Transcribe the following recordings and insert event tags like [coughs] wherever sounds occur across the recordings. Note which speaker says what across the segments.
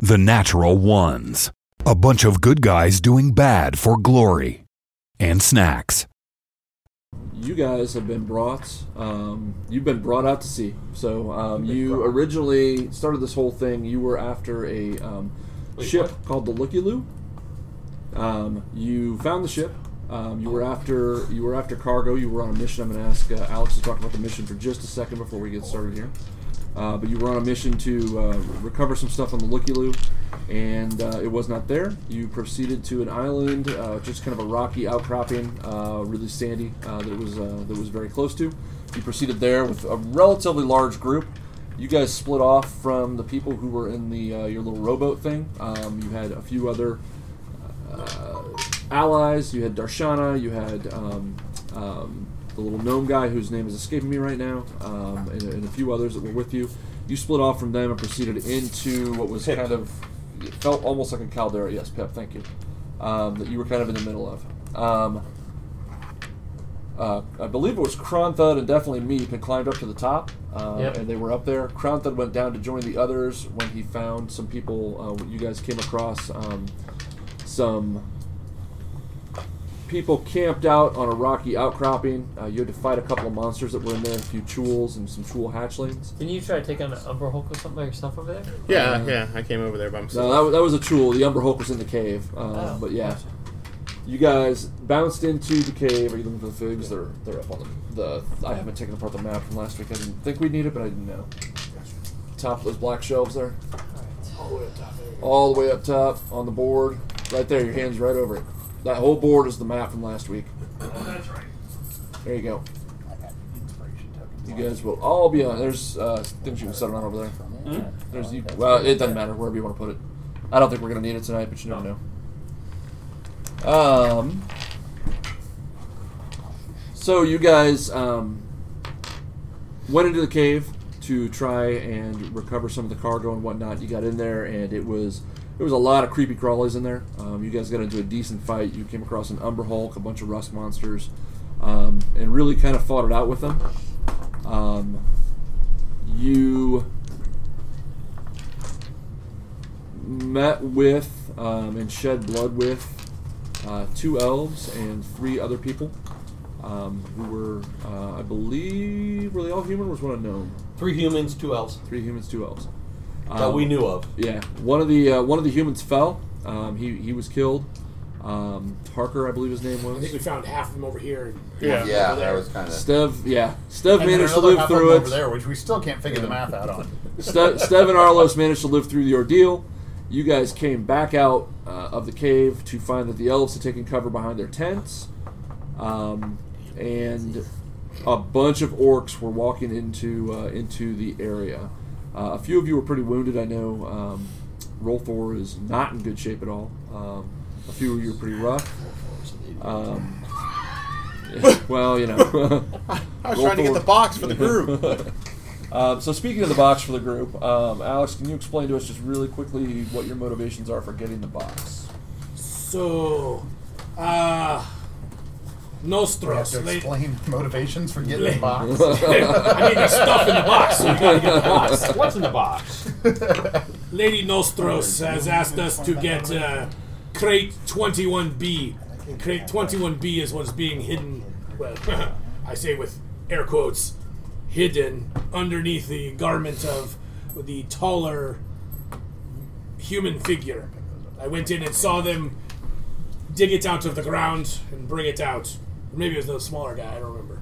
Speaker 1: The Natural Ones. A bunch of good guys doing bad for glory. And snacks.
Speaker 2: you guys have been brought um, you've been brought out to sea so um, you originally started this whole thing you were after a um, ship called the looky loo um, you found the ship um, you were after you were after cargo you were on a mission i'm going to ask uh, alex to talk about the mission for just a second before we get started here uh, but you were on a mission to uh, recover some stuff on the Looky Loo, and uh, it was not there. You proceeded to an island, uh, just kind of a rocky outcropping, uh, really sandy, uh, that was uh, that was very close to. You proceeded there with a relatively large group. You guys split off from the people who were in the uh, your little rowboat thing. Um, you had a few other uh, allies. You had Darshana. You had um, um, the little gnome guy whose name is escaping me right now, um, and, and a few others that were with you. You split off from them and proceeded into what was kind of it felt almost like a caldera. Yes, Pep. Thank you. Um, that you were kind of in the middle of. Um, uh, I believe it was Kronthud and definitely Meep had climbed up to the top, uh,
Speaker 3: Yep.
Speaker 2: and they were up there. Kronthud went down to join the others when he found some people. Uh, what you guys came across um, some people camped out on a rocky outcropping. Uh, you had to fight a couple of monsters that were in there, a few chouls and some chool hatchlings.
Speaker 3: Didn't you try to take on an Umber Hulk or something by yourself over there?
Speaker 4: Yeah, yeah, I came over there by myself.
Speaker 2: Um, No, that, wa- that was a chool. The Umber Hulk was in the cave. Uh,
Speaker 5: Um,
Speaker 3: Oh,
Speaker 2: but yeah,
Speaker 3: gotcha.
Speaker 2: you guys bounced into the cave. Are you looking for the figs? They're they're up on the. the I haven't taken apart the map from last week. I didn't think we'd need it, but I didn't know. Top of those black shelves there,
Speaker 3: Alright.
Speaker 2: all the way up top on the board, right there. Your hands right over it. That whole board is the map from last week. There you go. You guys will all be on. There's uh, things you can set it on over there. There's you. Well, it doesn't matter wherever you want to put it. I don't think we're gonna need it tonight, but you never know. Um. So you guys um, went into the cave to try and recover some of the cargo and whatnot. You got in there, and it was there was a lot of creepy crawlies in there. Um, you guys got into a decent fight. You came across an Umber Hulk, a bunch of Rust monsters, um, and really kind of fought it out with them. Um, you met with um, and shed blood with uh, two elves and three other people um, who were, uh, I believe, were they all human or was one a gnome?
Speaker 6: Three humans, two elves
Speaker 2: Three humans, two elves.
Speaker 6: that
Speaker 2: Um,
Speaker 6: we knew of.
Speaker 2: Yeah, one of the uh, one of the humans fell. Um, he he was killed. Um, Harker, I believe his name was.
Speaker 7: I think we found half of them over here. And
Speaker 4: Yeah.
Speaker 8: Yeah, that was kind of.
Speaker 2: Stev, yeah, Stev
Speaker 9: And then
Speaker 2: managed to
Speaker 9: another
Speaker 2: live
Speaker 9: half of
Speaker 2: through
Speaker 9: them
Speaker 2: it.
Speaker 9: over there, which we still can't figure the math out on.
Speaker 2: Ste- Stev and Arlos managed to live through the ordeal. You guys came back out uh, of the cave to find that the elves had taken cover behind their tents, um, and a bunch of orcs were walking into uh, into the area. Uh, a few of you were pretty wounded. I know um, Rolthor is not in good shape at all. Um, a few of you are pretty rough. Um, [laughs] well, you know.
Speaker 4: I was trying to get the box for
Speaker 2: [laughs]
Speaker 4: the group.
Speaker 2: Um, so speaking of the box for the group, um, Alex, can you explain to us just really quickly what your motivations are for getting the box?
Speaker 7: so, uh,
Speaker 9: You have to
Speaker 7: Nostros. la-
Speaker 9: explain [laughs] motivations for getting the box.
Speaker 7: [laughs] I mean, there's stuff in the box. So you gotta get the box. [laughs]
Speaker 10: What's in the
Speaker 9: [laughs]
Speaker 10: box?
Speaker 7: Lady Nostros has asked us to get uh, crate 21B. Crate 21B is what's being hidden. Well, [laughs] I say with air quotes, hidden underneath the garment of the taller human figure. I went in and saw them dig it out of the ground and bring it out. Maybe it was the smaller guy. I don't remember.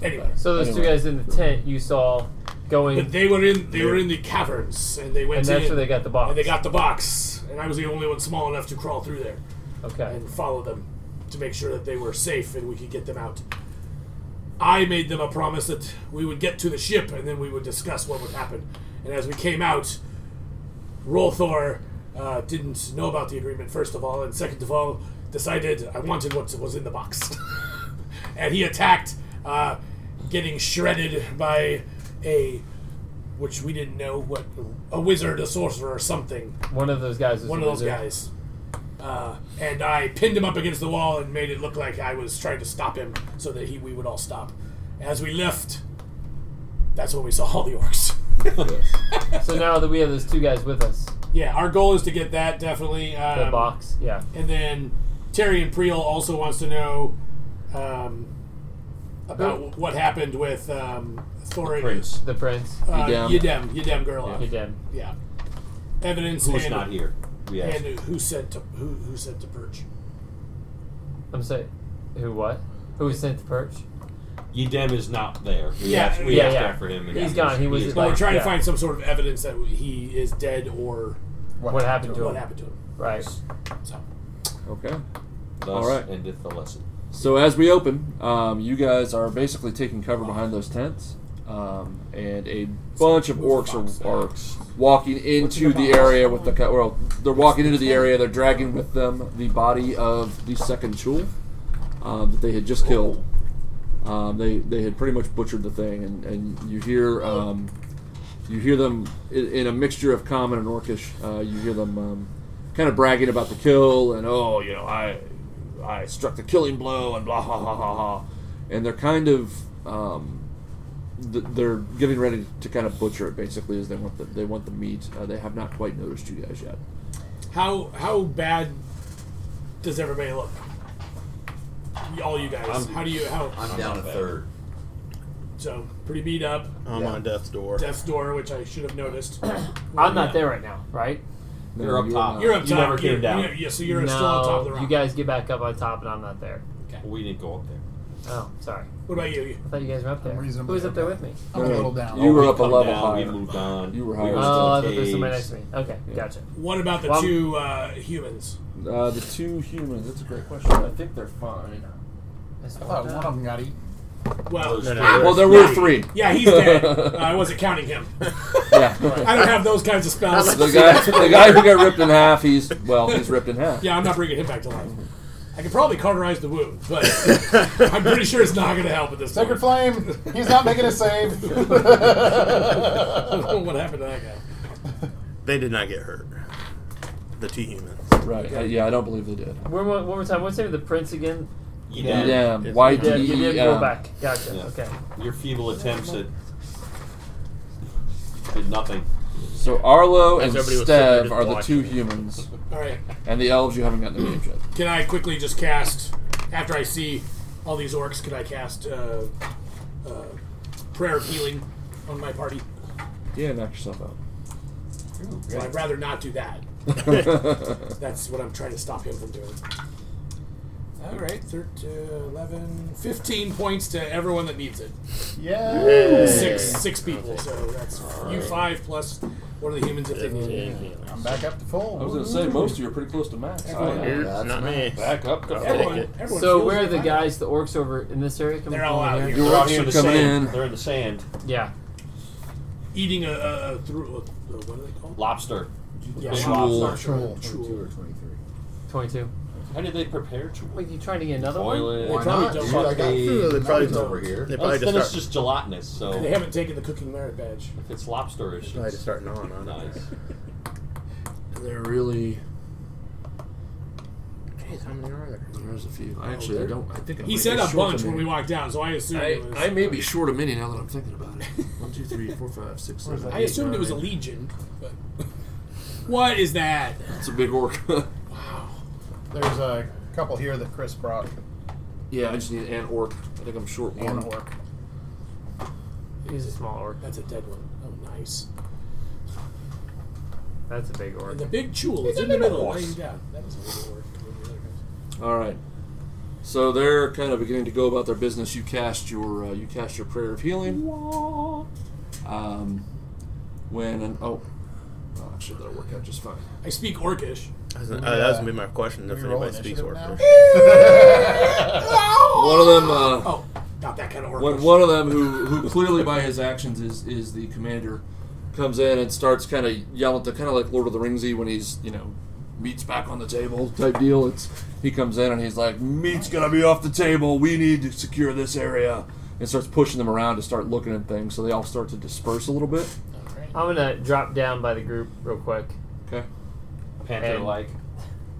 Speaker 7: Anyway,
Speaker 3: So those two guys in the tent you saw
Speaker 7: but
Speaker 3: going,
Speaker 7: they were in they were in the caverns and they went
Speaker 3: and that's
Speaker 7: in.
Speaker 3: where they got the box.
Speaker 7: And they got the box, and I was the only one small enough to crawl through there
Speaker 3: okay.
Speaker 7: and follow them to make sure that they were safe and we could get them out. I made them a promise that we would get to the ship and then we would discuss what would happen. And as we came out, Rolthor uh, didn't know about the agreement, first of all, and second of all, decided I wanted what was in the box. [laughs] and he attacked, uh, getting shredded by a. Which we didn't know what a wizard, a sorcerer, or something
Speaker 3: One of those guys was
Speaker 7: one
Speaker 3: a
Speaker 7: of those
Speaker 3: wizard.
Speaker 7: guys. Uh, and I pinned him up against the wall and made it look like I was trying to stop him so that he we would all stop. As we left, that's when we saw all the orcs. [laughs]
Speaker 3: So now that we have those two guys with us,
Speaker 7: yeah, our goal is to get that definitely. Um,
Speaker 5: the box. Yeah.
Speaker 7: And then Terry and Priel also wants to know um, about wh- what happened with um, Thorin.
Speaker 10: Prince.
Speaker 5: The prince.
Speaker 7: Uh,
Speaker 2: Yidem.
Speaker 7: Yidem. Yidem Gerlach. Yeah.
Speaker 5: Again.
Speaker 7: Evidence
Speaker 10: Who's
Speaker 7: and,
Speaker 10: not here? We asked.
Speaker 7: and who sent to who, who sent to Perch.
Speaker 5: I'm sorry. Who? What? Who was sent to perch?
Speaker 10: Yidem is not there. We
Speaker 7: Yeah,
Speaker 10: asked, we
Speaker 5: yeah,
Speaker 10: asked
Speaker 5: yeah.
Speaker 10: after him. And
Speaker 5: He's gone. He was-
Speaker 10: is
Speaker 7: But we're
Speaker 10: gone.
Speaker 7: trying
Speaker 5: Yeah.
Speaker 7: to find some sort of evidence that he is dead or
Speaker 5: What happened to him?
Speaker 7: what happened to him.
Speaker 5: Right.
Speaker 7: So
Speaker 2: Okay.
Speaker 10: Thus
Speaker 2: All right.
Speaker 10: endeth the lesson.
Speaker 2: So as we open, um, you guys are basically taking cover behind those tents, um, and a bunch of orcs are, are walking into the area with the co- well, they're walking into the area. They're dragging with them the body of the second chul um, that they had just killed. Um, they they had pretty much butchered the thing, and, and you hear um, you hear them in, in a mixture of common and orcish. Uh, you hear them um, kind of bragging about the kill and oh, you know, I I struck the killing blow and blah ha ha ha ha, and they're kind of um, th- they're getting ready to kind of butcher it basically as they want the they want the meat. Uh, they have not quite noticed you guys yet.
Speaker 7: how how bad does everybody look? All you guys. how do you how
Speaker 10: I'm down a third.
Speaker 7: so pretty beat up.
Speaker 4: I'm on death's door. [laughs]
Speaker 7: Death's door, which I should have noticed.
Speaker 5: I'm not there right now. Right.
Speaker 2: No,
Speaker 10: You're up top.
Speaker 2: not.
Speaker 7: You're up top.
Speaker 10: You never came
Speaker 7: you're,
Speaker 10: down.
Speaker 7: You're, yeah, so you're
Speaker 5: no,
Speaker 7: still on top of the rock.
Speaker 5: you guys get back up on top, and I'm not there.
Speaker 10: We didn't go up there.
Speaker 5: Oh, sorry.
Speaker 7: what about you? You-
Speaker 5: I thought you guys were up there. Who
Speaker 1: reasonably
Speaker 5: was up there
Speaker 1: okay.
Speaker 5: with me?
Speaker 1: I'm a little down.
Speaker 2: You were
Speaker 10: We
Speaker 2: up a
Speaker 10: come
Speaker 2: level
Speaker 10: down,
Speaker 2: higher.
Speaker 10: We moved on.
Speaker 2: You were
Speaker 10: We
Speaker 2: higher.
Speaker 10: were
Speaker 2: There's
Speaker 5: Oh, I thought
Speaker 10: still
Speaker 5: there was somebody next
Speaker 10: caged.
Speaker 5: to me. Okay, gotcha.
Speaker 7: What about the
Speaker 5: Well, I'm-
Speaker 7: two uh, humans?
Speaker 2: Uh, the two humans. That's a great question. I think they're fine.
Speaker 5: That's
Speaker 1: I thought one of them got eaten.
Speaker 7: Well,
Speaker 10: Those
Speaker 4: no.
Speaker 2: Well, there were three.
Speaker 7: yeah, he's dead. Uh, I wasn't counting him.
Speaker 2: Yeah.
Speaker 7: I don't have those kinds of spells.
Speaker 2: [laughs] The guy, the guy who got ripped in half. He's well, he's ripped in half.
Speaker 7: Yeah, I'm not bringing him back to life. I could probably cauterize the wound, but [laughs] I'm pretty sure it's not going to help at this
Speaker 1: Sacred
Speaker 7: point. [laughs]
Speaker 1: Flame, he's not making a save.
Speaker 7: what happened to that guy?
Speaker 4: [laughs] They did not get hurt. The two humans.
Speaker 2: Right. uh, yeah, I don't believe they did.
Speaker 5: One, more- one more time. What's the name of the prince [laughs] again?
Speaker 10: Yidem,
Speaker 2: Yeah,
Speaker 4: Yeah.
Speaker 2: um, why
Speaker 5: Yeah,
Speaker 2: did
Speaker 5: you did
Speaker 2: he?
Speaker 5: go
Speaker 2: uh,
Speaker 5: back. Gotcha.
Speaker 10: Yeah.
Speaker 5: Okay.
Speaker 10: Your feeble attempts at did nothing.
Speaker 2: So Arlo and
Speaker 4: As everybody was sitting there
Speaker 2: Stev
Speaker 4: just
Speaker 2: are the
Speaker 4: watching.
Speaker 2: two humans,
Speaker 7: All right.
Speaker 2: and the elves you haven't gotten the names yet.
Speaker 7: Can I quickly just cast, after I see all these orcs, can I cast uh, uh, Prayer of Healing on my party?
Speaker 2: Yeah, knock yourself [laughs] out.
Speaker 7: So I'd rather not do that. That's what I'm trying to stop him from doing. All right, 13, 11, 15 points to everyone that needs it.
Speaker 1: Yeah.
Speaker 7: Six, six people, so that's you five plus one of the humans if they need it.
Speaker 1: I'm back up to full.
Speaker 2: say most of you are pretty close to max.
Speaker 4: Dude, not me.
Speaker 2: up.
Speaker 4: Take
Speaker 7: Everyone,
Speaker 4: it.
Speaker 7: everyone
Speaker 5: So
Speaker 7: feels
Speaker 5: where are
Speaker 7: it.
Speaker 5: the guys, the orcs over in this area? Coming
Speaker 7: They're all
Speaker 5: from
Speaker 7: out
Speaker 5: here?
Speaker 7: here.
Speaker 10: They're out here in the
Speaker 2: should come
Speaker 10: sand.
Speaker 2: in.
Speaker 10: They're in the sand.
Speaker 5: Yeah.
Speaker 7: eating a, a, a through a, a, what are they called?
Speaker 10: Lobster.
Speaker 7: Yeah,
Speaker 10: Big
Speaker 7: lobster.
Speaker 10: lobster.
Speaker 1: Troll.
Speaker 7: Chul.
Speaker 5: 22.
Speaker 10: How did they prepare to
Speaker 5: Wait, you trying to get another
Speaker 10: boil
Speaker 5: one?
Speaker 10: it?
Speaker 7: Why probably not, don't dude?
Speaker 10: Fuck
Speaker 7: I got
Speaker 10: me.
Speaker 4: food. They probably don't-
Speaker 10: over here.
Speaker 4: They
Speaker 10: Well,
Speaker 4: probably
Speaker 10: then
Speaker 4: just
Speaker 10: it's
Speaker 4: start.
Speaker 10: just gelatinous, so
Speaker 7: They haven't taken the cooking merit badge.
Speaker 10: if it's lobsterish,
Speaker 4: Probably
Speaker 10: it's
Speaker 4: just starting on. on it.
Speaker 10: nice.
Speaker 2: They're really.
Speaker 4: Jeez, how many are there?
Speaker 2: There's a few. Actually, I don't. I think
Speaker 7: Oh, He said a bunch when we walked down, so I assumed
Speaker 2: I,
Speaker 7: it was.
Speaker 2: I may be short a mini now that I'm thinking about
Speaker 7: [laughs]
Speaker 2: it. One, two, three, four, five, six, seven.
Speaker 7: I
Speaker 2: eight,
Speaker 7: assumed it was a
Speaker 2: nine.
Speaker 7: legion. But [laughs] what is that?
Speaker 2: It's a big orc. [laughs]
Speaker 1: There's a couple here that Chris brought.
Speaker 2: yeah, I just need an orc. I think I'm short one.
Speaker 1: One orc.
Speaker 5: He's a small orc.
Speaker 7: That's a dead one. Oh, nice.
Speaker 5: That's a big orc.
Speaker 7: And the big chul is in the middle, laying down. That was a little word.
Speaker 2: All right. So they're kind of beginning to go about their business. You cast your uh, you cast your prayer of healing. Um, when an oh, oh, actually that'll work out just fine.
Speaker 7: I speak Orcish.
Speaker 4: That's, uh, that was gonna be my question. If
Speaker 1: we roll
Speaker 4: anybody speaks
Speaker 1: initiative
Speaker 4: orcish.
Speaker 2: One of them, uh,
Speaker 7: Oh, not that kind of Orcish.
Speaker 2: one, one of them who, who clearly by his actions is is the commander, comes in and starts kind of yelling, to kind of like Lord of the Ringsy when he's you know, meat's back on the table type deal. It's he comes in and he's like, meat's gonna be off the table. We need to secure this area. And starts pushing them around to start looking at things, so they all start to disperse a little bit.
Speaker 5: I'm going to drop down by the group real quick.
Speaker 2: Okay.
Speaker 10: Panther like.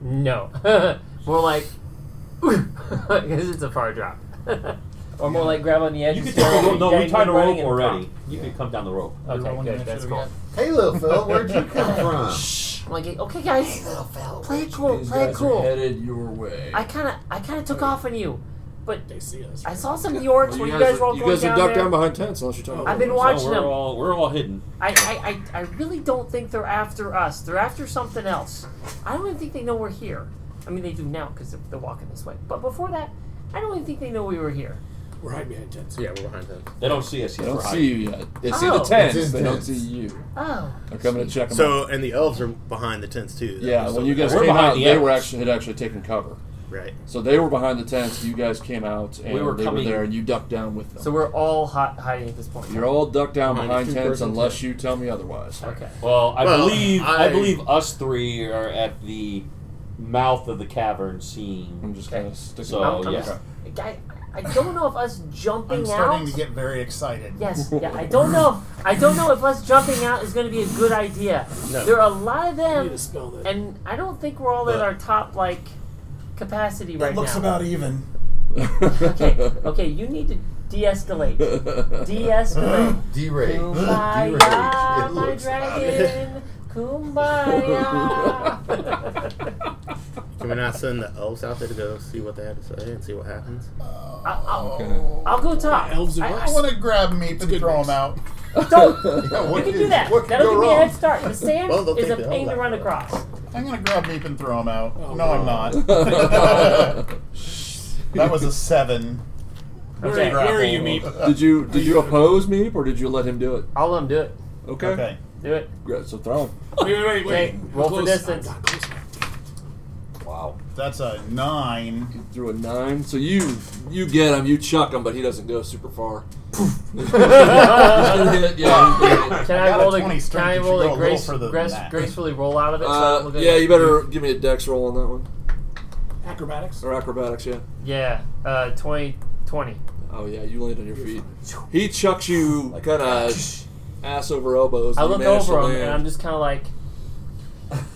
Speaker 5: No. [laughs] more like. [laughs] Because it's a far drop. [laughs] or more like grab on the edge.
Speaker 10: You
Speaker 5: and
Speaker 10: could
Speaker 5: start
Speaker 10: take a rope. No, we
Speaker 5: getting
Speaker 10: tied a
Speaker 5: running
Speaker 10: rope
Speaker 5: and-
Speaker 10: already. You could come down the rope.
Speaker 5: Okay, good. That's cool.
Speaker 9: [laughs] Hey, little Phil, where'd you come from?
Speaker 5: I'm like, okay, guys, [laughs] play it cool,
Speaker 2: These
Speaker 5: play it
Speaker 2: guys are
Speaker 5: Oh, cool.
Speaker 2: headed your way.
Speaker 5: I kind of, I kind of took off on you, but
Speaker 7: They see us.
Speaker 5: I saw some of the orcs
Speaker 2: Well,
Speaker 5: when you guys
Speaker 2: are-
Speaker 5: were all
Speaker 2: you
Speaker 5: going
Speaker 2: guys are
Speaker 5: down
Speaker 2: ducked
Speaker 5: there.
Speaker 2: down behind tents unless you're talking.
Speaker 5: I've been
Speaker 2: about
Speaker 5: watching
Speaker 10: we're
Speaker 5: them.
Speaker 10: all we're all hidden.
Speaker 5: I, I, I, I really don't think they're after us. They're after something else. I don't even think they know we're here. I mean, they do now because they're, they're walking this way. But before that, I don't even think they know we were here.
Speaker 7: We're hiding behind tents.
Speaker 8: Yeah, we're behind that.
Speaker 10: They don't see us yet.
Speaker 2: They don't
Speaker 10: we're
Speaker 2: see
Speaker 10: hiding.
Speaker 2: you yet. They see
Speaker 5: Oh.
Speaker 2: the tents.
Speaker 9: It's
Speaker 2: They don't
Speaker 9: intense.
Speaker 2: see you.
Speaker 5: Oh,
Speaker 2: They're coming to check them out.
Speaker 4: So, and the elves are behind the tents too. That
Speaker 2: Yeah,
Speaker 4: was
Speaker 2: when
Speaker 4: so-
Speaker 2: you guys
Speaker 10: We're
Speaker 2: came
Speaker 10: behind
Speaker 2: out,
Speaker 10: the
Speaker 2: they were
Speaker 10: arrows.
Speaker 2: actually had actually taken cover.
Speaker 4: right,
Speaker 2: So they were behind the tents. You guys came out, and
Speaker 10: We were
Speaker 2: they
Speaker 10: coming-
Speaker 2: were there, and you ducked down with them.
Speaker 5: so we're all hot hiding at this point.
Speaker 2: You're all ducked down behind
Speaker 8: two
Speaker 2: tents
Speaker 8: persons,
Speaker 2: unless you tell me otherwise.
Speaker 5: okay.
Speaker 10: Well, I
Speaker 4: Well,
Speaker 10: believe I...
Speaker 4: I-
Speaker 10: believe us three are at the mouth of the cavern, seeing.
Speaker 2: I'm just
Speaker 5: Okay.
Speaker 2: kind of sticking.
Speaker 10: So,
Speaker 5: I'm- I'm
Speaker 10: yeah.
Speaker 5: just- I, I don't know if us jumping
Speaker 9: I'm
Speaker 5: out.
Speaker 9: starting to get very excited.
Speaker 5: Yes, yeah, I don't know. I don't know if us jumping out is going to be a good idea.
Speaker 4: No.
Speaker 5: There are a lot of
Speaker 7: I need
Speaker 5: them,
Speaker 7: to spell that.
Speaker 5: and I don't think we're all at
Speaker 4: But-
Speaker 5: our top like capacity right
Speaker 8: It looks
Speaker 5: now. [laughs]
Speaker 8: about even.
Speaker 5: okay, okay, you need to de-escalate. [laughs] De-escalate.
Speaker 4: [laughs]
Speaker 8: D-rate.
Speaker 5: Kumbaya, Oh my
Speaker 9: it.
Speaker 5: dragon. Kumbaya.
Speaker 4: can we not send the elves out there to go see what they have to say and see what [laughs] happens?
Speaker 5: I'll, I'll, I'll go top.
Speaker 7: Elves are
Speaker 5: I-
Speaker 9: I
Speaker 7: worse.
Speaker 9: want to grab Meep and throw him out.
Speaker 5: Don't.
Speaker 8: Yeah,
Speaker 5: You
Speaker 8: what
Speaker 5: can
Speaker 8: could-
Speaker 5: do that.
Speaker 8: What could
Speaker 5: That'll give
Speaker 8: go
Speaker 5: me a
Speaker 8: wrong?
Speaker 5: head start. The sand
Speaker 4: Well, they'll
Speaker 5: is
Speaker 4: take
Speaker 5: a
Speaker 4: the hell
Speaker 5: pain to
Speaker 4: out
Speaker 5: run
Speaker 4: of it.
Speaker 5: across.
Speaker 9: I'm gonna grab Meep and throw him out.
Speaker 7: Oh,
Speaker 9: no, I'm
Speaker 7: wow.
Speaker 9: not. that was a seven.
Speaker 7: where,
Speaker 5: Okay.
Speaker 7: where are you, meet?
Speaker 2: Did you did you oppose me or did you let him do it?
Speaker 5: I'll let him do it.
Speaker 2: Okay.
Speaker 9: Okay.
Speaker 5: Do it.
Speaker 2: Great, So throw him.
Speaker 7: Wait, wait, wait, wait.
Speaker 5: Okay,
Speaker 7: How
Speaker 5: roll for
Speaker 7: close?
Speaker 5: distance.
Speaker 7: I'm not close enough.
Speaker 2: Wow.
Speaker 9: That's a nine.
Speaker 2: Threw a nine. So you you get him. You chuck him, but he doesn't go super far.
Speaker 5: [laughs]
Speaker 2: [laughs] yeah. you
Speaker 5: [laughs]
Speaker 2: get it.
Speaker 5: Can
Speaker 9: I
Speaker 5: I,
Speaker 9: got a
Speaker 5: roll the?
Speaker 9: 20
Speaker 5: Can
Speaker 9: strength.
Speaker 5: I
Speaker 9: You should
Speaker 5: roll
Speaker 9: go a
Speaker 5: the
Speaker 9: little
Speaker 5: grace,
Speaker 9: further than
Speaker 5: grace-
Speaker 9: that.
Speaker 5: gracefully roll out of it? so I don't
Speaker 2: Uh,
Speaker 5: look at
Speaker 2: yeah.
Speaker 5: it?
Speaker 2: You better give me a dex roll on that one
Speaker 7: Acrobatics.
Speaker 2: or acrobatics. Yeah.
Speaker 5: Yeah. Uh, 20, 20.
Speaker 2: Oh yeah. You land on your feet. He chucks you kind of ass over elbows.
Speaker 5: I
Speaker 2: and you
Speaker 5: look
Speaker 2: manage to
Speaker 5: over him and
Speaker 2: land.
Speaker 5: I'm just kind of like,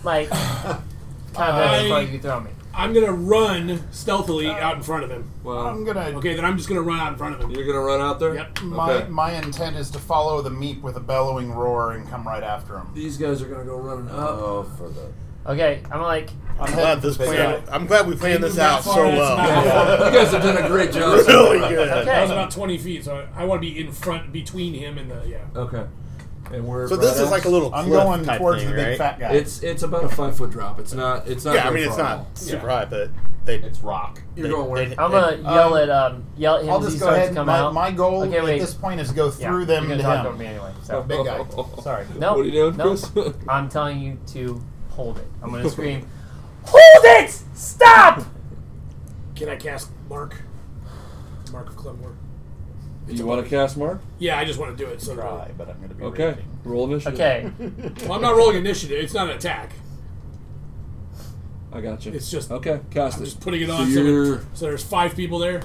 Speaker 9: [laughs]
Speaker 5: like, kind of as far as you can throw me.
Speaker 7: I'm gonna run stealthily
Speaker 2: Oh.
Speaker 7: out in front of him.
Speaker 2: Wow.
Speaker 9: I'm gonna.
Speaker 7: Okay, then I'm just gonna run out in front of him.
Speaker 2: You're gonna run out there.
Speaker 7: Yep.
Speaker 9: My
Speaker 2: Okay.
Speaker 9: my intent is to follow the Meep with a bellowing roar and come right after him.
Speaker 2: These guys are gonna go running up.
Speaker 8: Oh, for the.
Speaker 5: Okay, I'm like,
Speaker 4: I'm glad this
Speaker 8: Big
Speaker 4: plan.
Speaker 8: guy.
Speaker 4: I'm glad we planned this out so
Speaker 7: That's
Speaker 4: well.
Speaker 7: not-
Speaker 2: [laughs] You
Speaker 4: [laughs]
Speaker 2: guys have done a great job. [laughs] so far.
Speaker 4: really good.
Speaker 7: That was
Speaker 5: okay.
Speaker 7: about 20 feet, so I, I want to be in front, between him and the yeah.
Speaker 2: Okay. And we're
Speaker 4: So this
Speaker 2: right
Speaker 4: is like a
Speaker 2: out.
Speaker 4: little.
Speaker 9: I'm
Speaker 4: cliff
Speaker 9: going
Speaker 4: type
Speaker 9: towards
Speaker 4: thing,
Speaker 9: the big
Speaker 4: right?
Speaker 9: fat guy.
Speaker 2: It's it's about a five foot drop. It's not it's not.
Speaker 4: Yeah, I
Speaker 2: very
Speaker 4: mean it's
Speaker 2: far at
Speaker 4: not
Speaker 2: all.
Speaker 4: super high, but they.
Speaker 10: It's rock.
Speaker 2: You're going where?
Speaker 4: they-
Speaker 5: I'm
Speaker 4: they-
Speaker 5: gonna yell at um yell at him
Speaker 9: I'll
Speaker 5: as he
Speaker 9: just go
Speaker 5: starts
Speaker 9: ahead.
Speaker 5: to come
Speaker 9: My,
Speaker 5: out.
Speaker 9: my goal
Speaker 5: Okay,
Speaker 9: at
Speaker 5: wait.
Speaker 9: this point is go
Speaker 5: Yeah,
Speaker 9: through them
Speaker 5: you're
Speaker 9: to
Speaker 5: gonna talk over
Speaker 9: him.
Speaker 5: me anyway. So
Speaker 9: Big
Speaker 2: Oh,
Speaker 9: guy. Sorry.
Speaker 5: no,
Speaker 2: what are you doing,
Speaker 5: Oh, no,
Speaker 9: [laughs]
Speaker 2: Chris?
Speaker 5: I'm telling you to hold it. I'm gonna scream, hold it! Stop!
Speaker 7: Can I cast Mark? Mark of Clemore.
Speaker 2: [laughs] you want to cast mark?
Speaker 7: Yeah, I just want to do it. So
Speaker 9: Try, but I'm gonna be
Speaker 2: Okay.
Speaker 9: raging.
Speaker 2: Roll initiative.
Speaker 5: Okay,
Speaker 7: well, I'm not rolling initiative. It's not an attack.
Speaker 2: I got you.
Speaker 7: It's just-
Speaker 2: okay. Cast it.
Speaker 7: Just putting it
Speaker 2: So
Speaker 7: on. So,
Speaker 2: you're
Speaker 7: so there's five people there.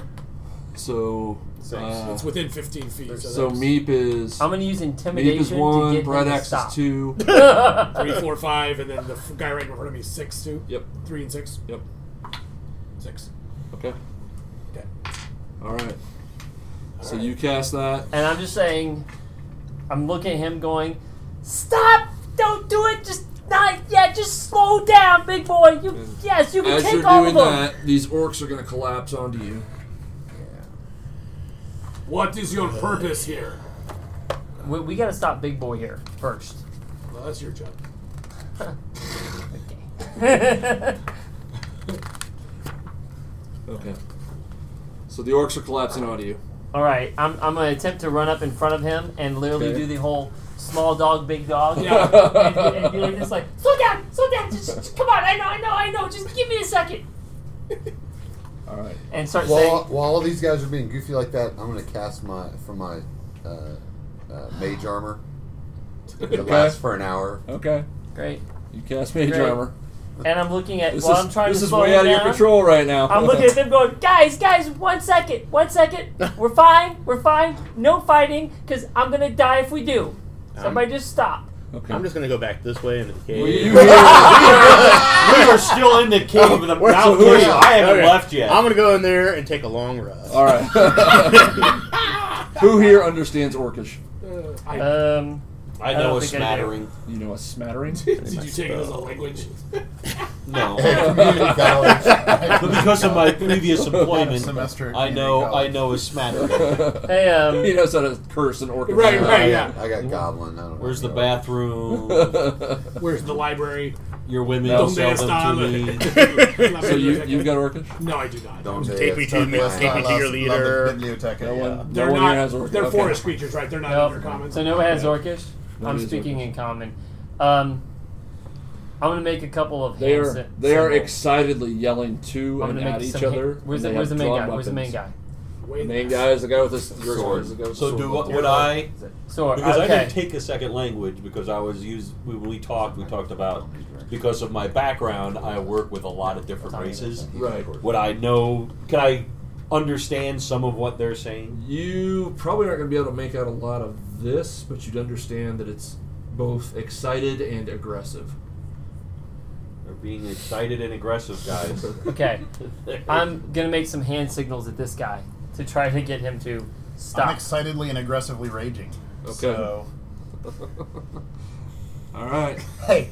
Speaker 2: so. uh,
Speaker 7: It's within 15 feet. So,
Speaker 2: so
Speaker 7: that's
Speaker 2: Meep is
Speaker 5: I'm gonna
Speaker 9: [laughs]
Speaker 5: use
Speaker 2: Meep
Speaker 5: intimidation
Speaker 2: is one.
Speaker 5: to get
Speaker 2: Brad
Speaker 5: him to
Speaker 2: X
Speaker 5: stop.
Speaker 2: is two. [laughs]
Speaker 7: three, four, five, and then the f- guy right in front of me is six too.
Speaker 2: yep.
Speaker 7: Three and six.
Speaker 2: Yep.
Speaker 7: Six.
Speaker 2: Okay.
Speaker 7: Okay.
Speaker 2: All right. so you cast that.
Speaker 5: And I'm just saying, I'm looking at him going, stop! Don't do it! Just not yet! Just slow down, big boy! You Yes, you can
Speaker 2: As
Speaker 5: take
Speaker 2: you're
Speaker 5: all of
Speaker 2: doing
Speaker 5: them!
Speaker 2: that, these orcs are going to collapse onto you.
Speaker 7: What is your purpose here?
Speaker 5: We, we gotta stop big boy here
Speaker 2: [laughs]
Speaker 5: first.
Speaker 7: Well, that's your job.
Speaker 2: Okay. So the orcs are collapsing onto you.
Speaker 5: Alright, I'm, I'm gonna attempt to run up in front of him and literally
Speaker 2: Okay.
Speaker 5: do the whole small dog, big
Speaker 2: [laughs]
Speaker 5: dog.
Speaker 7: Yeah.
Speaker 5: and, and be like this, like, slow down! Slow down! Just, just- come on! I know, I know, I know! Just give me a second!
Speaker 2: All right.
Speaker 5: And start
Speaker 8: While,
Speaker 5: saying,
Speaker 8: while all these guys are being goofy like that, I'm gonna cast my from my uh, uh, mage armor. It lasts for an hour.
Speaker 2: Okay.
Speaker 5: great.
Speaker 2: You cast mage
Speaker 5: Great.
Speaker 2: armor.
Speaker 5: And I'm looking at,
Speaker 2: This
Speaker 5: while
Speaker 2: is,
Speaker 5: I'm trying
Speaker 2: this
Speaker 5: to
Speaker 2: is
Speaker 5: slow
Speaker 2: way
Speaker 5: him
Speaker 2: out of your
Speaker 5: down,
Speaker 2: control right now.
Speaker 5: I'm looking at them going, guys, guys, one second,
Speaker 2: [laughs]
Speaker 5: one second. We're fine, we're fine. No fighting, because I'm going to die if we do.
Speaker 2: Um,
Speaker 5: Somebody just stop.
Speaker 2: Okay.
Speaker 4: I'm just gonna go back this way into the cave. [laughs]
Speaker 10: [laughs]
Speaker 2: You [laughs]
Speaker 10: we are still in the cave. The
Speaker 4: Where's-
Speaker 10: mouth
Speaker 4: where's-
Speaker 10: cave. I haven't
Speaker 4: okay.
Speaker 10: left yet.
Speaker 4: I'm gonna go in there and take a long rest.
Speaker 2: All right. Who here understands Orcish?
Speaker 7: Uh, I,
Speaker 5: Um,
Speaker 10: I
Speaker 5: don't
Speaker 10: know a
Speaker 5: think I do.
Speaker 10: smattering.
Speaker 2: You know, a smattering.
Speaker 7: Did you take it as a language?
Speaker 4: [laughs]
Speaker 10: No,
Speaker 9: Community college.
Speaker 10: but because of my
Speaker 4: [laughs]
Speaker 10: previous employment,
Speaker 9: Semester at
Speaker 10: I know
Speaker 9: community
Speaker 10: I know a smattering.
Speaker 5: Hey,
Speaker 2: [laughs] he
Speaker 5: um,
Speaker 2: knows how to curse and orc.
Speaker 7: Right,
Speaker 8: I
Speaker 7: right.
Speaker 8: got-
Speaker 7: yeah.
Speaker 8: I got goblin. I don't
Speaker 10: Where's the
Speaker 8: know.
Speaker 10: bathroom?
Speaker 7: Where's the library?
Speaker 10: Your women
Speaker 7: Don't
Speaker 10: sell
Speaker 7: dance
Speaker 10: them to me.
Speaker 2: [laughs]
Speaker 7: on.
Speaker 2: So you you've got orcish.
Speaker 7: No, I do not.
Speaker 8: Don't
Speaker 7: They're
Speaker 8: take
Speaker 4: me to- take me to your leader.
Speaker 9: Biblioteca.
Speaker 2: No one.
Speaker 7: They're
Speaker 2: no one
Speaker 7: not.
Speaker 2: here has orcish.
Speaker 7: They're
Speaker 2: okay.
Speaker 7: forest creatures, right? They're not
Speaker 5: no,
Speaker 7: in your commons.
Speaker 5: so Noah has Orcish. I'm
Speaker 2: Nobody has
Speaker 5: speaking in common. Um, I'm gonna make a couple of
Speaker 2: They
Speaker 5: hand
Speaker 2: are
Speaker 5: sy-
Speaker 2: they are
Speaker 5: symbols.
Speaker 2: excitedly yelling to
Speaker 5: I'm
Speaker 2: and
Speaker 5: gonna make
Speaker 2: at each
Speaker 5: some hand-
Speaker 2: other.
Speaker 5: Where's, the,
Speaker 2: and they
Speaker 5: where's the
Speaker 2: have
Speaker 5: main
Speaker 2: drawn
Speaker 5: guy? Where's the main
Speaker 2: weapons.
Speaker 5: guy?
Speaker 7: Wait,
Speaker 2: The main guy is the guy with the s- your
Speaker 10: Sword.
Speaker 2: is the guy with the
Speaker 10: So
Speaker 2: sword.
Speaker 10: do what
Speaker 2: You're
Speaker 10: would I?
Speaker 5: So
Speaker 10: Because I
Speaker 5: okay.
Speaker 10: didn't take a second language because I was used when we talked. We talked about because of my background, I work with a lot of different races.
Speaker 2: Right.
Speaker 10: Would I know? Can I understand some of what they're saying?
Speaker 2: You probably aren't going to be able to make out a lot of this, but you'd understand that it's both excited and aggressive.
Speaker 10: They're being excited and aggressive, [laughs] guys.
Speaker 5: okay, I'm gonna make some hand signals at this guy to try to get him to
Speaker 9: I'm
Speaker 5: stop.
Speaker 9: excitedly and aggressively raging.
Speaker 2: Okay.
Speaker 9: So,
Speaker 2: All
Speaker 10: [laughs]
Speaker 2: right.
Speaker 9: hey,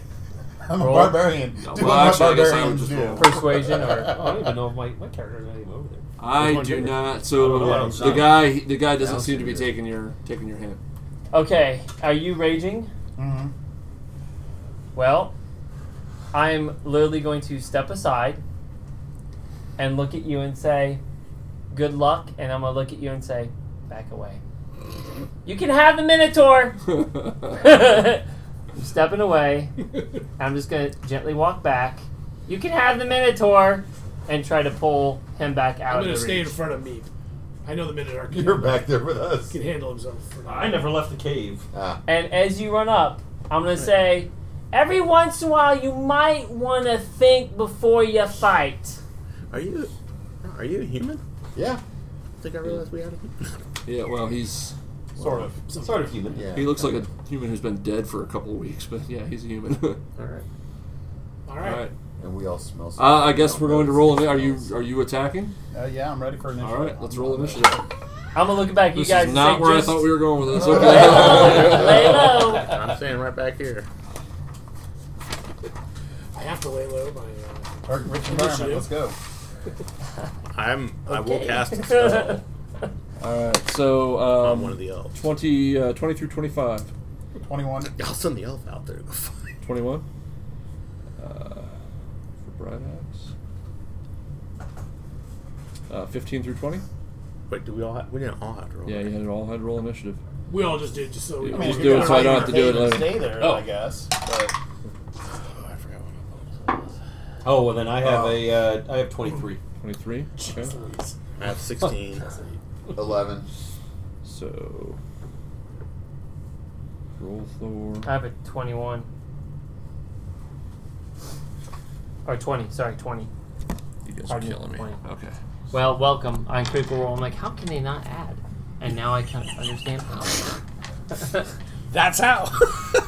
Speaker 9: I'm a
Speaker 5: Roll.
Speaker 9: barbarian.
Speaker 2: No,
Speaker 9: Do
Speaker 2: well,
Speaker 9: what
Speaker 2: actually, I guess I would
Speaker 9: barbarians
Speaker 2: just
Speaker 9: do.
Speaker 2: roll.
Speaker 5: Persuasion or
Speaker 10: I don't even know if my my character's not even over there.
Speaker 2: I
Speaker 10: one
Speaker 2: do
Speaker 10: bigger?
Speaker 2: not.
Speaker 10: I
Speaker 2: So
Speaker 10: don't know.
Speaker 2: the guy, the guy doesn't
Speaker 8: I'll
Speaker 2: seem to
Speaker 8: see
Speaker 2: be
Speaker 8: you.
Speaker 2: taking your taking your hand. [laughs]
Speaker 5: okay. Are you raging?
Speaker 9: Mhm.
Speaker 5: Well, I'm literally going to step aside and look at you and say, "Good luck," and I'm gonna look at you and say, "Back away." You can have the Minotaur. [laughs] I'm stepping away. I'm just gonna gently walk back. You can have the Minotaur, and try to pull him back out
Speaker 7: I'm
Speaker 5: of
Speaker 7: gonna
Speaker 5: the
Speaker 7: stay in
Speaker 5: reach.
Speaker 7: front of me. I know the Minotaur can,
Speaker 8: You're back there with
Speaker 7: [laughs]
Speaker 8: us.
Speaker 7: can handle himself. For now.
Speaker 10: I never left the cave.
Speaker 8: Ah,
Speaker 5: And as you run up, I'm gonna say, every once in a while, you might want to think before you fight.
Speaker 4: Are you are you a human?
Speaker 8: yeah.
Speaker 4: I think I realized we had a human.
Speaker 2: Yeah. Well, he's
Speaker 10: Sort of. Sort of human.
Speaker 8: Yeah.
Speaker 2: he looks like a human who's been dead for a couple of weeks, but yeah, he's a human. [laughs] All
Speaker 4: All right.
Speaker 7: All right.
Speaker 2: right.
Speaker 8: And we all smell.
Speaker 2: Uh, I guess we're going to roll. Are you are you attacking?
Speaker 9: Uh, yeah, I'm ready for initiative.
Speaker 2: All right. Let's roll
Speaker 9: I'm-
Speaker 2: initiative.
Speaker 5: I'm gonna look back at you
Speaker 2: This
Speaker 5: guys.
Speaker 2: is not
Speaker 5: and say,
Speaker 2: where I
Speaker 5: "Just
Speaker 2: thought
Speaker 5: [laughs]
Speaker 2: we were going with this.
Speaker 5: Lay
Speaker 2: Okay. [laughs]
Speaker 5: low.
Speaker 4: I'm standing right back here.
Speaker 7: I have to lay low. My, uh,
Speaker 9: Or rich environment. Let's go.
Speaker 4: I'm I
Speaker 5: [laughs]
Speaker 4: will
Speaker 5: Okay.
Speaker 4: [laughs] cast a spell
Speaker 2: All right. So
Speaker 4: on
Speaker 2: um,
Speaker 4: one of the elves.
Speaker 2: 20, uh, 20 through 25.
Speaker 9: 21.
Speaker 4: I'll send the elf out there to go fight.
Speaker 2: 21. Uh, for Bright Axe. Uh, 15 through 20?
Speaker 4: Wait, do we all have, we didn't all have to roll?
Speaker 2: Yeah, you had it all had roll initiative.
Speaker 7: we all just did just so we
Speaker 2: Yeah,
Speaker 7: can
Speaker 2: we
Speaker 7: just
Speaker 2: just do it so I don't have to do it later. Oh.
Speaker 9: Stay there, I guess. But
Speaker 4: Oh, I forgot what
Speaker 10: Oh well, then I have a uh, I have twenty three.
Speaker 2: 23. Okay.
Speaker 4: I I have sixteen.
Speaker 8: Eleven.
Speaker 2: So. Roll floor.
Speaker 5: I have a 21. Or 20, Oh, sorry, 20.
Speaker 2: You guys are
Speaker 5: Pardon me,
Speaker 2: killing me.
Speaker 5: 20.
Speaker 2: Okay.
Speaker 5: Well, welcome. I'm Critical Role. I'm like, how can they not add? And now I kind of understand how. [laughs]
Speaker 7: That's how.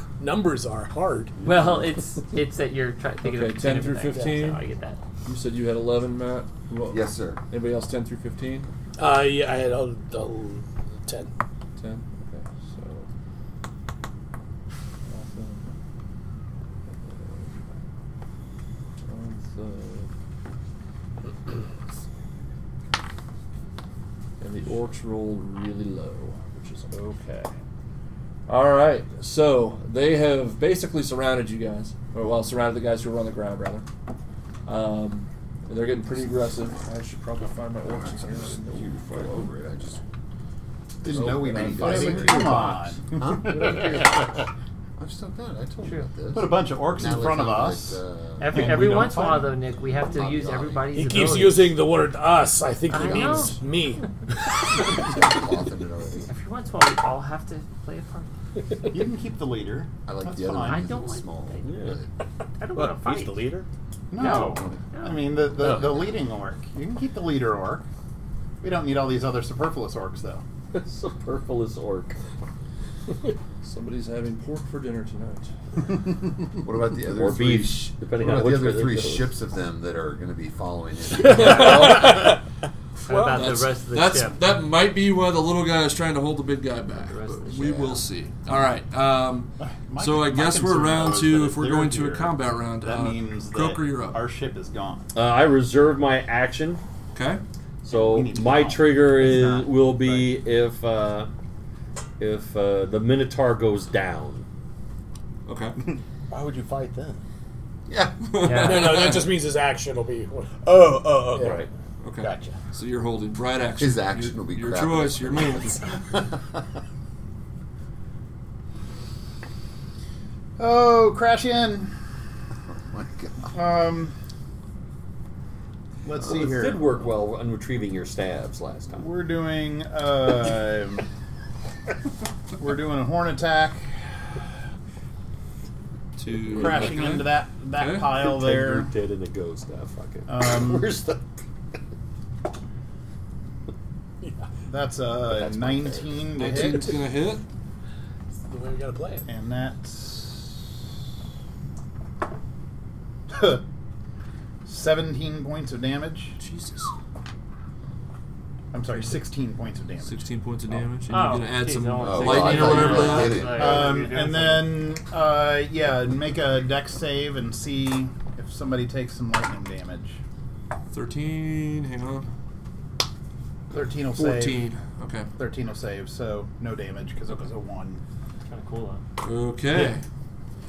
Speaker 7: [laughs] Numbers are hard.
Speaker 5: well, it's it's that you're trying thinking
Speaker 2: Okay,
Speaker 5: of
Speaker 2: 10 through
Speaker 5: everything,
Speaker 2: 15.
Speaker 5: So I get that.
Speaker 2: You said you had 11, Matt? Well,
Speaker 8: Yes, sir.
Speaker 2: Anybody else 10 through 15?
Speaker 7: Uh, yeah, I had uh, ten.
Speaker 2: 10. Okay, so. One third. [clears throat] And the orcs rolled really low, which is okay. Alright, so they have basically surrounded you guys. Or, well, surrounded the guys who were on the ground, rather. Um, they're getting pretty aggressive. I should probably find my orcs again.
Speaker 8: You fell over it. I just didn't
Speaker 2: Oh,
Speaker 8: know we
Speaker 2: I
Speaker 8: made
Speaker 2: mean,
Speaker 8: this.
Speaker 9: come on.
Speaker 8: Huh? I'm so good. I told you about this.
Speaker 9: Put a bunch of orcs
Speaker 8: Now
Speaker 9: in
Speaker 8: they
Speaker 9: front of
Speaker 8: sound
Speaker 9: us.
Speaker 8: like, uh, [laughs]
Speaker 5: Every,
Speaker 9: And we
Speaker 5: every
Speaker 9: don't
Speaker 5: once in a
Speaker 9: fight.
Speaker 5: while, though, Nick, we have to
Speaker 8: Not
Speaker 5: use
Speaker 8: really.
Speaker 5: everybody's.
Speaker 7: He keeps
Speaker 5: ability.
Speaker 7: using the word us. I think he
Speaker 5: I
Speaker 7: means me.
Speaker 8: often it already.
Speaker 5: Every once in a while, we all have to play a part.
Speaker 9: You can keep the leader.
Speaker 8: uh, I like
Speaker 9: That's
Speaker 8: the other
Speaker 9: fine.
Speaker 8: one.
Speaker 5: I
Speaker 8: 'cause
Speaker 5: don't
Speaker 8: it's
Speaker 5: like-
Speaker 8: small.
Speaker 5: I don't
Speaker 4: What?
Speaker 5: want to fight.
Speaker 4: He's the leader.
Speaker 9: No. I mean, the, the,
Speaker 4: Oh.
Speaker 9: the leading orc. You can keep the leader orc. We don't need all these other superfluous orcs, though.
Speaker 10: Superfluous orc.
Speaker 2: Somebody's having pork for dinner tonight.
Speaker 8: What about the other
Speaker 10: Or
Speaker 8: three?
Speaker 10: beef,
Speaker 8: sh- What
Speaker 10: depending on
Speaker 8: about the
Speaker 10: which
Speaker 8: other
Speaker 10: way
Speaker 8: three
Speaker 10: it goes.
Speaker 2: [laughs]
Speaker 8: [laughs] ships of them that are going to be following in?
Speaker 4: How
Speaker 2: Well,
Speaker 4: about the
Speaker 2: that's-
Speaker 4: rest of the
Speaker 2: that's-
Speaker 4: ship?
Speaker 2: That might be why the little guy is trying to hold the big guy back.
Speaker 4: The rest of
Speaker 2: but
Speaker 4: the
Speaker 2: we
Speaker 4: ship.
Speaker 2: will see. All right. Um,
Speaker 9: My-
Speaker 2: so I
Speaker 9: my
Speaker 2: guess we're
Speaker 9: concern
Speaker 2: round
Speaker 9: was
Speaker 2: two.
Speaker 9: that
Speaker 2: If we're
Speaker 9: they're
Speaker 2: going to a
Speaker 9: here,
Speaker 2: combat round,
Speaker 9: that
Speaker 2: uh,
Speaker 9: means
Speaker 2: Croker,
Speaker 9: that
Speaker 2: you're up.
Speaker 9: our ship is gone.
Speaker 10: Uh, I reserve my action,
Speaker 2: Okay.
Speaker 10: so
Speaker 9: We need to
Speaker 10: my
Speaker 9: go.
Speaker 10: trigger
Speaker 9: It's
Speaker 10: is
Speaker 9: not,
Speaker 10: will be if uh, if uh, the Minotaur goes down.
Speaker 2: Okay.
Speaker 4: Why would you fight then?
Speaker 8: [laughs] Yeah.
Speaker 7: No, no, that just means his action will be.
Speaker 4: Oh, oh,
Speaker 7: Yeah.
Speaker 10: Right.
Speaker 2: [laughs] Okay.
Speaker 4: Gotcha.
Speaker 2: So you're holding right action.
Speaker 8: His action
Speaker 2: Your-
Speaker 8: will be
Speaker 2: your
Speaker 8: crap.
Speaker 2: choice. Your
Speaker 8: [laughs]
Speaker 2: move.
Speaker 9: Oh, crash in.
Speaker 8: oh my god.
Speaker 9: Um, let's see
Speaker 10: It
Speaker 9: here.
Speaker 10: did work well on retrieving your stabs last time.
Speaker 9: We're doing um we're doing a horn attack,
Speaker 2: To
Speaker 9: crashing
Speaker 2: okay.
Speaker 9: into that that
Speaker 2: Okay.
Speaker 9: pile
Speaker 10: Pretend
Speaker 9: there.
Speaker 10: you're dead and it goes. Nah, fuck it. [laughs]
Speaker 9: Um,
Speaker 4: Where's the?
Speaker 9: That's a
Speaker 4: That's my
Speaker 9: 19 to
Speaker 2: 19's
Speaker 9: hit,
Speaker 2: gonna hit.
Speaker 4: The way we gotta play it.
Speaker 9: and that's [laughs] 17 points of damage.
Speaker 2: Jesus.
Speaker 9: I'm sorry, 16 points of damage.
Speaker 2: 16 points of damage. And
Speaker 3: Oh,
Speaker 2: you're gonna add
Speaker 3: geez,
Speaker 2: some
Speaker 3: I don't
Speaker 8: Oh,
Speaker 2: uh,
Speaker 3: think
Speaker 8: well, I
Speaker 2: lightning
Speaker 8: thought
Speaker 2: or
Speaker 8: you
Speaker 2: whatever
Speaker 8: were
Speaker 2: to
Speaker 8: gonna
Speaker 2: that.
Speaker 8: hit
Speaker 9: Um,
Speaker 8: it.
Speaker 9: and then, uh, yeah, make a dex save and see if somebody takes some lightning damage.
Speaker 2: 13. Hang on.
Speaker 9: 13 will save.
Speaker 2: 14. Okay.
Speaker 9: 13 will save, so no damage because it was a 1.
Speaker 3: Kind of cool though.
Speaker 2: Okay.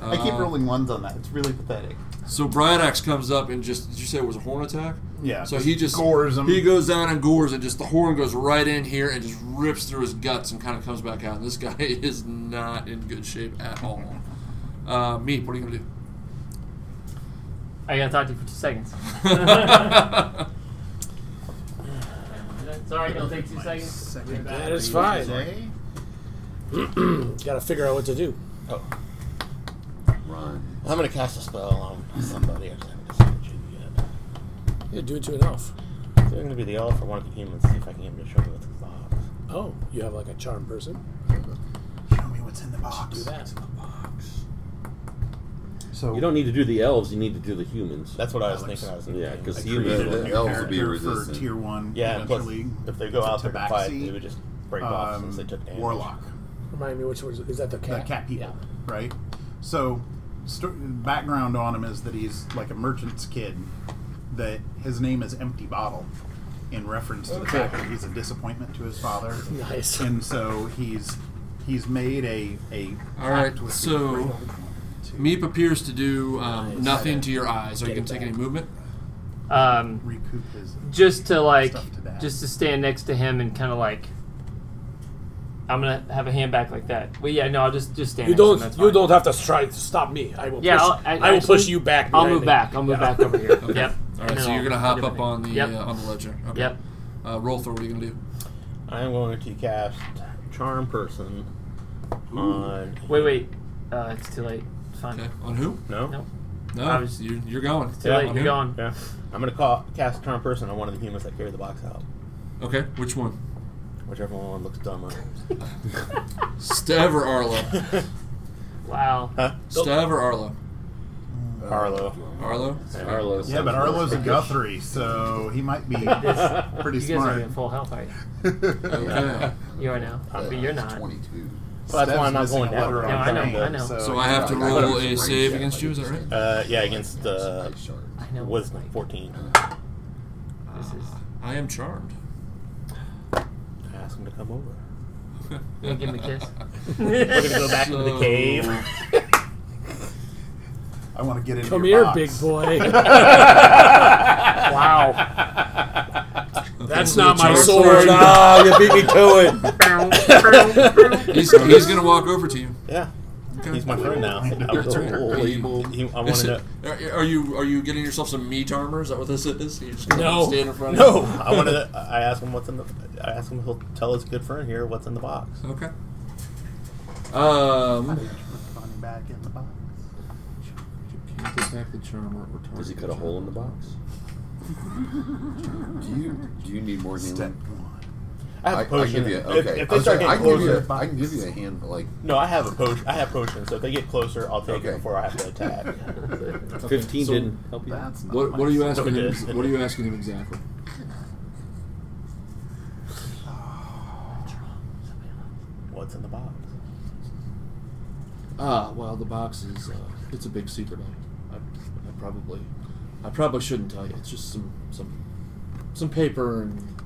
Speaker 9: I keep
Speaker 2: Uh,
Speaker 9: rolling ones on that. It's really pathetic.
Speaker 2: So Brian Axe comes up and just did you say it was a horn attack?
Speaker 9: Yeah.
Speaker 2: So he just
Speaker 9: gores him.
Speaker 2: He goes down and gores and just the horn goes right in here and just rips through his guts and kind of comes back out. And this [laughs] guy is not in good shape at all. Uh, Meep, what are
Speaker 3: [laughs]
Speaker 2: you gonna do?
Speaker 3: I gotta talk to you for two seconds. [laughs] Sorry, it'll take two seconds.
Speaker 9: Second
Speaker 7: That is fine.
Speaker 9: day.
Speaker 7: Gotta figure out what to do.
Speaker 8: Run.
Speaker 4: I'm gonna cast a spell on somebody. I just haven't decided who yet.
Speaker 7: Yeah, do it to an elf.
Speaker 4: So I'm gonna be the elf. I want to be human. See if I can get him to show me what's in the box.
Speaker 7: Oh, you have like a charm person.
Speaker 9: Show me what's in the box.
Speaker 7: that.
Speaker 9: So
Speaker 10: You don't need to do the elves. You need to do the humans.
Speaker 4: That's what I was
Speaker 9: Alex.
Speaker 4: thinking. I was
Speaker 10: Yeah,
Speaker 4: thinking.
Speaker 10: 'cause
Speaker 4: Like,
Speaker 10: you-
Speaker 9: created
Speaker 8: Yeah,
Speaker 9: a new
Speaker 8: elves would be
Speaker 9: character for
Speaker 8: resistant.
Speaker 9: tier one.
Speaker 4: yeah. and Plus,
Speaker 9: eventually.
Speaker 4: if they go
Speaker 9: It's a
Speaker 4: out there to fight,
Speaker 9: tabaxi. um,
Speaker 4: they would just break off since they took damage.
Speaker 9: warlock,
Speaker 7: Remind me which one is, is that the
Speaker 9: the
Speaker 7: cat?
Speaker 9: cat people, right? So, sto- background on him is that he's like a merchant's kid. That his name is Empty Bottle, in reference to the fact that he's a disappointment to his
Speaker 4: [laughs]
Speaker 9: father,
Speaker 7: Nice.
Speaker 9: and so he's he's made a a
Speaker 2: All
Speaker 9: pact
Speaker 2: right,
Speaker 9: with the
Speaker 2: so
Speaker 9: Great Old One to
Speaker 2: Meep appears to do um, nothing to your eyes. Are you
Speaker 7: Get
Speaker 2: gonna take
Speaker 7: it back.
Speaker 2: any movement?
Speaker 3: Um,
Speaker 9: recoup his.
Speaker 3: just to like
Speaker 9: Stuff to that.
Speaker 3: just to stand next to him and kind of like I'm gonna have a hand back like that. Well, yeah, no, I'll just just stand.
Speaker 7: You
Speaker 3: next to him,
Speaker 7: don't.
Speaker 3: that's
Speaker 7: You
Speaker 3: fine.
Speaker 7: don't have to try to stop me. I will.
Speaker 3: Yeah,
Speaker 7: push,
Speaker 3: I'll- I-
Speaker 7: will
Speaker 3: actually,
Speaker 7: push you back.
Speaker 3: I'll
Speaker 7: behind
Speaker 3: move
Speaker 7: me.
Speaker 3: back. I'll move back over here.
Speaker 2: [laughs] Okay.
Speaker 3: Yep.
Speaker 2: All
Speaker 3: And
Speaker 2: right,
Speaker 3: then
Speaker 2: so you're
Speaker 3: I'll-
Speaker 2: gonna
Speaker 3: I'll
Speaker 2: hop
Speaker 3: do
Speaker 2: up
Speaker 3: my
Speaker 2: on the
Speaker 3: thing. Yep.
Speaker 2: uh, on the ledger. Okay.
Speaker 3: Yep.
Speaker 2: Uh, roll through. What are you gonna do?
Speaker 4: I'm going to cast Charm Person on.
Speaker 3: Wait, wait. Uh, it's too late. It's fine.
Speaker 2: Okay. On who?
Speaker 4: No.
Speaker 3: No,
Speaker 2: No.
Speaker 3: I was-
Speaker 2: you're, you're going.
Speaker 3: too
Speaker 4: Yeah,
Speaker 3: late.
Speaker 2: on
Speaker 3: You're
Speaker 2: who?
Speaker 3: gone.
Speaker 4: Yeah. I'm gonna call cast Charm Person on one of the humans that carry the box out.
Speaker 2: Okay. Which one?
Speaker 4: Whichever one looks
Speaker 9: [laughs]
Speaker 4: dumber.
Speaker 2: Stav or
Speaker 7: [laughs]
Speaker 2: Arlo?
Speaker 3: Wow.
Speaker 4: Huh?
Speaker 2: Stav or Arlo?
Speaker 9: Uh,
Speaker 4: Arlo.
Speaker 2: Arlo?
Speaker 10: Arlo's
Speaker 9: Yeah, but Arlo's a Guthrie, so he
Speaker 4: [laughs]
Speaker 9: might be pretty
Speaker 3: You guys are
Speaker 9: smart.
Speaker 3: in full health, right?
Speaker 9: [laughs]
Speaker 2: Okay.
Speaker 3: You are now,
Speaker 2: Uh,
Speaker 3: but you're not.
Speaker 8: Twenty-two.
Speaker 4: Well, that's why I'm not
Speaker 9: Steph's missing
Speaker 4: going
Speaker 9: a
Speaker 4: down.
Speaker 3: No,
Speaker 9: letter on uh,
Speaker 3: I know,
Speaker 9: Diamond,
Speaker 3: I know.
Speaker 2: So I have to
Speaker 8: Yeah, I
Speaker 2: roll
Speaker 8: got
Speaker 2: a
Speaker 8: a
Speaker 2: save
Speaker 8: range
Speaker 2: against you, is that right?
Speaker 4: Uh, yeah, against uh,
Speaker 8: Nice shard.
Speaker 3: I know.
Speaker 4: wisdom 14.
Speaker 3: This is.
Speaker 2: I am charmed.
Speaker 4: Ask him to come [laughs] over.
Speaker 3: You give him a
Speaker 2: [laughs]
Speaker 3: kiss.
Speaker 4: We're gonna go back into the
Speaker 2: So-
Speaker 4: cave.
Speaker 9: I want to get into
Speaker 7: Come
Speaker 9: your
Speaker 7: here,
Speaker 9: box.
Speaker 7: big boy. wow. That's not my
Speaker 2: Charmed.
Speaker 7: sword.
Speaker 4: Ah, you beat me to
Speaker 2: [laughs]
Speaker 4: it.
Speaker 2: He's, he's gonna walk over to you.
Speaker 4: Yeah,
Speaker 2: Okay.
Speaker 4: he's my friend now. I was
Speaker 2: That's
Speaker 4: old.
Speaker 2: right.
Speaker 4: He, I
Speaker 2: [laughs] Is
Speaker 4: wanted
Speaker 2: it-
Speaker 4: to.
Speaker 2: are, are you are you getting yourself some meat armor? Is that what this is? You're just gonna
Speaker 7: No.
Speaker 2: stand in front
Speaker 4: No,
Speaker 2: of
Speaker 4: I wanted. To, I asked him what's in the. I asked him if he'll tell his good friend here what's in the box.
Speaker 2: No. Okay. Um.
Speaker 9: Finding back in the box.
Speaker 2: Attack the charmer or target.
Speaker 10: Does he cut a hole in the box?
Speaker 8: [laughs] Do you do you need more
Speaker 9: Step
Speaker 8: healing?
Speaker 9: one.
Speaker 4: I have
Speaker 8: I,
Speaker 4: a
Speaker 8: I
Speaker 4: potion.
Speaker 8: give you.
Speaker 4: If-
Speaker 8: Okay.
Speaker 4: If,
Speaker 8: I
Speaker 4: they
Speaker 8: was
Speaker 4: start
Speaker 8: like, I
Speaker 4: getting
Speaker 8: can give you.
Speaker 4: closer,
Speaker 8: A, I can give you a hand. Like
Speaker 4: no, I have a potion. I have potion. So if they get closer, I'll take
Speaker 8: Okay.
Speaker 4: it before I have to [laughs] attack.
Speaker 10: Fifteen
Speaker 2: so
Speaker 10: didn't help you.
Speaker 9: That's
Speaker 4: [laughs]
Speaker 9: not
Speaker 2: What,
Speaker 9: my
Speaker 2: what are you
Speaker 9: step.
Speaker 2: asking
Speaker 4: it
Speaker 2: him?
Speaker 4: is.
Speaker 2: What are you asking him exactly?
Speaker 4: what's in the box?
Speaker 2: Ah, well, the box is uh, it's a big secret. I, I, I probably I probably shouldn't tell you. It's just some some some paper and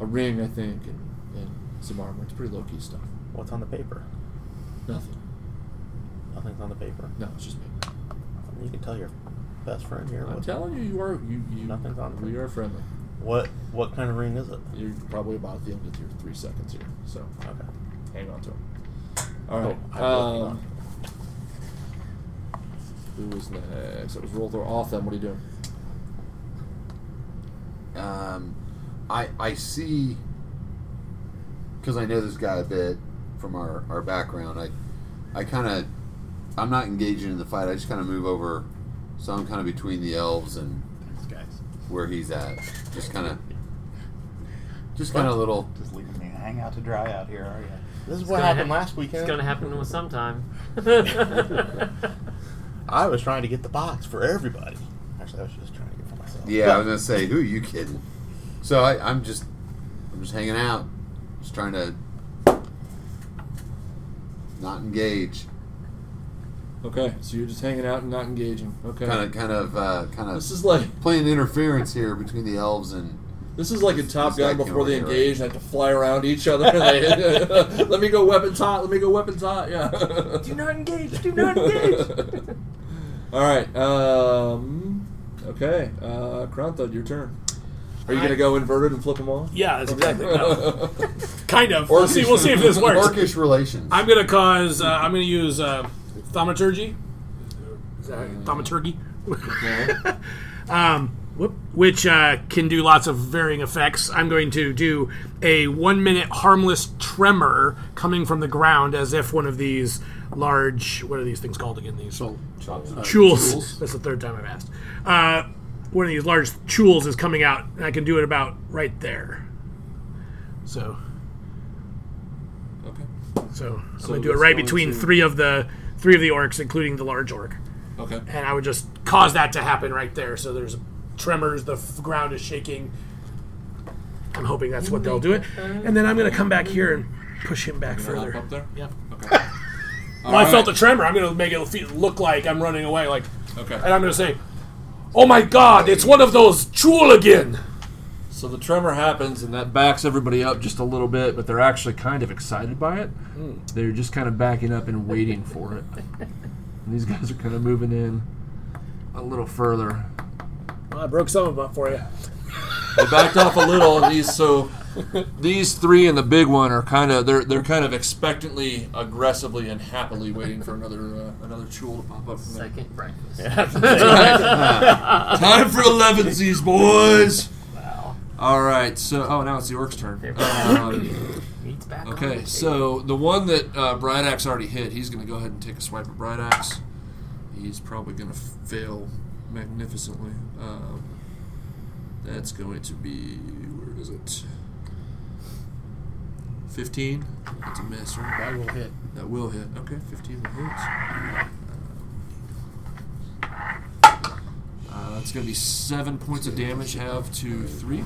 Speaker 2: a ring, I think, and, and some armor. It's pretty low key stuff.
Speaker 4: What's on the paper?
Speaker 2: Nothing.
Speaker 4: Nothing's on the paper.
Speaker 2: No, it's just me.
Speaker 4: You can tell your best friend here.
Speaker 2: I'm
Speaker 4: What,
Speaker 2: telling you, you are you you
Speaker 4: Nothing's on it.
Speaker 2: we are friendly.
Speaker 4: what what kind of ring is it?
Speaker 2: You're probably about the end of your three seconds here, so
Speaker 4: Okay.
Speaker 2: hang on to him. All right.
Speaker 4: I will hang
Speaker 2: um,
Speaker 4: on.
Speaker 2: who was next? It was Rolthor. Off them. What are you doing?
Speaker 8: Um, I I see because I know this guy a bit from our, our background. I I kind of I'm not engaging in the fight. I just kind of move over, so I'm kind of between the elves and
Speaker 9: Thanks, guys.
Speaker 8: where he's at. Just kind of just kind of little.
Speaker 9: Just leaving me to hang out to dry out here, are you?
Speaker 4: This is what
Speaker 3: gonna
Speaker 4: happened
Speaker 3: hap-
Speaker 4: last weekend.
Speaker 3: It's gonna happen with [laughs] sometime.
Speaker 4: I was trying to get the box for everybody. Actually, I was just trying to get it for myself.
Speaker 8: Yeah, I was gonna say, who are you kidding? So I, I'm just I'm just hanging out, just trying to not engage.
Speaker 2: Okay, so you're just hanging out and not engaging. Okay.
Speaker 8: Kind of kind of uh, kind of
Speaker 2: This is like
Speaker 8: playing interference here between the elves and
Speaker 2: this is like a Top
Speaker 8: This guy
Speaker 2: Gun
Speaker 8: came
Speaker 2: before they
Speaker 8: over here,
Speaker 2: engage. They have to fly around each other. [laughs] They- [laughs] let me go weapons hot. Let me go weapons hot. Yeah. [laughs]
Speaker 3: do not engage. Do not engage.
Speaker 2: All right. Um, okay. Uh, Krantha, your turn. Are you
Speaker 7: I-
Speaker 2: gonna go inverted and flip them all?
Speaker 7: Yeah, that's exactly. no. kind of. We'll see.
Speaker 8: Orcish-
Speaker 7: We'll see if this works.
Speaker 8: Orcish relations.
Speaker 7: I'm gonna cause. Uh, I'm gonna use uh, thaumaturgy. Is that thaumaturgy? [laughs] um, whoop, which uh, can do lots of varying effects. I'm going to do a one minute harmless tremor coming from the ground as if one of these large. What are these things called again? These chules. That's the third time I've asked. Uh, one of these large chules is coming out, and I can do it about right there. So.
Speaker 2: Okay.
Speaker 7: So I'm
Speaker 2: So
Speaker 7: gonna do it
Speaker 2: that's
Speaker 7: right
Speaker 2: going
Speaker 7: between
Speaker 2: to-
Speaker 7: three of the three of the orcs, including the large orc,
Speaker 2: Okay.
Speaker 7: and I would just cause that to happen right there. So there's tremors, the f- ground is shaking. I'm hoping that's what they'll do it, and then I'm gonna come back here and push him back
Speaker 2: Gonna hop
Speaker 7: further.
Speaker 2: up there.
Speaker 7: Yep.
Speaker 2: Okay.
Speaker 7: Well, I felt the tremor. I'm gonna make it fe- look like I'm running away, like, and
Speaker 2: Okay.
Speaker 7: I'm gonna say, "Oh my God, it's one of those chul again."
Speaker 2: So the tremor happens and that backs everybody up just a little bit, but they're actually kind of excited by it. They're just kind of backing up and waiting for it. And these guys are kind of moving in a little further.
Speaker 7: Well, I broke some of them up for you.
Speaker 2: They backed off a little. These so these three and the big one are kind of they're they're kind of expectantly, aggressively, and happily waiting for another uh, another chul to pop up. From there.
Speaker 3: [laughs] Second breakfast. [laughs]
Speaker 2: Time for elevensies, boys. All right, so oh now it's the orc's turn. Um,
Speaker 3: Meat's back on the
Speaker 2: okay,
Speaker 3: table.
Speaker 2: so the one that uh, Bright Axe already hit, he's going to go ahead and take a swipe at Bright Axe. He's probably going to fail magnificently. Um, that's going to be where is it? Fifteen. That's a miss, right?
Speaker 9: I will hit.
Speaker 2: That will hit. Okay, 15 will hit. Uh, that's going to be seven points of damage, halved to three.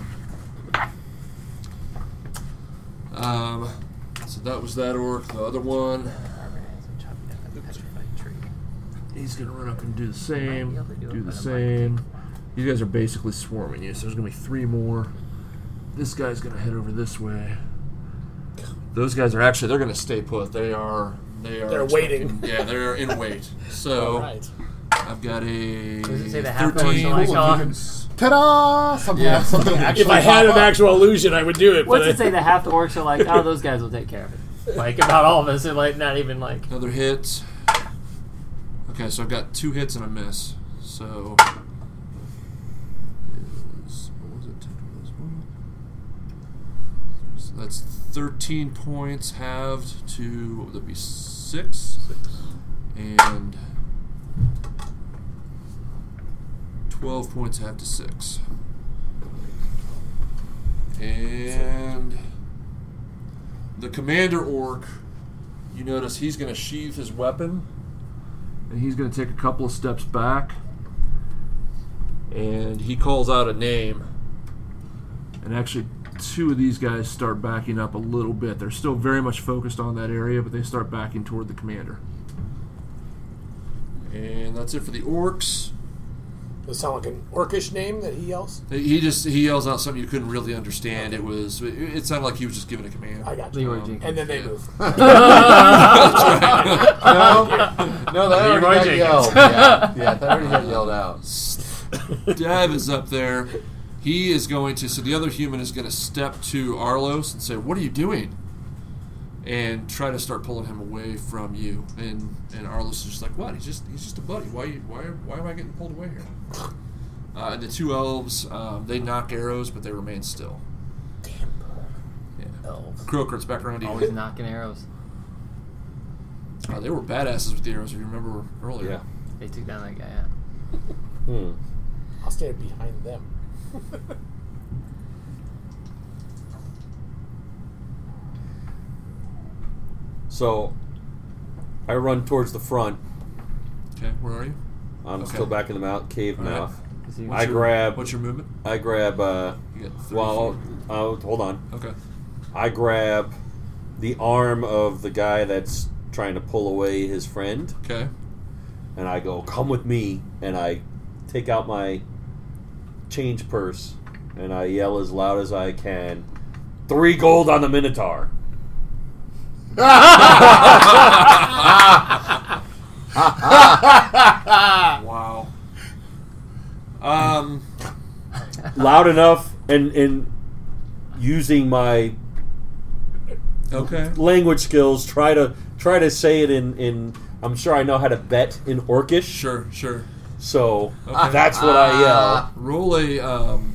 Speaker 2: Um, so that was that orc. The other one,
Speaker 3: Barbara has been chopping down that petrified tree.
Speaker 2: he's going to run up and do the
Speaker 3: be
Speaker 2: same.
Speaker 3: able to do it,
Speaker 2: Do the
Speaker 3: but it might
Speaker 2: same. You guys are basically swarming you, so there's going to be three more. This guy's going to head over this way. Those guys are actually, they're going to stay put. They are. They are
Speaker 7: They're waiting.
Speaker 2: Yeah, they're in
Speaker 7: [laughs]
Speaker 2: wait. So
Speaker 7: All right.
Speaker 2: I've got a
Speaker 3: Does it say the half hour
Speaker 2: 13.
Speaker 3: like on?
Speaker 9: Ta-da! Something,
Speaker 2: Yeah.
Speaker 9: something actually
Speaker 7: If I had an
Speaker 9: pop up.
Speaker 7: actual illusion, I would do it.
Speaker 3: What's
Speaker 7: but
Speaker 3: it say? The half orcs are like, oh, those guys will take care of it. Like about all of us, and like not even like.
Speaker 2: Another hit. Okay, so I've got two hits and a miss. So. is- what was it? Ten plus one? So that's 13 points halved to, what would that be, six? And 12 points halved to six. And the commander orc, you notice he's going to sheathe his weapon and he's going to take a couple of steps back and he calls out a name and actually two of these guys start backing up a little bit. They're still very much focused on that area, but they start backing toward the commander. And that's it for the orcs.
Speaker 7: Does it sound like an orcish name that he yells?
Speaker 2: He just he yells out something you couldn't really understand. It was it it sounded like he was just giving a command.
Speaker 7: I got you.
Speaker 2: Leroy
Speaker 3: Leroy
Speaker 10: Um,
Speaker 2: Jenkins.
Speaker 3: Jenkins.
Speaker 7: And then they move.
Speaker 8: No, that already
Speaker 3: Leroy
Speaker 8: got
Speaker 3: Jenkins.
Speaker 2: [laughs]
Speaker 8: yelled. Yeah, yeah, that already got yelled out.
Speaker 2: Dev is up there. He is going to. So the other human is going to step to Arlos and say, "What are you doing?" And try to start pulling him away from you. And and Arlos is just like, "What? He's just he's just a buddy. Why you why why am I getting pulled away here?" Uh, and the two elves, um, they knock arrows, but they remain still. Damn. Yeah.
Speaker 3: Elves.
Speaker 2: Croker's back around to
Speaker 3: Always
Speaker 2: you.
Speaker 3: knocking arrows.
Speaker 2: Uh, they were badasses with the arrows, if you remember earlier.
Speaker 10: Yeah.
Speaker 3: They took down that guy. Yeah.
Speaker 10: Hmm.
Speaker 7: I'll stand behind them.
Speaker 10: So I run towards the front.
Speaker 2: Okay, where are you?
Speaker 10: I'm
Speaker 2: Okay.
Speaker 10: still back in the mouth, cave
Speaker 2: All right.
Speaker 10: mouth.
Speaker 3: Is he-
Speaker 10: I grab.
Speaker 2: What's your movement?
Speaker 10: I grab. Uh,
Speaker 2: You got three
Speaker 10: well, I'll, hold on.
Speaker 2: feet. Okay.
Speaker 10: I grab the arm of the guy that's trying to pull away his friend,
Speaker 2: Okay.
Speaker 10: and I go, "Come with me!" And I take out my change purse, and I yell as loud as I can, three gold on the Minotaur."
Speaker 2: Wow. Um.
Speaker 10: loud enough and and using my
Speaker 2: Okay.
Speaker 10: language skills try to try to say it in in I'm sure I know how to bet in Orcish.
Speaker 2: Sure. Sure.
Speaker 10: So
Speaker 2: Okay.
Speaker 10: that's what I yell.
Speaker 2: Roll a um,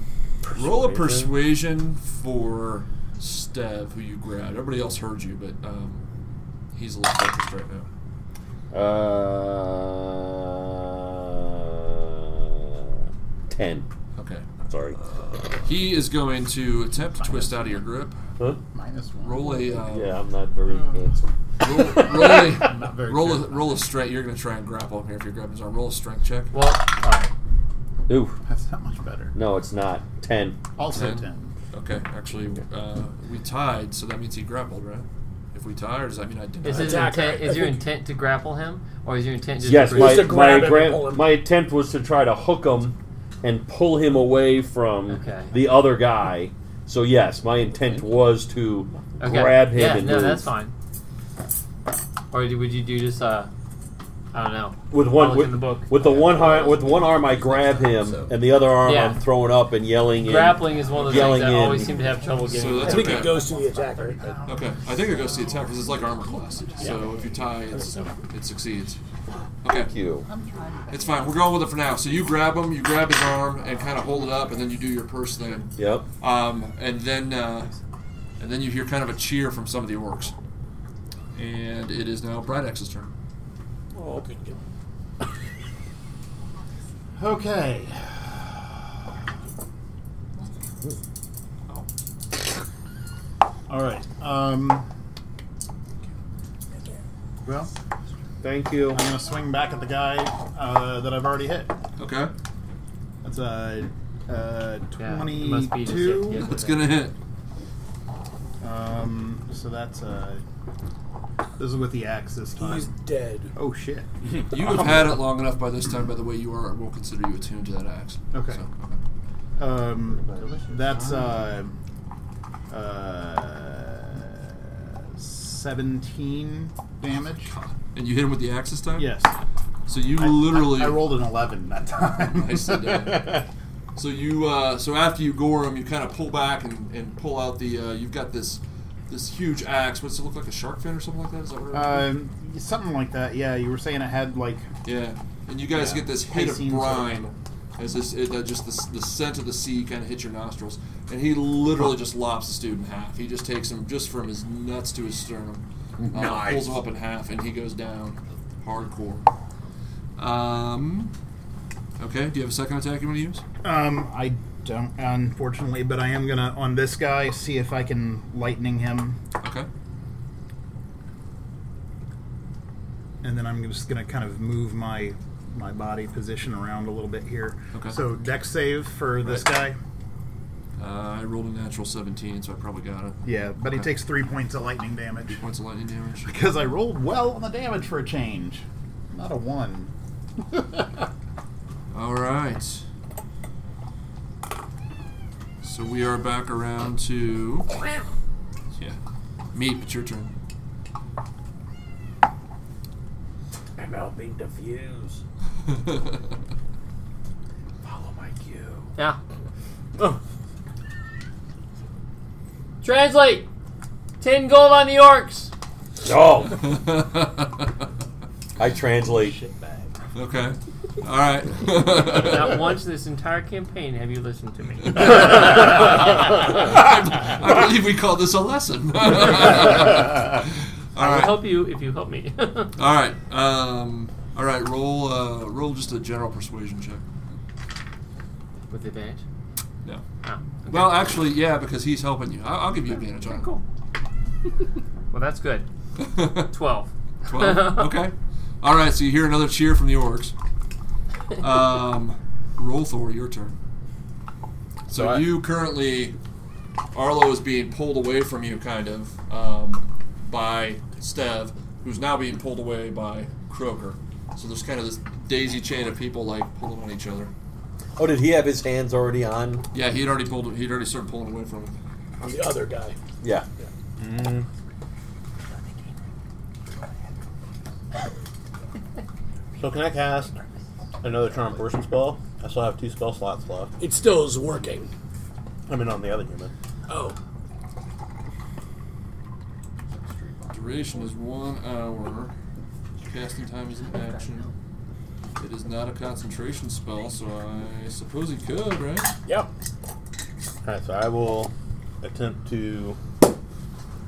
Speaker 2: roll a persuasion for Stev, who you grabbed. Everybody else heard you, but um, he's a little focused right now.
Speaker 3: Ah.
Speaker 10: Uh, ten.
Speaker 2: Okay.
Speaker 10: Sorry.
Speaker 2: He is going to attempt to twist out of your grip.
Speaker 10: Huh?
Speaker 9: Minus one.
Speaker 2: Roll a um,
Speaker 10: Yeah, I'm not very
Speaker 3: Hmm.
Speaker 10: handsome.
Speaker 2: roll, roll [laughs] a
Speaker 9: Not very
Speaker 2: roll a
Speaker 9: good.
Speaker 2: roll a strength. You're going to try and grapple him here if you're grabbing his arm. Roll a strength check.
Speaker 3: Well, alright.
Speaker 10: Ooh,
Speaker 9: That's not much better.
Speaker 10: no, it's not ten.
Speaker 9: Also
Speaker 2: Ten.
Speaker 9: ten.
Speaker 2: Okay. Actually, uh, we tied, so that means he grappled, right? If we tie, or does that mean I did?
Speaker 3: Is his
Speaker 7: Attack,
Speaker 3: intent?
Speaker 7: right?
Speaker 3: Is your intent to grapple him, or is your intent just
Speaker 10: Yes,
Speaker 3: to
Speaker 10: my
Speaker 7: to grab
Speaker 10: my,
Speaker 7: him and pull
Speaker 10: gra-
Speaker 7: him.
Speaker 10: my attempt was to try to hook him and pull him away from
Speaker 3: Okay.
Speaker 10: the other guy. So yes, my intent was to
Speaker 3: Okay.
Speaker 10: grab him
Speaker 3: Yeah,
Speaker 10: and
Speaker 3: no,
Speaker 10: move.
Speaker 3: that's fine. Or do- would you do just uh, I don't know.
Speaker 10: With
Speaker 3: I'll
Speaker 10: one
Speaker 3: look
Speaker 10: with,
Speaker 3: in the book.
Speaker 10: with the one arm, with one arm I grab him and the other arm
Speaker 3: Yeah.
Speaker 10: I'm throwing up and yelling. and-
Speaker 3: Grappling is one of those things
Speaker 10: Yelling
Speaker 3: that
Speaker 10: in.
Speaker 3: always seem to have trouble getting.
Speaker 2: So
Speaker 7: I
Speaker 2: that's
Speaker 7: think
Speaker 2: okay.
Speaker 7: it goes to the attacker.
Speaker 2: Okay, I think it goes to the attack because it's like armor class. So if you tie, it's, it succeeds. Okay,
Speaker 10: Thank you.
Speaker 2: it's fine. We're going with it for now. So you grab him, you grab his arm, and kind of hold it up, and then you do your purse thing.
Speaker 10: Yep.
Speaker 2: Um, and then, uh, and then you hear kind of a cheer from some of the orcs. And it is now Bradex's turn.
Speaker 7: Oh, good. good.
Speaker 9: Okay. All right. Um. Well,
Speaker 10: Thank you.
Speaker 9: I'm gonna swing back at the guy uh, that I've already hit.
Speaker 2: Okay,
Speaker 9: That's a uh,
Speaker 3: Yeah, it must be just
Speaker 9: twenty-two.
Speaker 3: hit.
Speaker 2: it's gonna hit.
Speaker 9: um. So that's uh. This is with the axe this time.
Speaker 7: He's dead.
Speaker 9: Oh shit.
Speaker 2: You have had it long enough by this time. By the way, you are. We'll consider you attuned to that axe.
Speaker 9: Okay.
Speaker 2: So,
Speaker 9: Um, that's uh, uh, 17 damage.
Speaker 2: And you hit him with the axe this time.
Speaker 9: Yes.
Speaker 2: So you literally.
Speaker 9: I,
Speaker 2: [laughs]
Speaker 9: I rolled an 11 that time.
Speaker 2: Nicely done. So you, uh, so after you gore him, you kind of pull back and, and pull out the. Uh, you've got this, this huge axe. What's it look like? A shark fin or something like that? Is that what it
Speaker 9: [laughs] um, something like that. Yeah, you were saying it had like.
Speaker 2: Yeah. And you guys
Speaker 9: yeah.
Speaker 2: get this hit of
Speaker 9: Piscine sort of
Speaker 2: brine, as this it, uh, just the, s- the scent of the sea kind of hits your nostrils, and he literally just lops this dude in half. He just takes him just from his nuts to his sternum, uh,
Speaker 8: Nice.
Speaker 2: pulls him up in half, and he goes down, hardcore. Um. Okay. Do you have a second attack you want to use?
Speaker 9: Um, I don't, unfortunately, but I am gonna on this guy see if I can lightning him,
Speaker 2: Okay.
Speaker 9: and then I'm just gonna kind of move my my body position around a little bit here.
Speaker 2: Okay.
Speaker 9: So deck save for this
Speaker 2: Right.
Speaker 9: guy.
Speaker 2: Uh, I rolled a natural 17, so I probably got it.
Speaker 9: Yeah, but he
Speaker 2: Okay.
Speaker 9: takes three points of lightning damage
Speaker 2: Points of lightning damage.
Speaker 9: because I rolled well on the damage for a change. Not a one.
Speaker 2: All right. So we are back around to. Yeah. Meep, it's your turn. [laughs]
Speaker 4: I'm helping diffuse. Follow my cue.
Speaker 3: Yeah. Ugh. Translate. Ten gold on the orcs.
Speaker 10: Oh, I translate.
Speaker 2: okay. All right. [laughs]
Speaker 3: Not once this entire campaign have you listened to me.
Speaker 2: I believe we call this a lesson. [laughs] All
Speaker 3: I will
Speaker 2: right.
Speaker 3: help you if you help me. [laughs]
Speaker 2: All right. Um, all right. Roll. Uh, roll just a general persuasion check.
Speaker 3: With advantage.
Speaker 2: No.
Speaker 3: Oh, okay.
Speaker 2: Well, actually, yeah, because he's helping you. I'll, I'll give you advantage on it.
Speaker 3: cool. Well, that's good. Twelve.
Speaker 2: Twelve. Okay. All right. So you hear another cheer from the orcs. Um, roll Thor. Your turn. So
Speaker 8: All right.
Speaker 2: you currently, Arlo is being pulled away from you, kind of, um, by Stev, who's now being pulled away by Croaker. So there's kind of this daisy chain of people like pulling on each other.
Speaker 10: Oh, did he have his hands already on?
Speaker 2: Yeah, he'd already pulled. He'd already started pulling away from him.
Speaker 7: I'm the other guy.
Speaker 10: Yeah.
Speaker 4: So can I cast another charm person spell? I still have two spell slots left.
Speaker 7: It still is working.
Speaker 4: I mean, on the other human.
Speaker 7: Oh,
Speaker 2: Duration is one hour. Casting time is an action. It is not a concentration spell, so I suppose he could, right?
Speaker 4: Yep. All right, so I will attempt to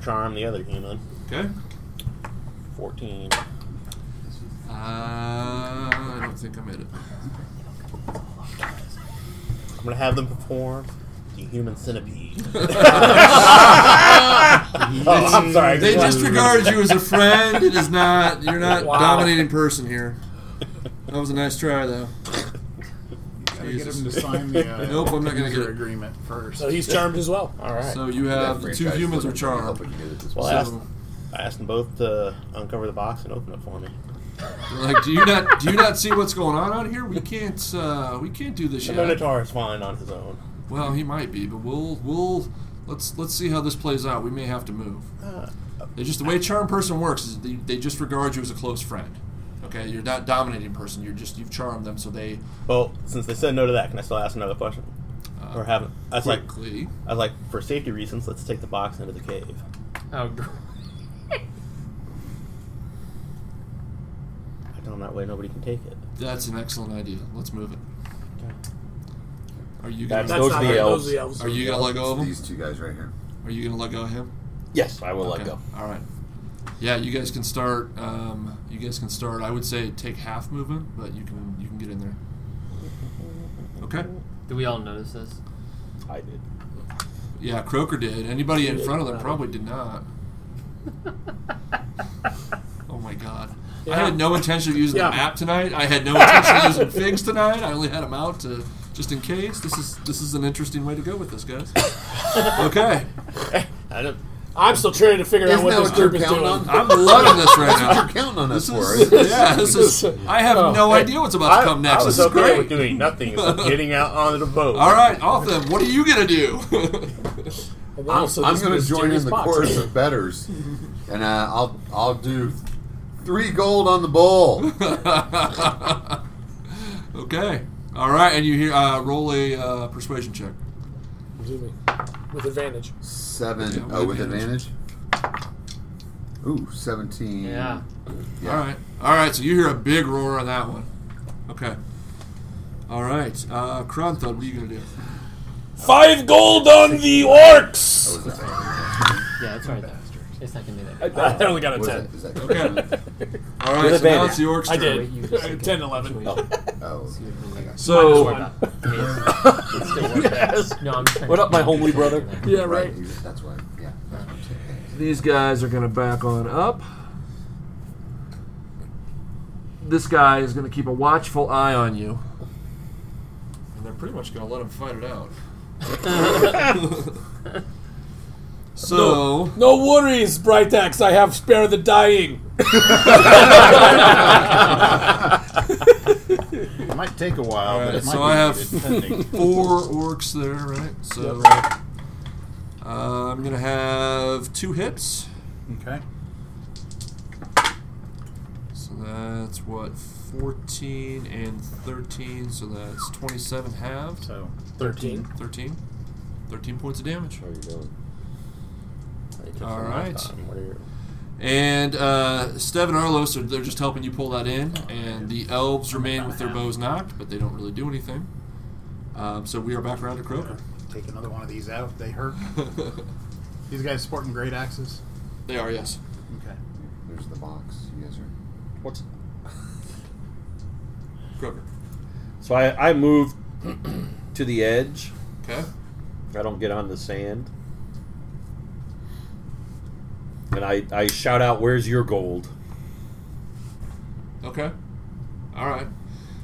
Speaker 4: charm the other human.
Speaker 2: Okay.
Speaker 4: 14.
Speaker 2: Uh, I don't think I made it.
Speaker 4: I'm gonna have them perform the
Speaker 2: [laughs]
Speaker 4: human centipede. oh, I'm sorry.
Speaker 2: They disregard you as a friend. It is not. You're not
Speaker 3: Wow.
Speaker 2: dominating person here. That was a nice try, though.
Speaker 9: Gotta get
Speaker 2: Jesus.
Speaker 9: him to sign the uh,
Speaker 2: [laughs] Nope, I'm not gonna get
Speaker 9: user
Speaker 2: it.
Speaker 9: agreement first.
Speaker 7: so he's charmed as well.
Speaker 4: All right.
Speaker 2: So you have
Speaker 8: um,
Speaker 2: the two humans are charmed.
Speaker 4: well, I asked,
Speaker 2: So,
Speaker 4: I asked them both to uncover the box and open it for me.
Speaker 2: like, do you not do you not see what's going on out here? We can't uh, we can't do this
Speaker 4: The
Speaker 2: yet.
Speaker 4: Minotaur is fine on his own.
Speaker 2: Well, he might be, but we'll we'll let's let's see how this plays out. We may have to move.
Speaker 10: Uh,
Speaker 2: It's just the way a charm person works is they, they just regard you as a close friend. Okay, you're not dominating person. You're just you've charmed them, so they
Speaker 4: Well, since they said no to that, can I still ask another question? or haven't? I was like,
Speaker 2: quickly.
Speaker 4: I was like, for safety reasons, let's take the box into the cave.
Speaker 3: Oh, gr- [laughs]
Speaker 4: I don't that way nobody can take it.
Speaker 2: That's an excellent idea. Let's move it. Are you
Speaker 10: That's
Speaker 2: gonna
Speaker 7: That's
Speaker 10: Those
Speaker 7: not
Speaker 10: are the
Speaker 7: her,
Speaker 10: elves.
Speaker 7: Those are the elves.
Speaker 2: are you gonna let go of him?
Speaker 8: These two guys right here.
Speaker 2: Are you gonna let go of him?
Speaker 10: Yes, I will let
Speaker 2: Okay,
Speaker 10: go.
Speaker 2: All right. Yeah, you guys can start. Um, you guys can start. I would say take half movement, but you can you can get in there. Okay.
Speaker 3: do we all notice this?
Speaker 10: I did.
Speaker 2: Yeah, Croker did. Anybody in front of them probably did
Speaker 4: [laughs]
Speaker 2: not. Oh my god. I had no intention of using
Speaker 7: Yeah.
Speaker 2: the map tonight. I had no intention of using figs tonight. I only had them out to just in case. This is this is an interesting way to go with this, guys. Okay.
Speaker 4: I don't.
Speaker 7: I'm still trying to figure out
Speaker 8: Isn't
Speaker 7: what
Speaker 8: that
Speaker 7: this
Speaker 8: what they're
Speaker 7: group is
Speaker 8: counting
Speaker 7: doing.
Speaker 8: on?
Speaker 2: I'm loving this right
Speaker 8: You're
Speaker 2: now.
Speaker 8: counting on
Speaker 2: [laughs]
Speaker 8: us
Speaker 2: This
Speaker 8: for
Speaker 2: is,
Speaker 8: it.
Speaker 2: yeah, this is I have no idea what's about to come next.
Speaker 4: Oh, I was
Speaker 2: This is
Speaker 4: okay
Speaker 2: great.
Speaker 4: with doing nothing except getting out on the boat.
Speaker 2: All right, Altham, what are you gonna do? [laughs]
Speaker 7: And
Speaker 8: I'm,
Speaker 7: also
Speaker 8: I'm
Speaker 7: Oh, this
Speaker 8: going to join
Speaker 7: mysterious
Speaker 8: in the
Speaker 7: box.
Speaker 8: chorus of betters, and uh, I'll I'll do three gold on the bowl.
Speaker 2: okay. All right, and you hear uh, roll a uh, persuasion check.
Speaker 7: Excuse me. With advantage.
Speaker 8: Seven.
Speaker 2: Yeah, with
Speaker 8: oh, with
Speaker 2: advantage.
Speaker 8: advantage. Ooh, seventeen.
Speaker 3: Yeah.
Speaker 2: All right. All right. So you hear a big roar on that one. Okay. All right. Uh, Krantha, what are you gonna do?
Speaker 10: Five gold on the orcs.
Speaker 8: What was that?
Speaker 3: Yeah, it's right there. It's not gonna be that. bad.
Speaker 7: I only got a
Speaker 8: What
Speaker 7: ten.
Speaker 8: was that? Is that
Speaker 2: Okay. All right.
Speaker 10: With
Speaker 2: So now
Speaker 10: advantage.
Speaker 2: it's the orcs'
Speaker 7: I
Speaker 2: turn.
Speaker 7: did. [laughs]
Speaker 3: You just said
Speaker 7: 10, 11.
Speaker 8: [laughs] Oh,
Speaker 2: So
Speaker 3: it's still working. No, I'm just trying
Speaker 10: What
Speaker 3: to-
Speaker 10: up, my homely brother?
Speaker 7: Yeah,
Speaker 8: right.
Speaker 7: right.
Speaker 8: That's why. Yeah. That's what I'm saying.
Speaker 2: these guys are gonna back on up. This guy is [laughs] gonna keep a watchful eye on you. And they're pretty much gonna let him fight it out.
Speaker 6: So
Speaker 7: No worries, Bright Axe. I have spare the dying.
Speaker 9: It might take a while, but
Speaker 2: Alright,
Speaker 9: it might
Speaker 2: so
Speaker 9: be
Speaker 2: I have- [laughs]
Speaker 9: depending.
Speaker 2: Four orcs there, right? So uh, I'm gonna have two hits.
Speaker 9: okay.
Speaker 2: So that's what 14 and 13. So that's 27 halves.
Speaker 9: So thirteen.
Speaker 2: 13. 13 points of damage.
Speaker 6: How are you doing?
Speaker 2: All right.
Speaker 4: What are your-
Speaker 2: And uh, Stev and Arlos are they're just helping you pull that in, and the elves remain with their bows knocked, but they don't really do anything. Um, so we are back around to Croaker.
Speaker 9: Take another one of these out. They hurt. These guys sporting great axes.
Speaker 2: [laughs] they are yes.
Speaker 9: Okay.
Speaker 8: There's the box. You guys are.
Speaker 10: What's
Speaker 2: Croaker.
Speaker 10: So I, I move [clears throat] to the edge.
Speaker 2: Okay.
Speaker 10: I don't get on the sand. And I, I shout out, Where's your gold?
Speaker 2: Okay. All right.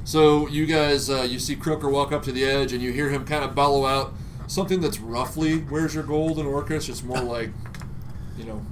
Speaker 2: So you guys, uh, you see Croaker walk up to the edge, and you hear him kind of bellow out something that's roughly "Where's your gold?" in Orcish. It's more like, you know,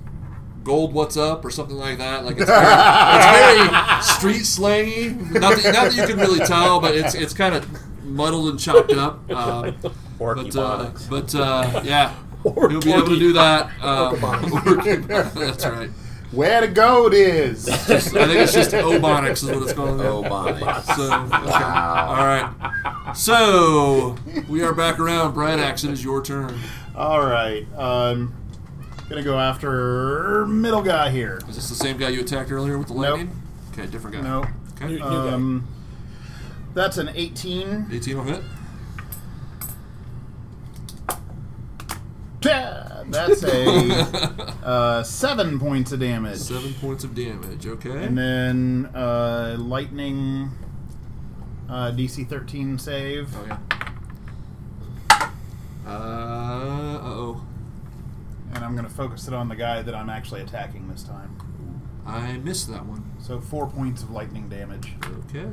Speaker 2: "Gold, what's up?" or something like that. Like it's very, it's very street slangy. Not that, not that you can really tell, but it's it's kind of muddled and chopped up. Um, but uh,
Speaker 4: Orcubonics.
Speaker 2: but uh, yeah, you'll be able to do that. Um, [laughs] orcubonics. that's right.
Speaker 8: Where to go it [laughs] is.
Speaker 2: [laughs] Just- I think it's just obonics is what it's called.
Speaker 8: oh my.
Speaker 2: So, okay. all right. So we are back around. Bright Axe, it is your turn.
Speaker 9: All right. Um, gonna go after middle guy here.
Speaker 2: Is this the same guy you attacked earlier with the
Speaker 9: Nope.
Speaker 2: lightning? Okay, different guy.
Speaker 9: No.
Speaker 2: Okay.
Speaker 9: Um, that's an eighteen.
Speaker 2: 18 will hit.
Speaker 9: Yeah,
Speaker 2: [laughs]
Speaker 9: That's a uh, seven points of damage.
Speaker 2: Seven points of damage. Okay.
Speaker 9: And then uh, lightning uh, DC thirteen save.
Speaker 2: oh yeah. Uh oh.
Speaker 9: And I'm gonna focus it on the guy that I'm actually attacking this time.
Speaker 2: I missed that one.
Speaker 9: So four points of lightning damage.
Speaker 2: Okay.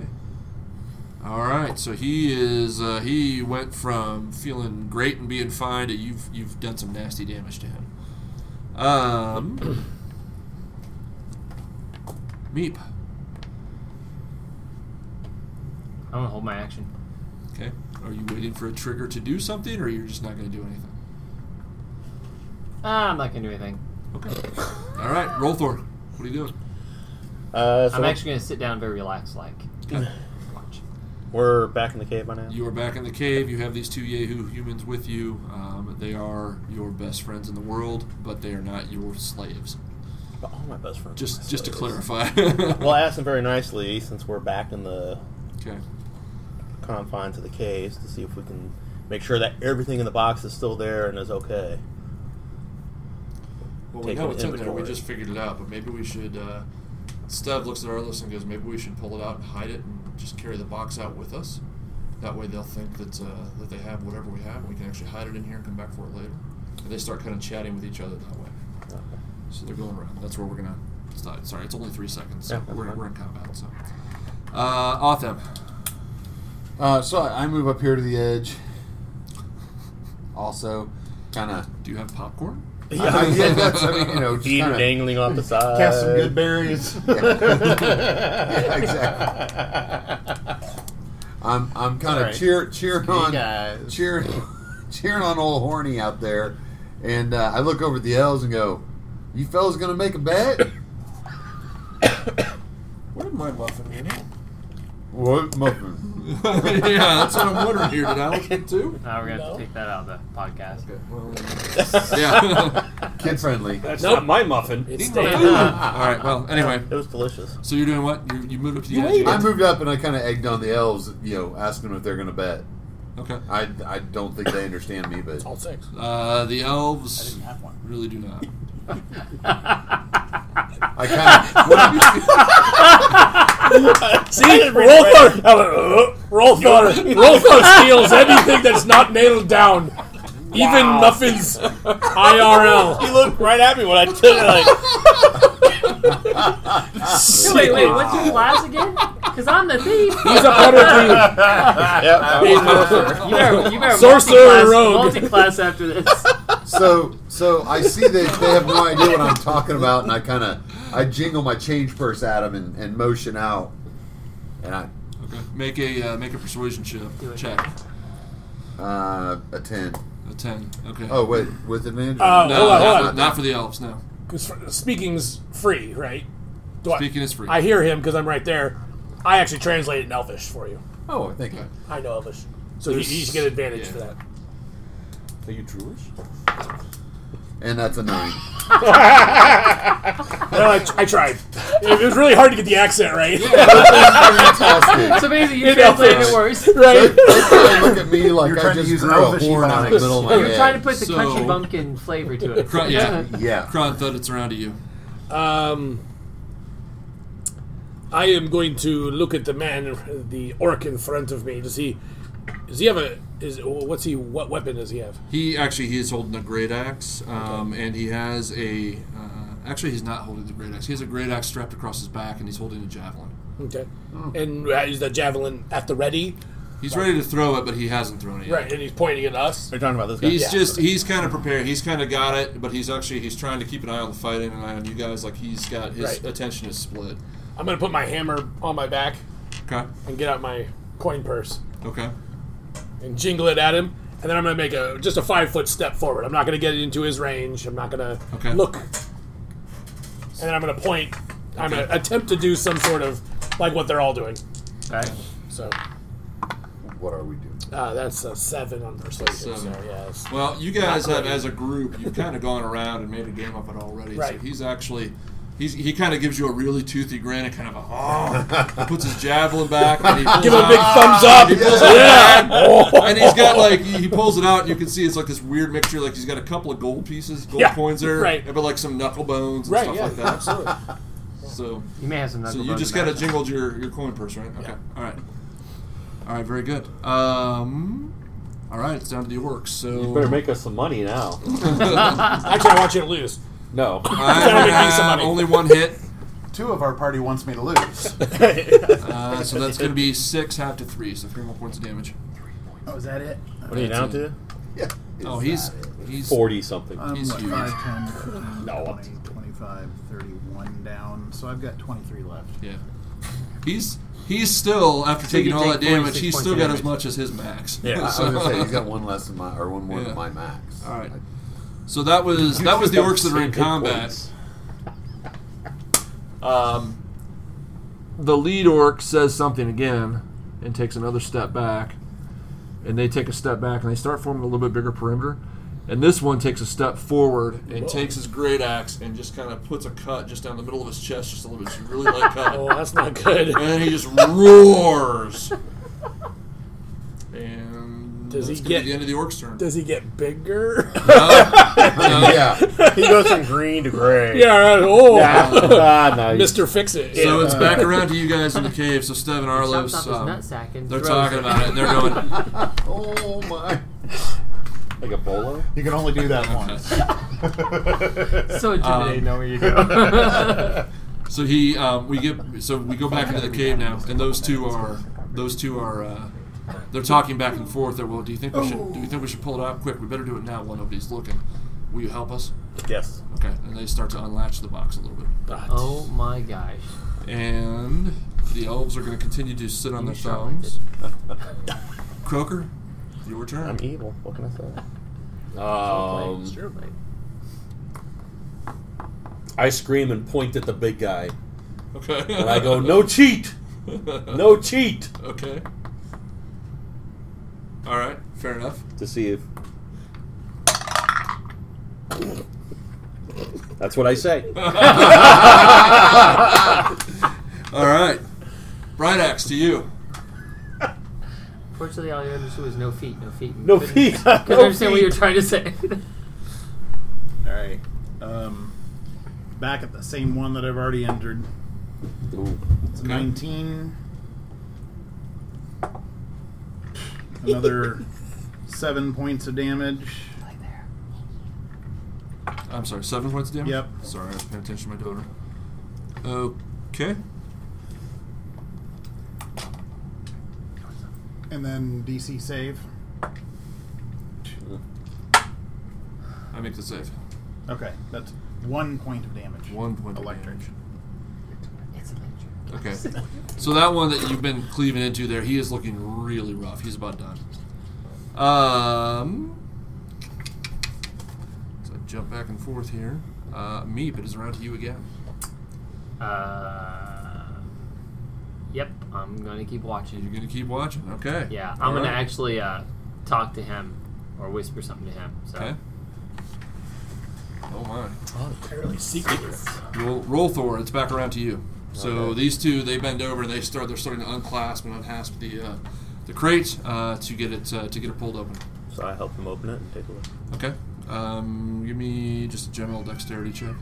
Speaker 2: All right. So he is. Uh, he went from feeling great and being fine to you've you've done some nasty damage to him. Um. [clears throat] Meep.
Speaker 3: I'm gonna hold my action.
Speaker 2: Okay. Are you waiting for a trigger to do something, or you're just not going to do anything?
Speaker 3: Ah, I'm not gonna do anything.
Speaker 2: Okay. All right. Rolthor. What are you doing?
Speaker 4: Uh, so
Speaker 3: I'm actually gonna sit down very relaxed, like
Speaker 2: Okay.
Speaker 3: watch.
Speaker 4: we're back in the cave by now.
Speaker 2: You are back in the cave. You have these two Yahoo humans with you. Um, they are your best friends in the world, but they are not your slaves.
Speaker 4: But all my best friends. are my
Speaker 2: Just just to
Speaker 4: slaves. [laughs]
Speaker 2: clarify.
Speaker 4: Well, I asked him very nicely since we're back in the
Speaker 2: okay.
Speaker 4: confines of the caves to see if we can make sure that everything in the box is still there and is okay.
Speaker 2: Well, we
Speaker 4: take
Speaker 2: know
Speaker 4: an
Speaker 2: it's in there. We
Speaker 4: inventory.
Speaker 2: just figured it out, but maybe we should. Uh, Stev looks at our list and goes, "Maybe we should pull it out and hide it, and just carry the box out with us. That way, they'll think that uh, that they have whatever we have, and we can actually hide it in here and come back for it later." And they start kind of chatting with each other that way. So they're going around. That's where we're gonna start. Sorry, it's only three seconds.
Speaker 4: Yeah, that's
Speaker 2: we're,
Speaker 4: fine.
Speaker 2: we're in combat. So, uh, Autumn.
Speaker 8: Uh, so I I move up here to the edge. Also, kind of.
Speaker 2: do you have popcorn?
Speaker 8: I, yeah, that's. I mean, you know, just
Speaker 4: Bead
Speaker 8: kind of.
Speaker 4: dangling off the side.
Speaker 9: Cast some
Speaker 10: [laughs]
Speaker 9: good [laughs] berries.
Speaker 8: Yeah, exactly. I'm I'm kind of
Speaker 9: Alright.
Speaker 8: cheer cheering
Speaker 9: Hey,
Speaker 8: on
Speaker 9: guys.
Speaker 8: cheering [laughs] cheering on old horny out there, and uh, I look over at the elves and go, "You fellas gonna make a bet?"
Speaker 2: Where did my muffin get in?
Speaker 8: [laughs] what muffin?
Speaker 2: [laughs] yeah, that's what I'm wondering here. Did I listen too?
Speaker 3: Now we're gonna have to take that out of the podcast.
Speaker 2: Okay, well, um, yeah.
Speaker 8: [laughs] Kid friendly.
Speaker 10: That's not my muffin.
Speaker 7: It's
Speaker 2: [laughs] All
Speaker 7: staying
Speaker 2: right. Well, anyway.
Speaker 4: It was delicious.
Speaker 2: So you're doing what? You, you moved up to the edge.
Speaker 8: I
Speaker 2: again?
Speaker 8: moved up and I kind of egged on the elves, you know, asking them if they're gonna bet.
Speaker 2: Okay.
Speaker 8: I, I don't think they understand me, but
Speaker 7: All six.
Speaker 2: Uh, the elves
Speaker 9: Have one.
Speaker 2: really do not.
Speaker 8: I kind of [laughs]
Speaker 7: See, Rolthar, uh, Rolthar, Rolthar steals anything that's not nailed down. Even Muffins IRL.
Speaker 3: [laughs]
Speaker 4: He looked right at me when I took it. Like,
Speaker 3: Wait, wait, what's your class again? Because I'm the thief.
Speaker 7: He's a
Speaker 3: [laughs]
Speaker 7: better thief. [laughs]
Speaker 3: You better, you better
Speaker 7: Sorcerer
Speaker 3: multi-class,
Speaker 7: rogue.
Speaker 3: multi-class after [laughs] this.
Speaker 8: So, so I see that they have no idea what I'm talking about, and I kind of I jingle my change purse at them and, and motion out, and I
Speaker 2: Okay. Make a uh, make a persuasion chip. check.
Speaker 8: uh, a ten.
Speaker 2: A ten. Okay.
Speaker 8: Oh wait, with advantage.
Speaker 7: Uh,
Speaker 2: no,
Speaker 7: hold on,
Speaker 2: not,
Speaker 7: hold
Speaker 2: for,
Speaker 7: on.
Speaker 2: not for the elves. No.
Speaker 7: 'Cause fr- Speaking's free, right? Do I-
Speaker 2: Speaking is free.
Speaker 7: I hear him because I'm right there. I actually translated in Elvish for you.
Speaker 8: oh, thank you.
Speaker 7: I know Elvish, so he, he should get advantage
Speaker 2: yeah.
Speaker 7: for that.
Speaker 10: [laughs] Are you Druish?
Speaker 8: And that's a nine.
Speaker 2: [laughs]
Speaker 7: No, I, I tried. It was really hard to get the accent right.
Speaker 8: Fantastic.
Speaker 3: It's amazing you translated it worse.
Speaker 7: right?
Speaker 8: They look at me like
Speaker 9: You're
Speaker 8: I
Speaker 9: trying to
Speaker 8: just
Speaker 9: use
Speaker 8: threw a
Speaker 9: an elvish
Speaker 8: horn out of the
Speaker 9: voice.
Speaker 8: middle of my
Speaker 3: You're trying to
Speaker 8: head.
Speaker 3: put the
Speaker 2: So-
Speaker 3: country bumpkin flavor to it.
Speaker 2: Cro- yeah.
Speaker 9: [laughs]
Speaker 8: Yeah.
Speaker 2: Cron thud it's around to you.
Speaker 7: Um, I am going to look at the man, the orc in front of me. Does he? Does he have a? Is what's he? What weapon does he have?
Speaker 2: He actually he is holding a great axe, um, and he has a. Uh, actually, he's not holding the great axe. He has a great axe strapped across his back, and he's holding a javelin.
Speaker 7: Okay. And uh, is the javelin at the ready?
Speaker 2: He's ready to throw it, but he hasn't thrown it yet.
Speaker 7: Right, and he's pointing at us.
Speaker 4: They're talking about this guy.
Speaker 2: He's just he's kind of prepared. He's kind of got it, but he's actually he's trying to keep an eye on the fight and an eye on you guys. Like he's got his
Speaker 7: Right.
Speaker 2: attention is split.
Speaker 7: I'm gonna put my hammer on my back
Speaker 2: Okay.
Speaker 7: and get out my coin purse
Speaker 2: Okay.
Speaker 7: and jingle it at him. And then I'm gonna make a just a five foot step forward. I'm not gonna get into his range. I'm not gonna
Speaker 2: Okay.
Speaker 7: look. And then I'm gonna point. I'm gonna attempt to do some sort of like what they're all doing.
Speaker 3: Okay.
Speaker 7: So
Speaker 8: What are we doing?
Speaker 7: uh, that's a seven on persuasion. So
Speaker 2: Seven.
Speaker 7: yeah, it's-
Speaker 2: Well, you guys have, as a group, you've kind of gone around and made a game of it already.
Speaker 7: Right.
Speaker 2: So he's actually, he's, he kind of gives you a really toothy grin and kind of a, oh,
Speaker 7: [laughs]
Speaker 2: and puts his javelin back. And he pulls
Speaker 7: give him a big
Speaker 2: out-
Speaker 7: thumbs up.
Speaker 2: He
Speaker 7: Oh. [laughs]
Speaker 2: pulls it out, [laughs] and he's got like he he pulls it out. And you can see it's like this weird mixture. Like he's got a couple of gold pieces, gold
Speaker 7: Yeah,
Speaker 2: coins there,
Speaker 7: right.
Speaker 2: But like some knuckle bones and
Speaker 7: Right,
Speaker 2: stuff
Speaker 7: yeah,
Speaker 2: like that. Absolutely. So,
Speaker 3: You may have some
Speaker 2: so
Speaker 3: knuckle
Speaker 2: you
Speaker 3: bones
Speaker 2: just
Speaker 3: in
Speaker 2: kind of
Speaker 3: that.
Speaker 2: jingled your, your coin purse, right? Okay. All right. All right. Very good. Um, all right. It's down to the orcs. So [laughs]
Speaker 10: You better make us some money now.
Speaker 7: Actually, I want you to lose.
Speaker 10: No.
Speaker 2: I
Speaker 7: make me some
Speaker 2: have
Speaker 7: money.
Speaker 2: only one hit,
Speaker 9: Two of our party wants me to lose.
Speaker 2: uh, so that's going to be six half to three, so three more points of damage.
Speaker 9: [laughs] oh, is that it?
Speaker 4: what are you down to?
Speaker 8: Yeah.
Speaker 2: Oh, he's he's
Speaker 10: 40 something.
Speaker 9: I'm
Speaker 2: He's
Speaker 9: like
Speaker 2: huge.
Speaker 9: 5, 10, 15,
Speaker 10: No,
Speaker 9: 20, 25, 31 down, so I've got 23 left.
Speaker 2: yeah, he's he's still after taking
Speaker 3: you
Speaker 2: all
Speaker 3: take
Speaker 2: that damage,
Speaker 3: 46
Speaker 2: he's still
Speaker 3: points
Speaker 2: got
Speaker 3: of
Speaker 2: as much as his max.
Speaker 8: I
Speaker 4: Yeah.
Speaker 8: was
Speaker 2: so,
Speaker 8: gonna say he's got one less than my or one more
Speaker 2: Uh, Yeah.
Speaker 8: than my max.
Speaker 2: all right. So that was that was the orcs that are in combat. Um, the lead orc says something again and takes another step back. And they take a step back and they start forming a little bit bigger perimeter. And this one takes a step forward and takes his great axe and just kind of puts a cut just down the middle of his chest, just a little bit, just a
Speaker 7: [laughs]
Speaker 2: really light
Speaker 7: Oh,
Speaker 2: cut.
Speaker 7: that's not good. [laughs]
Speaker 2: And then he just roars. And
Speaker 7: Does he
Speaker 2: that's gonna
Speaker 7: get-
Speaker 2: be the end of the orc's turn?
Speaker 7: Does he get bigger?
Speaker 8: [laughs]
Speaker 7: [laughs]
Speaker 8: yeah.
Speaker 2: Uh,
Speaker 4: He goes from green to
Speaker 10: [laughs]
Speaker 4: gray.
Speaker 7: yeah. Right. [laughs] Oh,
Speaker 10: ah, [laughs] nice.
Speaker 7: Mister Fix It.
Speaker 2: So it's back around to you guys in the cave. So Stev and
Speaker 3: Chops off
Speaker 2: Arlos,
Speaker 3: his
Speaker 2: um,
Speaker 3: nutsack and
Speaker 2: they're
Speaker 3: throws
Speaker 2: talking about it and they're going.
Speaker 8: Oh my.
Speaker 10: Like a bolo?
Speaker 9: You can only do that once.
Speaker 3: [laughs] So
Speaker 2: um,
Speaker 3: intimidating. know where you go.
Speaker 2: [laughs] So he, um, we get, so we go back into the cave now, and those two are, those two are, uh, they're talking back and forth. They're, well, do you think we should, do you think we should pull it out quick? We better do it now while nobody's looking. Will you help us?
Speaker 4: Yes.
Speaker 2: Okay, and they start to unlatch the box a little bit,
Speaker 3: Oh my gosh.
Speaker 2: and the elves are going to continue to sit on their
Speaker 3: shot
Speaker 2: thumbs. Croaker, your turn.
Speaker 4: I'm evil. What can I say?
Speaker 10: Um,
Speaker 3: Sure, mate.
Speaker 10: I scream and point at the big guy.
Speaker 2: [laughs] Okay.
Speaker 10: And I go, no cheat! No cheat!
Speaker 2: Okay. All right. Fair enough.
Speaker 10: To see if. That's what I
Speaker 7: [laughs]
Speaker 10: say. Uh,
Speaker 2: All right. Bright axe to you.
Speaker 3: Fortunately, all I understood was no feet, no feet. [laughs]
Speaker 10: No feet!
Speaker 3: Because I understand what you're trying to say. [laughs]
Speaker 9: All right. Um, back at the same one that I've already entered.
Speaker 10: Ooh.
Speaker 9: It's a 19.
Speaker 2: [laughs]
Speaker 9: Another 7 points of damage.
Speaker 2: I'm sorry, seven points of damage?
Speaker 9: Yep.
Speaker 2: Sorry, I was paying attention to my daughter. Okay.
Speaker 9: And then DC save.
Speaker 2: I make the save.
Speaker 9: Okay, that's one point of damage.
Speaker 2: One point of
Speaker 9: Electric.
Speaker 2: damage. Okay. So that one that you've been cleaving into there, he is looking really rough. He's about done. Um. So I jump back and forth here. Uh, Meep, it is around to you again.
Speaker 3: Uh, yep, I'm gonna keep watching.
Speaker 2: You're gonna keep watching, okay?
Speaker 3: Yeah, I'm
Speaker 2: All
Speaker 3: gonna
Speaker 2: right.
Speaker 3: actually uh, talk to him or whisper something to him. So
Speaker 2: Okay. Oh my.
Speaker 7: Oh, apparently secretive.
Speaker 2: Roll, roll Thor. It's back around to you. So these two, they bend over and they start. They're starting to unclasp and unhasp the uh, the crate uh, to get it uh, to get it pulled open.
Speaker 4: So I help him open it and take a look.
Speaker 2: Okay. Um, give me just a general dexterity check.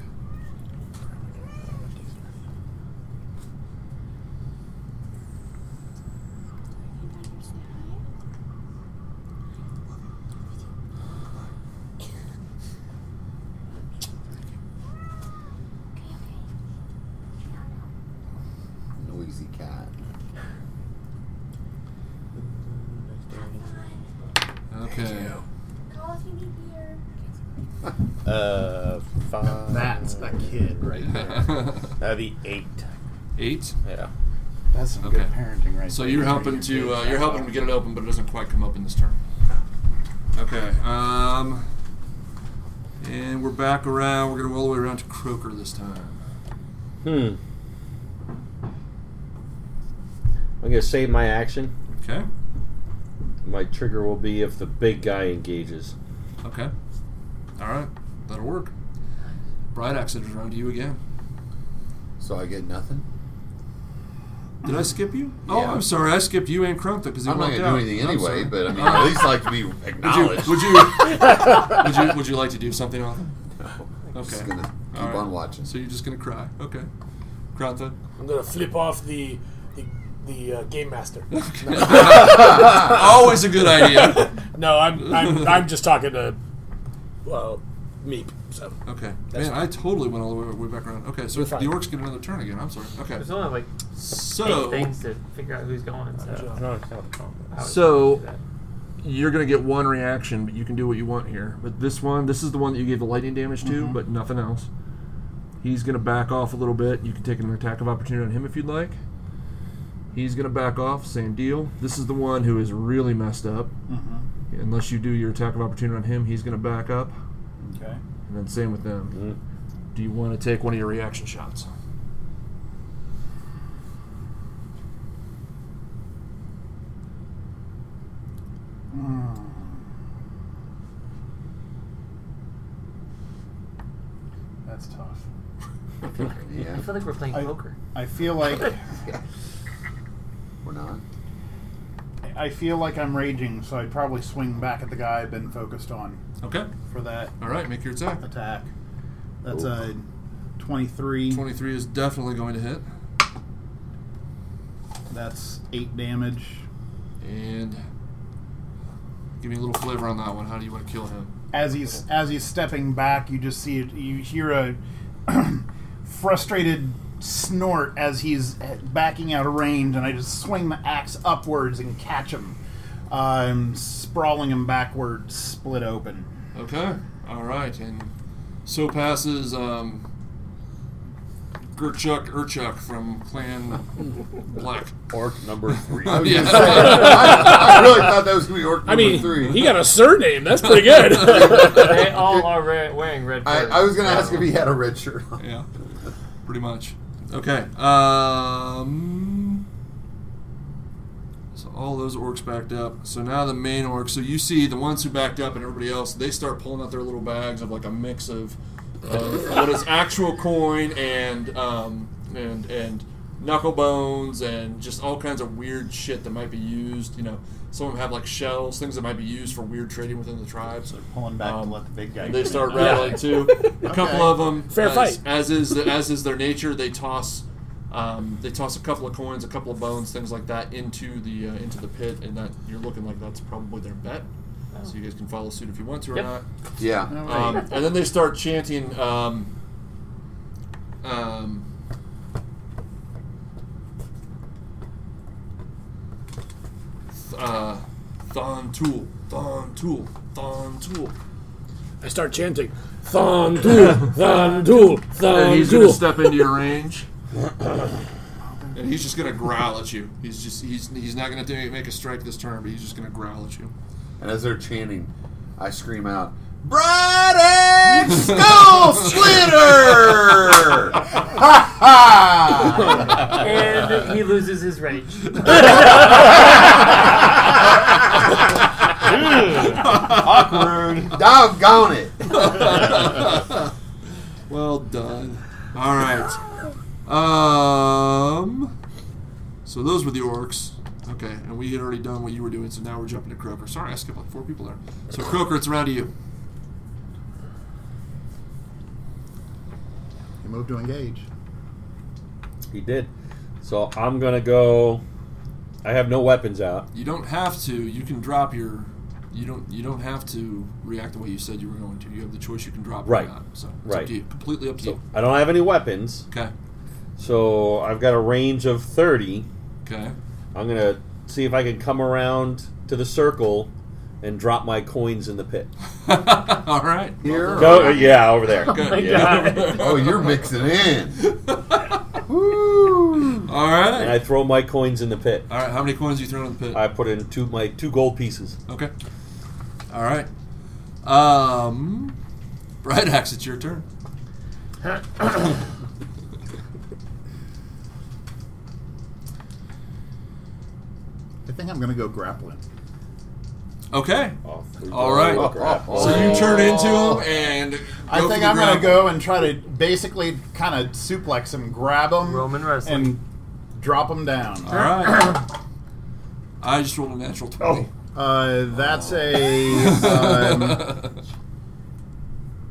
Speaker 8: Noisy cat.
Speaker 2: Okay.
Speaker 4: Uh, five.
Speaker 9: That's a kid right there.
Speaker 2: [laughs]
Speaker 4: That'd be eight.
Speaker 2: Eight.
Speaker 4: Yeah.
Speaker 9: That's some
Speaker 2: Okay.
Speaker 9: good parenting right
Speaker 2: So
Speaker 9: there.
Speaker 2: you're helping to uh, you're helping to get it open, but it doesn't quite come open this turn. Okay. Um, and we're back around. We're gonna roll all the way around to Croaker this time.
Speaker 4: Hmm. I'm gonna save my action.
Speaker 2: Okay.
Speaker 4: My trigger will be if the big guy engages.
Speaker 2: Okay. All right. That'll work. Bright Axe it is around to you again.
Speaker 8: So I get nothing.
Speaker 2: Did I skip
Speaker 8: [laughs]
Speaker 2: you? Oh,
Speaker 8: Yeah.
Speaker 2: I'm sorry. I skipped you and Krumpka because he
Speaker 8: I'm not
Speaker 2: walked
Speaker 8: gonna
Speaker 2: out.
Speaker 8: do anything
Speaker 2: I'm
Speaker 8: anyway,
Speaker 2: sorry. Uh,
Speaker 8: but I mean, at least like to
Speaker 2: [laughs]
Speaker 8: be
Speaker 2: would you
Speaker 8: acknowledged.
Speaker 2: would you
Speaker 8: [laughs]
Speaker 2: would you would you like to do something on them?
Speaker 8: I'm
Speaker 2: Okay.
Speaker 8: just gonna keep
Speaker 2: Alright.
Speaker 8: on watching.
Speaker 2: So you're just gonna cry? Okay. Kranta.
Speaker 7: I'm gonna flip off the the, the uh, game [laughs] master.
Speaker 2: Always a good idea.
Speaker 7: No, I'm [laughs] I'm, I'm just talking to well, Meep. So
Speaker 2: Okay. Man, I totally went all the way, way back around. Okay, so
Speaker 7: We're fine.
Speaker 2: the orcs get another turn again. I'm sorry. Okay.
Speaker 3: there's only like eight
Speaker 2: So
Speaker 3: things to figure out who's going. So I was
Speaker 2: So-
Speaker 3: gonna do
Speaker 2: you're gonna get one reaction, but you can do what you want here. But this one, this is the one that you gave the lightning damage to, but nothing else. He's gonna back off a little bit. You can take an attack of opportunity on him if you'd like. He's gonna back off, same deal. This is the one who is really messed up. Unless you do your attack of opportunity on him, he's gonna back up,
Speaker 9: Okay.
Speaker 2: and then same with them. Do you want to take one of your reaction shots?
Speaker 9: That's tough.
Speaker 8: yeah,
Speaker 3: that. I feel like we're playing
Speaker 9: I-
Speaker 3: poker.
Speaker 9: I feel like
Speaker 2: [laughs]
Speaker 8: we're not.
Speaker 9: I feel like I'm raging, so I'd probably swing back at the guy I've been focused on
Speaker 2: Okay.
Speaker 9: for that
Speaker 2: All right, make your attack.
Speaker 9: attack. That's a 23.
Speaker 2: 23 is definitely going to hit.
Speaker 9: That's 8 damage.
Speaker 2: And give me a little flavor on that one. How do you want to kill him?
Speaker 9: As he's as he's stepping back, you just see it, you hear a [clears throat] frustrated snort as he's backing out of range, and I just swing the axe upwards and catch him. I'm sprawling him backwards, split open.
Speaker 2: Okay. All right. And so passes um, Gerchuk Urchuk from Clan Black.
Speaker 10: Orc [laughs] number three.
Speaker 8: [laughs] I, was
Speaker 2: Yeah.
Speaker 8: gonna say, I, I really thought that was gonna be orc number
Speaker 7: I mean,
Speaker 8: three.
Speaker 7: he got a surname. That's pretty good. [laughs]
Speaker 3: they all are re- wearing red.
Speaker 8: I,
Speaker 3: furs,
Speaker 8: I was gonna
Speaker 3: so-
Speaker 8: ask if he had a red shirt [laughs]
Speaker 2: [laughs]
Speaker 8: on.
Speaker 2: Yeah. Pretty much. Okay. Um, so all those orcs backed up. So now the main orcs. So you see the ones who backed up and everybody else, they start pulling out their little bags of like a mix of, of what is actual coin and um, and and knuckle bones and just all kinds of weird shit that might be used. You know, some of them have like shells, things that might be used for weird trading within the tribes.
Speaker 9: Pulling back
Speaker 2: Um,
Speaker 9: to let the big guy.
Speaker 2: And they
Speaker 9: get
Speaker 2: start
Speaker 9: in.
Speaker 2: rattling too. A couple of them,
Speaker 7: Fair
Speaker 2: as,
Speaker 7: fight.
Speaker 2: As is the, as is their nature, they toss um, they toss a couple of coins, a couple of bones, things like that into the uh, into the pit, and that you're looking like that's probably their bet. So you guys can follow suit if you want to or
Speaker 3: Yep.
Speaker 2: not.
Speaker 8: Yeah.
Speaker 2: Um, and then they start chanting. Um, um, th- uh, Thon Tool, Thon Tool, Thon Tool.
Speaker 7: I start chanting, Thondul, [laughs] Thondul,
Speaker 10: Um,
Speaker 2: And he's going to
Speaker 7: Thondul.
Speaker 2: step into your
Speaker 10: [coughs]
Speaker 2: range. and he's just going to growl at you. He's just he's he's not going to make a strike this turn, but he's just going to growl at you.
Speaker 8: And as they're chanting, I scream out, Bright Edge
Speaker 2: [laughs]
Speaker 8: Skull Splitter! ha ha!
Speaker 3: and he loses his rage.
Speaker 4: Awkward.
Speaker 8: Doggone it!
Speaker 2: Well done. All right. Um. So those were the orcs. Okay, and we had already done what you were doing, so now we're jumping to Croaker. Sorry, I skipped like four people there. So Croaker, it's around to you.
Speaker 9: You move to engage.
Speaker 10: He did. So I'm gonna go. I have no weapons out.
Speaker 2: You don't have to. You can drop your. You don't. You don't have to react the way you said you were going to. You have the choice. You can drop
Speaker 10: Right.
Speaker 2: or not. So it's up
Speaker 10: Right.
Speaker 2: to you. Completely up to
Speaker 10: So
Speaker 7: Oh.
Speaker 2: you.
Speaker 10: I don't have any weapons.
Speaker 2: Okay.
Speaker 10: So I've got a range of 30.
Speaker 2: Okay. [laughs]
Speaker 10: I'm gonna see if I can come around to the circle and drop my coins in the pit.
Speaker 2: All
Speaker 11: [laughs]
Speaker 2: right.
Speaker 8: Here?
Speaker 10: Go, yeah, over there.
Speaker 2: my
Speaker 10: yeah.
Speaker 8: Oh, you're mixing in.
Speaker 2: All
Speaker 10: And
Speaker 2: right.
Speaker 10: I throw my coins in the pit.
Speaker 2: All right. How many coins are you throwing in the pit?
Speaker 10: I put in two my two gold pieces.
Speaker 2: Okay. All right. Um, Bright Axe, it's your turn.
Speaker 9: I think I'm gonna go grappling.
Speaker 2: Okay.
Speaker 10: Off we
Speaker 2: All
Speaker 10: go.
Speaker 2: right.
Speaker 10: Grab.
Speaker 2: So you turn into him and go
Speaker 11: I
Speaker 2: for
Speaker 11: think
Speaker 2: the
Speaker 11: I'm going to
Speaker 2: grapple.
Speaker 11: go and try to basically kind of suplex him, grab him,
Speaker 3: Roman wrestling.
Speaker 11: and drop him down.
Speaker 2: All
Speaker 11: [coughs]
Speaker 2: right. I just rolled a natural twenty.
Speaker 11: Uh, that's
Speaker 2: [laughs]
Speaker 11: a um,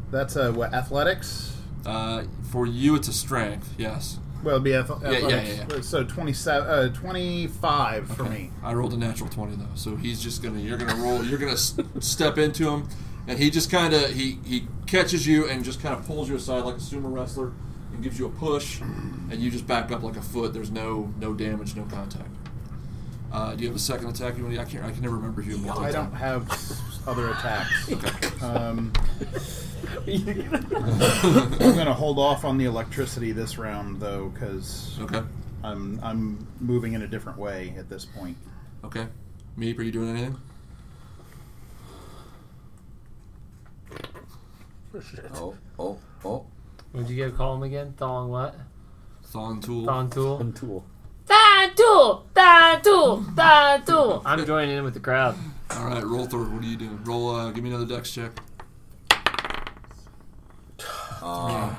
Speaker 11: that's a what, athletics.
Speaker 2: Uh, for you, it's a strength. Yes.
Speaker 11: Well, it'd be ath-
Speaker 2: yeah,
Speaker 11: athletics.
Speaker 2: yeah,
Speaker 11: So 27, uh, 25 for me.
Speaker 2: I rolled a natural twenty though, so he's just gonna. You're gonna roll. You're gonna s- step into him, and he just kind of he he catches you and just kind of pulls you aside like a sumo wrestler and gives you a push, and you just back up like a foot. There's no no damage, no contact. Uh, do you have a second attack? You want? I can't. I can never remember if you. have
Speaker 11: I
Speaker 2: multi-attack.
Speaker 11: don't have s- other
Speaker 2: [laughs]
Speaker 11: attacks. Um, I'm going to hold off on the electricity this round, though, because
Speaker 2: Okay.
Speaker 11: I'm I'm moving in a different way at this point.
Speaker 2: Okay. Meep, are you doing anything?
Speaker 8: Oh, oh, oh.
Speaker 3: [laughs] Would you go call him again? Thong what?
Speaker 2: Thon tool.
Speaker 3: Thong tool.
Speaker 10: One tool.
Speaker 3: Thong tool. Thong tool. Thong tool. I'm joining in with the crowd.
Speaker 2: All right, roll through. What are you doing? Roll. Uh, give me another dex check.
Speaker 4: Uh,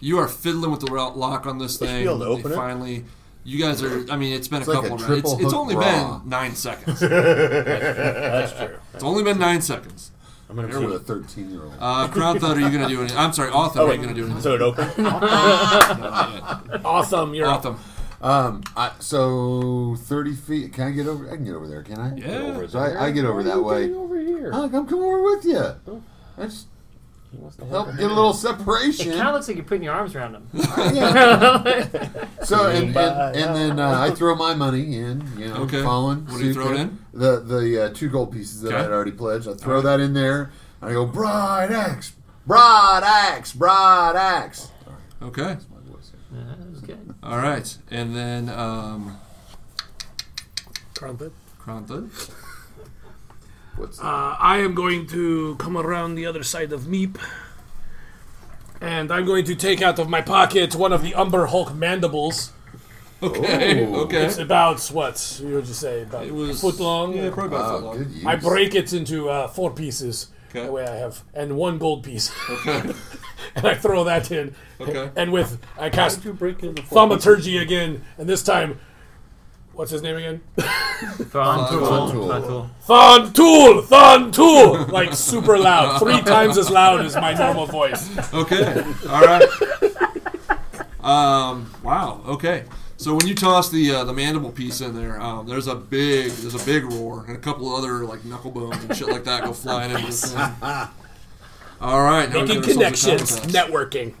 Speaker 2: You are fiddling with the ro- lock on this thing.
Speaker 4: able to
Speaker 2: They
Speaker 4: open it?
Speaker 2: finally, you guys are. I mean, it's been a
Speaker 8: like
Speaker 2: couple.
Speaker 8: a
Speaker 2: of rounds.
Speaker 8: triple
Speaker 2: It's, it's
Speaker 8: hook
Speaker 2: only
Speaker 8: bra.
Speaker 2: been nine
Speaker 4: [laughs]
Speaker 2: seconds.
Speaker 4: That's true.
Speaker 2: it's only been nine seconds.
Speaker 4: I'm gonna
Speaker 8: You're
Speaker 4: see.
Speaker 8: a 13 year old.
Speaker 2: Uh, Crown Thud, are you gonna do anything? I'm sorry, Autumn, are you gonna do anything?
Speaker 4: Oh, So it opened. [laughs]
Speaker 7: Awesome, you're
Speaker 2: [laughs]
Speaker 7: up.
Speaker 2: Autumn.
Speaker 8: Um, I, so 30 feet. Can I get over? I can get over there, can I?
Speaker 2: Yeah.
Speaker 8: So I, I get over that way.
Speaker 10: Over here.
Speaker 8: Look, I'm coming over with you. I just help get a little separation.
Speaker 3: Kind of looks like you're putting your arms around
Speaker 2: [laughs]
Speaker 3: him.
Speaker 8: So and, and, and then uh, I throw my money in, you know,
Speaker 2: Okay.
Speaker 8: following.
Speaker 2: What do you
Speaker 8: suit
Speaker 2: throw it
Speaker 8: there.
Speaker 2: in?
Speaker 8: The the uh, two gold pieces that I had
Speaker 2: Okay.
Speaker 8: already pledged. I throw that in there. I go broad axe, broad axe, broad axe.
Speaker 2: Okay.
Speaker 3: Yeah, that was good.
Speaker 2: All right, and then um,
Speaker 7: Crumpet.
Speaker 2: Crown Thud. [laughs]
Speaker 8: What's that?
Speaker 7: Uh, I am going to come around the other side of Meep. And I'm going to take out of my pocket one of the Umber Hulk mandibles.
Speaker 2: Okay.
Speaker 4: Oh.
Speaker 2: Okay.
Speaker 7: It's about what? You would just say about
Speaker 2: It was
Speaker 7: a foot long.
Speaker 2: Yeah, probably about a foot
Speaker 8: Oh,
Speaker 2: long.
Speaker 8: good use.
Speaker 7: I break it into uh, four pieces.
Speaker 2: Okay.
Speaker 7: That way I have and one gold piece. [laughs] and I throw that in.
Speaker 2: Okay.
Speaker 7: And with I cast thaumaturgy again, and this time, what's his name again?
Speaker 3: Thong
Speaker 8: tool.
Speaker 3: tool. Thong tool.
Speaker 7: Thon Tool, Thon Tool, like super loud, three times as loud as my normal voice.
Speaker 2: Okay. All right. Um. Wow. Okay. So when you toss the uh, the mandible piece in there, um, there's a big there's a big roar and a couple other like knuckle bones and shit like that go flying into the thing. All right, now we
Speaker 7: Making
Speaker 2: give ourselves a
Speaker 7: connections,
Speaker 2: contest.
Speaker 7: networking.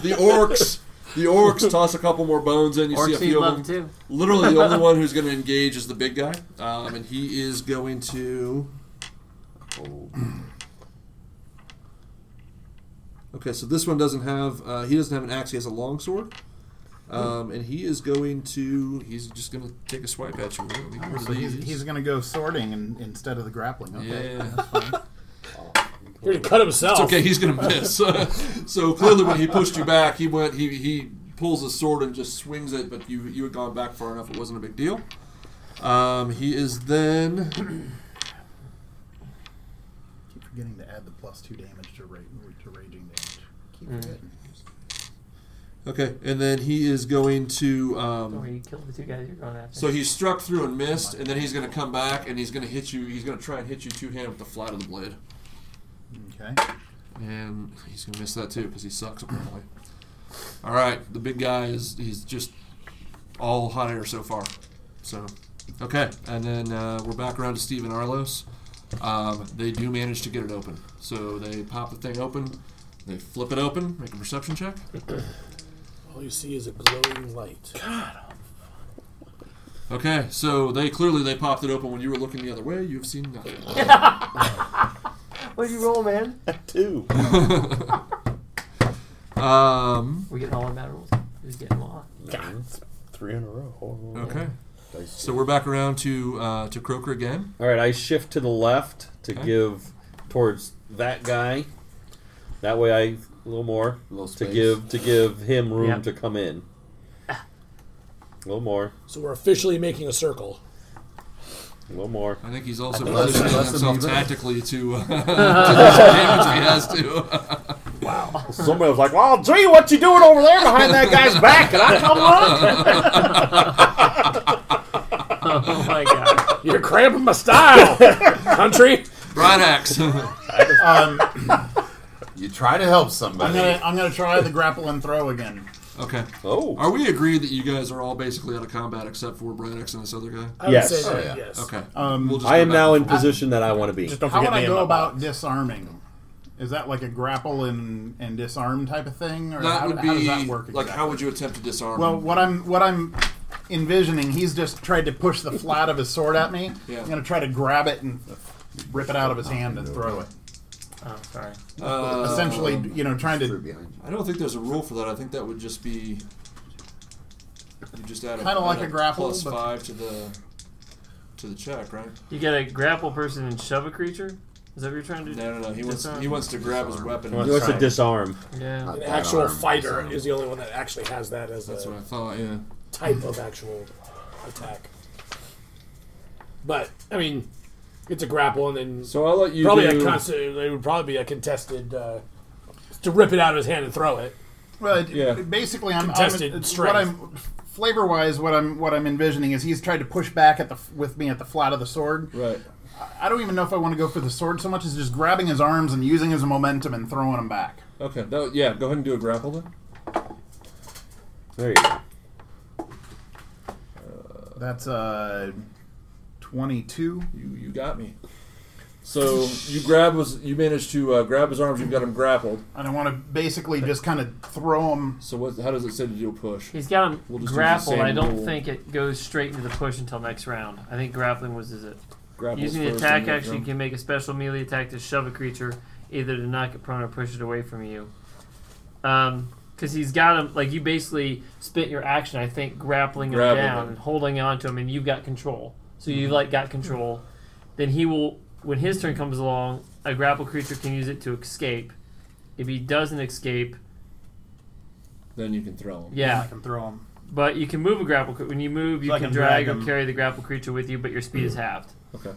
Speaker 2: the orcs the orcs toss a couple more bones in you see a
Speaker 5: Orcs
Speaker 2: few
Speaker 5: eat
Speaker 2: of them
Speaker 5: love, too.
Speaker 2: literally the only one who's going to engage is the big guy um, and he is going to oh. okay so this one doesn't have uh, he doesn't have an axe he has a longsword um, and he is going to he's just going to take a swipe at you Let me get rid of
Speaker 9: So he's,
Speaker 2: these.
Speaker 9: he's going to go sorting and, instead of the grappling. Okay.
Speaker 2: yeah
Speaker 9: [laughs]
Speaker 7: You're gonna cut himself.
Speaker 2: It's okay, he's gonna miss. [laughs] so clearly, when he pushed you back, he went. He he pulls his sword and just swings it, but you you had gone back far enough. It wasn't a big deal. Um, he is then
Speaker 9: Keep forgetting to add the plus two damage to, ra- to raging damage. Keep
Speaker 2: Mm.
Speaker 9: forgetting.
Speaker 2: okay, and then he is going to.
Speaker 5: Don't worry,
Speaker 2: Um,
Speaker 5: you killed the two guys you're going after.
Speaker 2: so he's struck through and missed, and then he's gonna come back and he's gonna hit you. He's gonna try and hit you two handed with the flat of the blade,
Speaker 9: Okay.
Speaker 2: and he's gonna miss that too because he sucks apparently. All right, the big guy is he's just all hot air so far. So, okay, and then uh, we're back around to Steve and Arlos. Um, they do manage to get it open. So they pop the thing open, they flip it open, make a perception check.
Speaker 7: All you see is a glowing light.
Speaker 2: Okay, so they clearly they popped it open when you were looking the other way. You've seen nothing.
Speaker 5: What'd you roll, man?
Speaker 4: Two.
Speaker 2: Um,
Speaker 5: We're getting all our bad rolls. Just getting
Speaker 2: [laughs]
Speaker 5: them all.
Speaker 4: Three in a row.
Speaker 2: okay, so we're back around to uh, to Croker again.
Speaker 10: All right, I shift to the left to
Speaker 2: Okay.
Speaker 10: give towards that guy. That way, I a little more
Speaker 8: little
Speaker 10: to
Speaker 8: space.
Speaker 10: give to give him room
Speaker 5: Yep.
Speaker 10: to come in. A little more,
Speaker 7: So we're officially making a circle.
Speaker 10: a little more.
Speaker 2: I think he's also
Speaker 8: that's-
Speaker 2: positioning
Speaker 8: that's the
Speaker 2: himself
Speaker 8: move.
Speaker 2: tactically to, [laughs] uh, to do some damage if he has to. [laughs]
Speaker 4: Somebody was like, "Well, gee, what you doing over there behind that guy's back?" And I come up.
Speaker 5: Oh my god.
Speaker 7: [laughs] You're cramping my
Speaker 4: [laughs]
Speaker 7: style, country.
Speaker 2: Brian axe. [laughs]
Speaker 9: Um,
Speaker 8: You try to help
Speaker 9: I'm
Speaker 8: somebody.
Speaker 9: going to I'm gonna try the grapple and throw again.
Speaker 2: okay.
Speaker 10: Oh,
Speaker 2: Are we agreed that you guys are all basically out of combat except for Bradex and this other guy?
Speaker 7: I
Speaker 10: Yes.
Speaker 7: would say that,
Speaker 8: Oh, yeah.
Speaker 7: yes.
Speaker 2: Okay.
Speaker 9: Um,
Speaker 2: We'll just
Speaker 10: I
Speaker 2: go
Speaker 10: am
Speaker 2: back
Speaker 10: now
Speaker 2: and
Speaker 10: in
Speaker 2: forth.
Speaker 10: position that I want to be.
Speaker 4: Just don't
Speaker 9: How
Speaker 4: forget
Speaker 9: would
Speaker 4: me
Speaker 9: I
Speaker 4: and
Speaker 9: go
Speaker 4: my
Speaker 9: about
Speaker 4: box.
Speaker 9: disarming? Is that like a grapple and, and disarm type of thing, or
Speaker 2: That
Speaker 9: how,
Speaker 2: would be
Speaker 9: how does that work? Exactly?
Speaker 2: like how would you attempt to disarm?
Speaker 9: Well,
Speaker 2: him?
Speaker 9: what I'm what I'm envisioning, he's just tried to push the flat of his sword at me.
Speaker 2: Yeah.
Speaker 9: I'm gonna try to grab it and rip it out of his hand and throw it.
Speaker 5: Oh, sorry.
Speaker 2: Uh,
Speaker 9: Essentially, you know, trying
Speaker 8: Through
Speaker 9: to
Speaker 8: behind you.
Speaker 2: I don't think there's a rule for that. I think that would just be you just add a-
Speaker 9: Kinda like
Speaker 2: add
Speaker 9: a grapple,
Speaker 2: plus
Speaker 9: but-
Speaker 2: five to the to the check, right?
Speaker 5: You gotta grapple person and shove a creature? Is that what you're trying to do?
Speaker 2: No, no, no. He wants
Speaker 5: Disarm.
Speaker 2: he wants to grab his weapon.
Speaker 10: he wants to
Speaker 4: Right.
Speaker 10: disarm.
Speaker 5: Yeah.
Speaker 8: Not
Speaker 7: An
Speaker 8: that
Speaker 7: actual
Speaker 8: arm,
Speaker 7: fighter
Speaker 8: so-
Speaker 7: is the only one that actually has that as
Speaker 2: That's what I
Speaker 7: a
Speaker 2: thought. Yeah.
Speaker 7: type of actual attack. But I mean, it's a grapple, and then
Speaker 2: So I'll let you
Speaker 7: probably
Speaker 2: do-
Speaker 7: a constant. It would probably be a contested uh, to rip it out of his hand and throw it.
Speaker 9: well, it,
Speaker 2: Yeah.
Speaker 9: basically, I'm, I'm
Speaker 7: Contested
Speaker 9: it's
Speaker 7: strength.
Speaker 9: what I'm flavor wise. What I'm what I'm envisioning is he's tried to push back at the with me at the flat of the sword.
Speaker 2: right.
Speaker 9: I don't even know if I want to go for the sword so much as just grabbing his arms and using his momentum and throwing him back.
Speaker 2: Okay. That, yeah. Go ahead and do a grapple then.
Speaker 10: There you go.
Speaker 9: That's uh, twenty-two.
Speaker 2: You you got me. So you grab was you managed to uh, grab his arms. You've got him grappled.
Speaker 9: And I want to basically just kind of throw him.
Speaker 2: So what? How does it say to do a push?
Speaker 5: He's got him
Speaker 2: We'll just use the
Speaker 5: grappled. I
Speaker 2: same
Speaker 5: don't
Speaker 2: rule.
Speaker 5: think it goes straight into the push until next round. I think grappling was is it.
Speaker 2: Grapples
Speaker 5: Using the
Speaker 2: first
Speaker 5: attack
Speaker 2: and then
Speaker 5: action, you
Speaker 2: jump.
Speaker 5: can make a special melee attack to shove a creature, either to knock it prone or push it away from you. Because he's got him, like you basically spent your action, I think, grappling him
Speaker 2: Grabbing
Speaker 5: down
Speaker 2: him. Mm-hmm.
Speaker 5: and holding on to him, and you've got control. So you've like got control. Then he will, when his turn comes along, a grapple creature can use it to escape. If he doesn't escape,
Speaker 2: Then you can throw him.
Speaker 5: yeah,
Speaker 9: I can throw him.
Speaker 5: But you can move a grapple. cre- When you move, you
Speaker 9: So I
Speaker 5: can,
Speaker 9: can
Speaker 5: drag
Speaker 9: drag
Speaker 5: or
Speaker 9: him.
Speaker 5: carry the grapple creature with you, but your speed is halved.
Speaker 2: Hmm. Okay.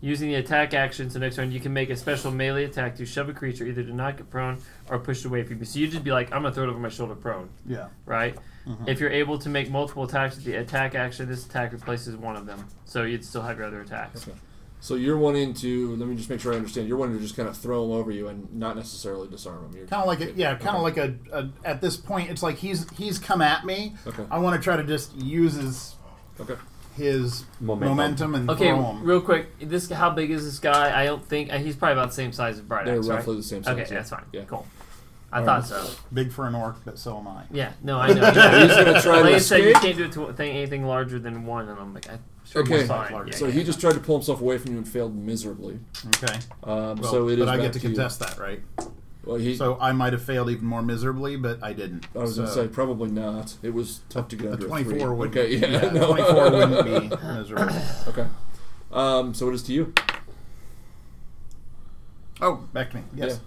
Speaker 5: Using the attack action, so next turn you can make a special melee attack to shove a creature either to knock it prone or push it away from you. So you just be like, I'm gonna throw it over my shoulder prone,
Speaker 9: Yeah.
Speaker 5: right?
Speaker 2: Mm-hmm.
Speaker 5: If you're able to make multiple attacks with the attack action, this attack replaces one of them, so you'd still have your other attacks.
Speaker 2: So you're wanting to let me just make sure I understand. You're wanting to just kind of throw him over you and not necessarily disarm him. You're
Speaker 9: Kind of like a yeah, kind of like a, a. At this point, it's like he's he's come at me.
Speaker 2: Okay.
Speaker 9: I want to try to just use his
Speaker 2: okay.
Speaker 9: his
Speaker 10: Momentum.
Speaker 9: momentum, and
Speaker 3: Okay,
Speaker 9: throw him.
Speaker 3: real quick. This how big is this guy? I don't think uh, he's probably about the same size as Bright
Speaker 2: They're
Speaker 3: Axe, right?
Speaker 2: roughly the same size,
Speaker 3: Okay,
Speaker 2: yeah.
Speaker 3: that's fine.
Speaker 2: Yeah.
Speaker 3: Cool. I
Speaker 9: Or-
Speaker 3: thought so.
Speaker 9: Big for an orc, but so am I.
Speaker 3: Yeah. No, I know. he's
Speaker 2: gonna try to
Speaker 3: said you can't
Speaker 2: escape?
Speaker 3: do it to thing, anything larger than one, and I'm like, I sure
Speaker 2: Okay.
Speaker 3: it's fine. Yeah,
Speaker 2: So
Speaker 3: yeah,
Speaker 2: he
Speaker 3: yeah.
Speaker 2: just tried to pull himself away from you and failed miserably.
Speaker 9: Okay.
Speaker 2: Um,
Speaker 9: Well,
Speaker 2: so it is.
Speaker 9: but I
Speaker 2: back
Speaker 9: get to
Speaker 2: you.
Speaker 9: contest that, right?
Speaker 2: Well, he,
Speaker 9: So I might have failed even more miserably, but I didn't.
Speaker 2: I was
Speaker 9: so
Speaker 2: gonna say probably not. It was tough to get
Speaker 9: a
Speaker 2: under a
Speaker 9: twenty-four
Speaker 2: three.
Speaker 9: would.
Speaker 2: Okay, yeah,
Speaker 9: yeah,
Speaker 2: no.
Speaker 9: twenty-four wouldn't be miserable.
Speaker 2: [laughs] Okay. Um, so it is to you.
Speaker 9: Oh, back to me. Yes.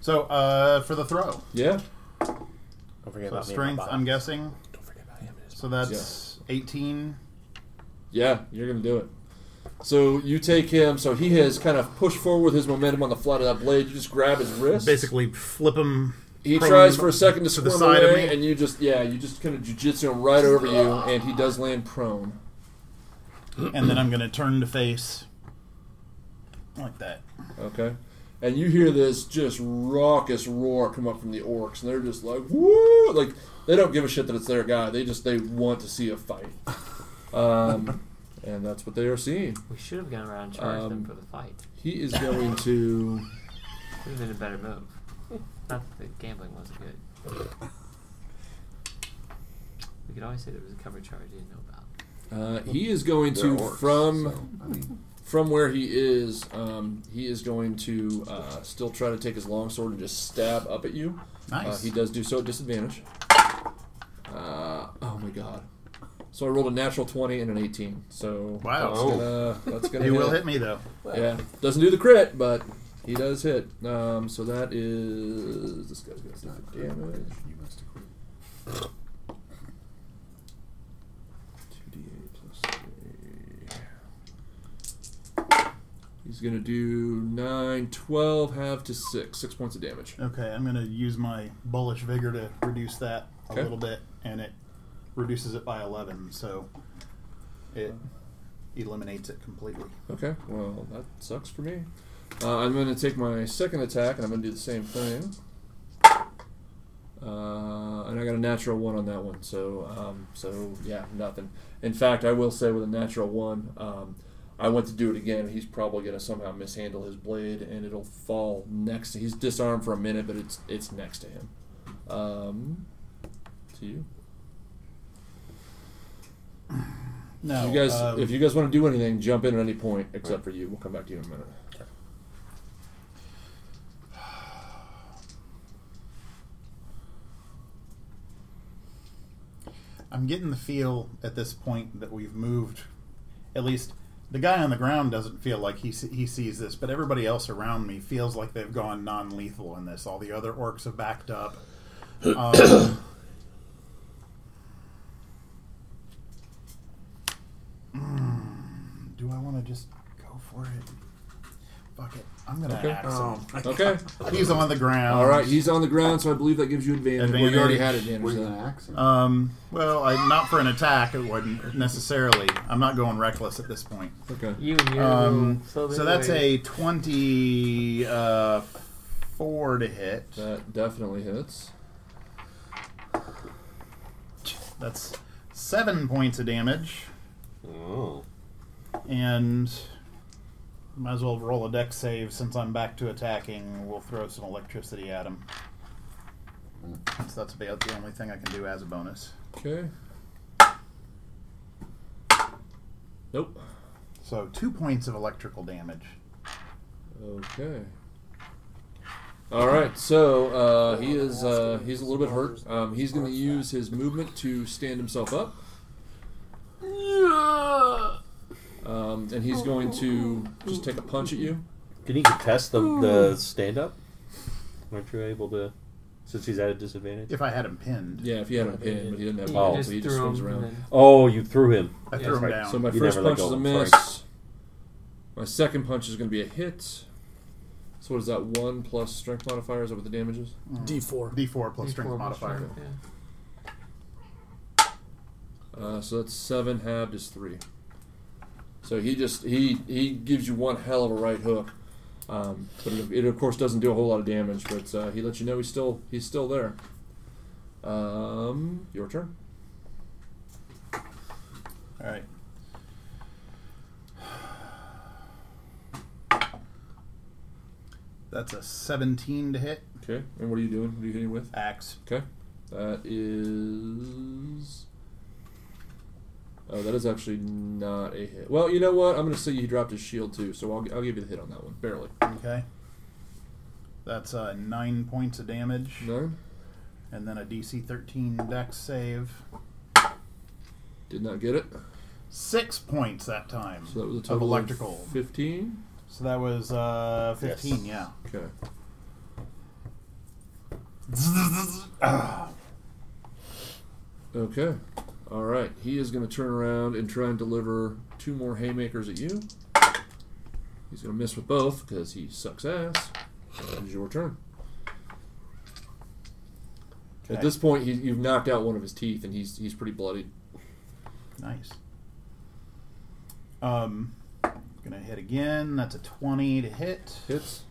Speaker 9: So uh, for the throw,
Speaker 2: Yeah.
Speaker 4: Don't forget about me
Speaker 9: so
Speaker 4: and my
Speaker 9: strength.
Speaker 4: box.
Speaker 9: I'm guessing.
Speaker 6: Don't forget about him. and his-
Speaker 9: So that's eighteen.
Speaker 2: Yeah, you're gonna do it. So you take him. So he has kind of pushed forward with his momentum on the flat of that blade. You just grab his wrist.
Speaker 11: Basically, flip him.
Speaker 2: he
Speaker 11: prone
Speaker 2: tries for a second to
Speaker 11: to the
Speaker 2: squirm
Speaker 11: side of
Speaker 2: away,
Speaker 11: me.
Speaker 2: and you just yeah, you just kind of jujitsu him right over you, and he does land prone.
Speaker 9: and then I'm gonna turn to face like that.
Speaker 2: Okay. And you hear this just raucous roar come up from the orcs, and they're just like, "Woo!" Like they don't give a shit that it's their guy. They just they want to see a fight, um, and that's what they are seeing.
Speaker 3: We should have gone around and charged them for the fight.
Speaker 2: He is going to.
Speaker 3: Would have been a better move. Not that the gambling wasn't good. We could always say there was a cover charge you didn't know about.
Speaker 2: Uh, he is going
Speaker 8: They're
Speaker 2: to
Speaker 8: orcs,
Speaker 2: from
Speaker 8: so, I mean,
Speaker 2: from where he is. Um, he is going to uh, still try to take his longsword and just stab up at you. Uh,
Speaker 9: Nice.
Speaker 2: he does do so at disadvantage. Uh, oh my god! So I rolled a natural twenty and an eighteen. So
Speaker 9: Wow.
Speaker 2: that's gonna, that's gonna
Speaker 9: He will hit me though.
Speaker 2: Yeah, doesn't do the crit, but he does hit. Um, so that is this guy's
Speaker 8: it's
Speaker 2: gonna
Speaker 8: not
Speaker 2: do the damage.
Speaker 8: damage. You must have quit.
Speaker 2: 2d8 plus 3. He's going to do 9, 12, half to 6. 6 points of damage.
Speaker 9: Okay, I'm gonna use my bullish vigor to reduce that a
Speaker 2: Okay.
Speaker 9: little bit, and it reduces it by eleven, so it
Speaker 2: Uh,
Speaker 9: eliminates it completely.
Speaker 2: Okay, well, that sucks for me. Uh, I'm going to take my second attack, and I'm going to do the same thing. Uh, and I got a natural one on that one, so um, so yeah, nothing. In fact, I will say with a natural one, um, I went to do it again. He's probably going to somehow mishandle his blade, and it'll fall next. to He's disarmed for a minute, but it's it's next to him. Um, to you,
Speaker 9: No,
Speaker 2: you guys.
Speaker 9: um,
Speaker 2: if you guys want to do anything, jump in at any point except for you. We'll come back to you in a minute.
Speaker 9: I'm getting the feel at this point that we've moved. At least the guy on the ground doesn't feel like he se- he sees this, but everybody else around me feels like they've gone non-lethal in this. All the other orcs have backed up. Um, [coughs] Mm, do I want to just go for it? Fuck it. I'm gonna
Speaker 2: Okay.
Speaker 9: axe him.
Speaker 2: Okay.
Speaker 9: He's on the ground.
Speaker 2: Oh. All right, he's on the ground, so I believe that gives you advantage. Well, you already had
Speaker 8: Were
Speaker 2: advantage.
Speaker 8: you
Speaker 2: Then.
Speaker 8: gonna axe him?
Speaker 9: Um, well, I, not for an attack, it wouldn't necessarily. I'm not going reckless at this point.
Speaker 2: Okay.
Speaker 3: You and your
Speaker 9: Um,
Speaker 3: little
Speaker 9: so
Speaker 3: silver
Speaker 9: that's
Speaker 3: blade.
Speaker 9: a 24 to hit.
Speaker 2: That definitely hits.
Speaker 9: That's seven points of damage.
Speaker 10: Oh.
Speaker 9: And might as well roll a deck save since I'm back to attacking. We'll throw some electricity at him. So that's about the only thing I can do as a bonus.
Speaker 2: Okay. Nope.
Speaker 9: So two points of electrical damage.
Speaker 2: Okay. All right, so uh, he is uh, he's a little bit hurt. Um, he's going to use his movement to stand himself up, um, and he's going to just take a punch at you.
Speaker 10: Can he contest the, the stand up? Aren't you able to? Since he's at a disadvantage?
Speaker 9: If I had him pinned,
Speaker 2: Yeah, if he had a pin, but he didn't have
Speaker 3: You
Speaker 2: a pin,
Speaker 10: just
Speaker 2: so Oh, he just swings
Speaker 3: him
Speaker 2: around.
Speaker 3: and
Speaker 10: Oh, you threw him.
Speaker 9: I threw him
Speaker 10: right.
Speaker 9: down.
Speaker 2: So my
Speaker 10: You
Speaker 2: first
Speaker 10: never let
Speaker 2: punch
Speaker 10: go
Speaker 2: is a
Speaker 10: of them,
Speaker 2: miss.
Speaker 10: sorry.
Speaker 2: My second punch is going to be a hit. So what is that? One plus strength modifier. Is that what the damage is?
Speaker 7: D4.
Speaker 9: D4 plus strength
Speaker 3: Four plus
Speaker 9: modifier.
Speaker 3: strength, yeah.
Speaker 2: Uh, so that's seven halved is three. So he just he he gives you one hell of a right hook, um, but it, it of course doesn't do a whole lot of damage. But uh, he lets you know he's still he's still there. Um, your turn.
Speaker 9: All right. That's a 17 to hit.
Speaker 2: Okay, and what are you doing? What are you hitting with?
Speaker 9: Axe.
Speaker 2: Okay, that is. Oh, that is actually not a hit. Well, you know what? I'm going to say he dropped his shield too, so I'll, I'll give you the hit on that one. Barely.
Speaker 9: Okay. That's uh, 9 points of damage.
Speaker 2: Nine.
Speaker 9: And then a DC 13 dex save.
Speaker 2: Did not get it.
Speaker 9: 6 points that time.
Speaker 2: So that was a
Speaker 9: of
Speaker 2: total
Speaker 9: electrical.
Speaker 2: Of 15.
Speaker 9: so that was uh, 15,
Speaker 2: Okay.
Speaker 9: yeah.
Speaker 2: Okay. All right. He is going to turn around and try and deliver two more haymakers at you. He's going to miss with both because he sucks ass. It is your turn. At
Speaker 9: Okay.
Speaker 2: this point, he, you've knocked out one of his teeth, and he's he's pretty bloodied.
Speaker 9: Nice. Um, gonna hit again. That's a twenty to hit.
Speaker 2: Hits.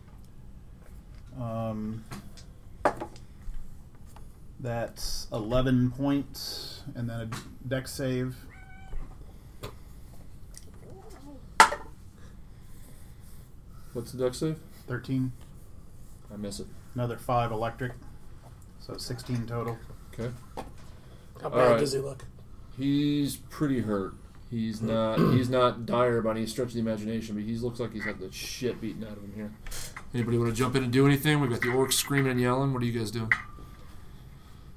Speaker 9: Um, that's eleven points, and then a deck save.
Speaker 2: What's the duck save?
Speaker 9: Thirteen.
Speaker 2: I miss it.
Speaker 9: Another five electric. So sixteen total.
Speaker 2: Okay.
Speaker 7: How
Speaker 2: All
Speaker 7: bad
Speaker 2: right.
Speaker 7: does he look?
Speaker 2: He's pretty hurt. He's not he's not dire by any stretch of the imagination, but he looks like he's had the shit beaten out of him here. Anybody want to jump in and do anything? We've got the orcs screaming and yelling. What are you guys doing?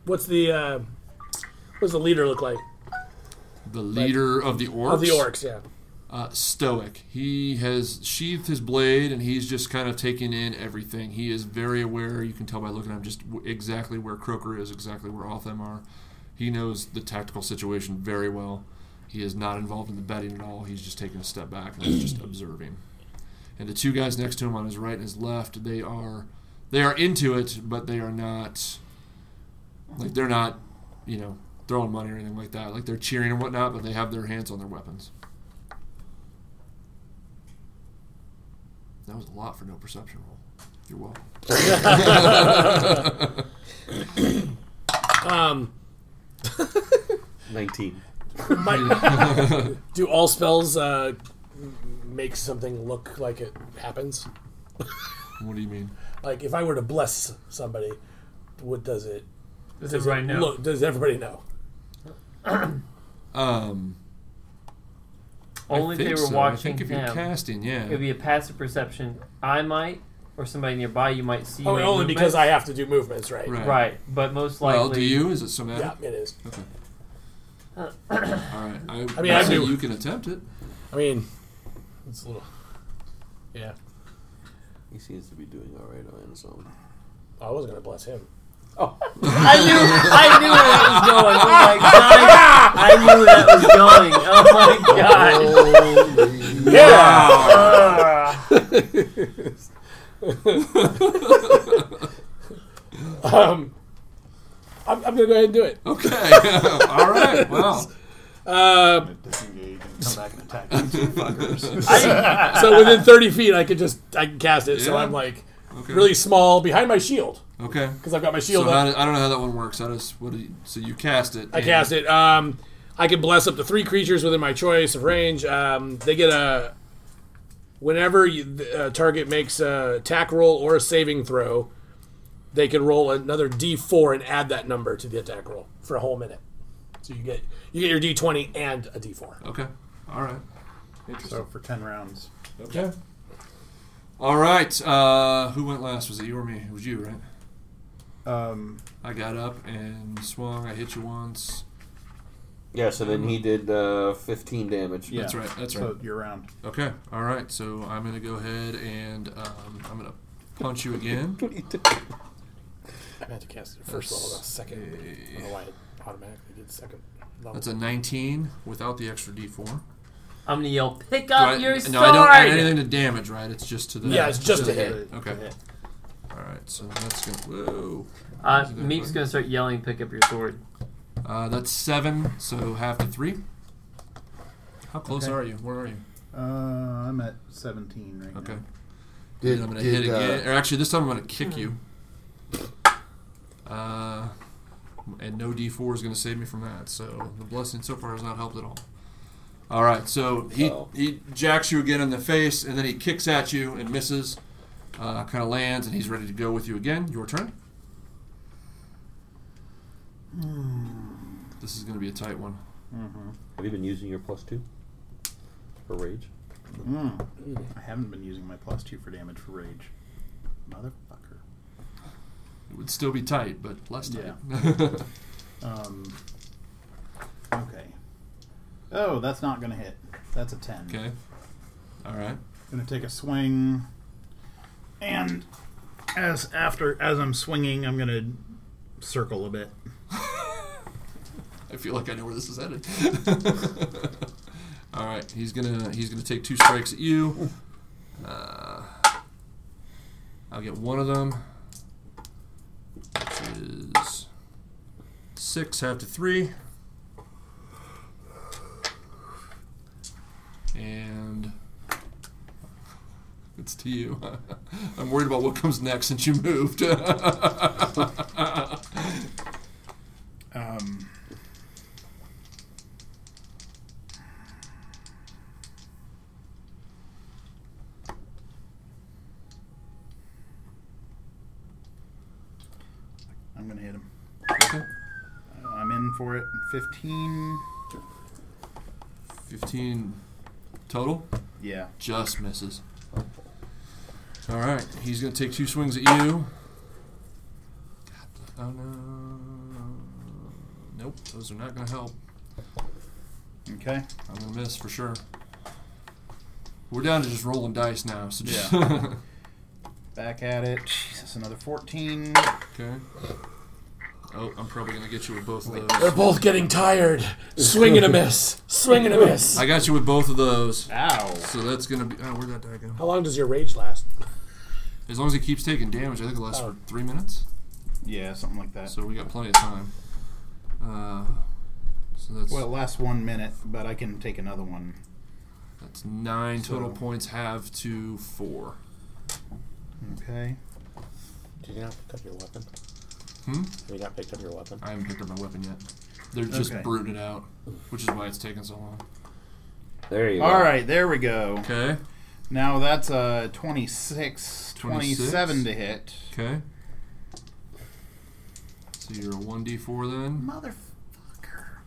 Speaker 7: What's the uh, what's the leader look like
Speaker 2: The leader of the orcs.
Speaker 7: of the orcs? Yeah.
Speaker 2: Uh, stoic. He has sheathed his blade and he's just kind of taking in everything. He is very aware. You can tell by looking at him just w- exactly where Croker is, exactly where all of them are. He knows the tactical situation very well. He is not involved in the betting at all. He's just taking a step back and he's just observing. And the two guys next to him on his right and his left, they are they are into it, but they are not like they're not, you know, throwing money or anything like that. Like they're cheering and whatnot, but they have their hands on their weapons. That was a lot for no perception roll. You're welcome.
Speaker 7: Um,
Speaker 10: 19.
Speaker 7: my- [laughs] do all spells uh, m- make something look like it happens?
Speaker 2: What do you mean?
Speaker 7: Like if I were to bless somebody, what does it?
Speaker 5: Does
Speaker 7: Does
Speaker 5: everybody
Speaker 7: it
Speaker 5: know?
Speaker 7: Look, does everybody know?
Speaker 2: Um,
Speaker 5: Only
Speaker 2: I
Speaker 5: if they
Speaker 2: think
Speaker 5: were
Speaker 2: so.
Speaker 5: watching
Speaker 2: I think if
Speaker 5: him,
Speaker 2: you're casting,
Speaker 5: it would
Speaker 2: yeah.
Speaker 5: be a passive perception. I might, or somebody nearby, you might see.
Speaker 7: Oh,
Speaker 5: my
Speaker 7: only because I
Speaker 5: movements.
Speaker 7: have to do movements, right?
Speaker 2: Right.
Speaker 5: Right, but most likely.
Speaker 2: Well, do you? Is it somatic?
Speaker 7: Yeah, it is.
Speaker 2: All right. I,
Speaker 7: I mean, I
Speaker 2: say
Speaker 7: do.
Speaker 2: You can attempt it.
Speaker 7: I mean, it's a little. Yeah,
Speaker 10: He seems to be doing all right on his own.
Speaker 7: I was gonna bless him.
Speaker 5: I knew, I knew where that was going. Oh my god! I knew where that was going. Oh my god!
Speaker 8: Holy
Speaker 7: Um, I'm, I'm gonna go ahead and do it.
Speaker 2: Okay. [laughs] All right.
Speaker 7: [laughs]
Speaker 2: Wow.
Speaker 7: Uh,
Speaker 9: Disengage and come back and attack these two fuckers.
Speaker 7: so within 30 feet, I could just I can cast it. So
Speaker 2: Yeah.
Speaker 7: I'm like
Speaker 2: Okay.
Speaker 7: really small behind my shield
Speaker 2: Okay.
Speaker 7: because I've got my shield
Speaker 2: So how
Speaker 7: up.
Speaker 2: do- I don't know how that one works. How does what? Do you, so you cast it.
Speaker 7: I cast it. Um, I can bless up to three creatures within my choice of range. Um, they get a whenever you, the uh, target makes a attack roll or a saving throw, they can roll another D4 and add that number to the attack roll for a whole minute. So you get you get your D20 and a D4.
Speaker 2: Okay. All right.
Speaker 9: [laughs] so for ten rounds.
Speaker 2: Okay. All right. Uh, who went last? Was it you or me? It was you, right?
Speaker 9: Um,
Speaker 2: I got up and swung. I hit you once.
Speaker 10: Yeah, so then he did uh, 15 damage.
Speaker 9: yeah.
Speaker 2: That's right. That's right.
Speaker 9: So your round.
Speaker 2: Okay. All right. So I'm gonna go ahead and um, I'm gonna punch you again.
Speaker 7: I meant to cast it first level, not second. I don't know why it automatically did second level.
Speaker 2: That's a 19 without the extra D4. Do
Speaker 5: I'm gonna yell, "Pick
Speaker 2: I,
Speaker 5: up your sword!"
Speaker 2: no, I don't add anything to damage, right? It's just to the.
Speaker 7: yeah, it's just a hit.
Speaker 2: Okay. All right. So that's gonna. Whoa.
Speaker 5: Uh, Meek's gonna start yelling, "Pick up your sword!"
Speaker 2: Uh, that's seven. So half to three. How close are you? Where are you?
Speaker 9: Uh, I'm at 17 right
Speaker 2: Okay.
Speaker 9: now.
Speaker 8: Did-
Speaker 2: and I'm gonna
Speaker 8: did,
Speaker 2: hit
Speaker 8: uh,
Speaker 2: again. or actually, this time I'm gonna kick you. Uh, and no D4 is gonna save me from that. So the blessing so far has not helped at all. All right, so he he jacks you again in the face, and then he kicks at you and misses. Uh, kind of lands, and he's ready to go with you again. Your turn.
Speaker 8: Hmm.
Speaker 2: This is gonna be a tight one.
Speaker 10: Have you been using your plus two for rage?
Speaker 9: Mm. I haven't been using my plus two for damage for rage. Motherfucker.
Speaker 2: It would still be tight, but less tight.
Speaker 9: Um, okay. Oh, that's not going to hit. That's a 10.
Speaker 2: [laughs] okay. All right.
Speaker 9: Going to take a swing. And as after as I'm swinging, I'm going to circle a bit.
Speaker 2: I feel like I know where this is headed. [laughs] All right, he's gonna he's gonna take two strikes at you. Uh, I'll get one of them, which is six half to three, and it's to you. [laughs] I'm worried about what comes next since you moved. [laughs]
Speaker 9: Um, I'm gonna hit him.
Speaker 2: okay.
Speaker 9: Uh, I'm in for it. 15.
Speaker 2: 15 total?
Speaker 9: Yeah.
Speaker 2: Just misses. All right, he's going to take two swings at you. Oh no. Nope, those are not going to help.
Speaker 9: Okay.
Speaker 2: I'm going to miss for sure. We're down to just rolling dice now, so just.
Speaker 9: Back at it. Jesus, another 14.
Speaker 2: [laughs] okay. Oh, I'm probably going to get you with both of those.
Speaker 7: They're both getting tired. Swing and a miss. Swing and a miss.
Speaker 2: I got you with both of those.
Speaker 9: Ow.
Speaker 2: So that's going to be. Oh, where'd that die go?
Speaker 7: How long does your rage last?
Speaker 2: As long as he keeps taking damage, I think it lasts for three minutes.
Speaker 9: Yeah, something like that.
Speaker 2: So we got plenty of time. Uh, so that's
Speaker 9: Well, it lasts one minute, but I can take another one.
Speaker 2: that's nine total
Speaker 9: so-
Speaker 2: points. Have to four.
Speaker 9: Okay.
Speaker 4: Did you not pick up your weapon?
Speaker 2: Hmm?
Speaker 4: Have you not picked up your weapon?
Speaker 2: I haven't picked up my weapon yet. They're just
Speaker 9: Okay.
Speaker 2: brooding it out, which is why it's taking so long.
Speaker 10: There you
Speaker 9: All
Speaker 10: go.
Speaker 9: right, there we go.
Speaker 2: Okay.
Speaker 9: Now that's a 26, 27
Speaker 2: 26?
Speaker 9: to hit.
Speaker 2: Okay. So you're a one d four then.
Speaker 9: Motherfucker.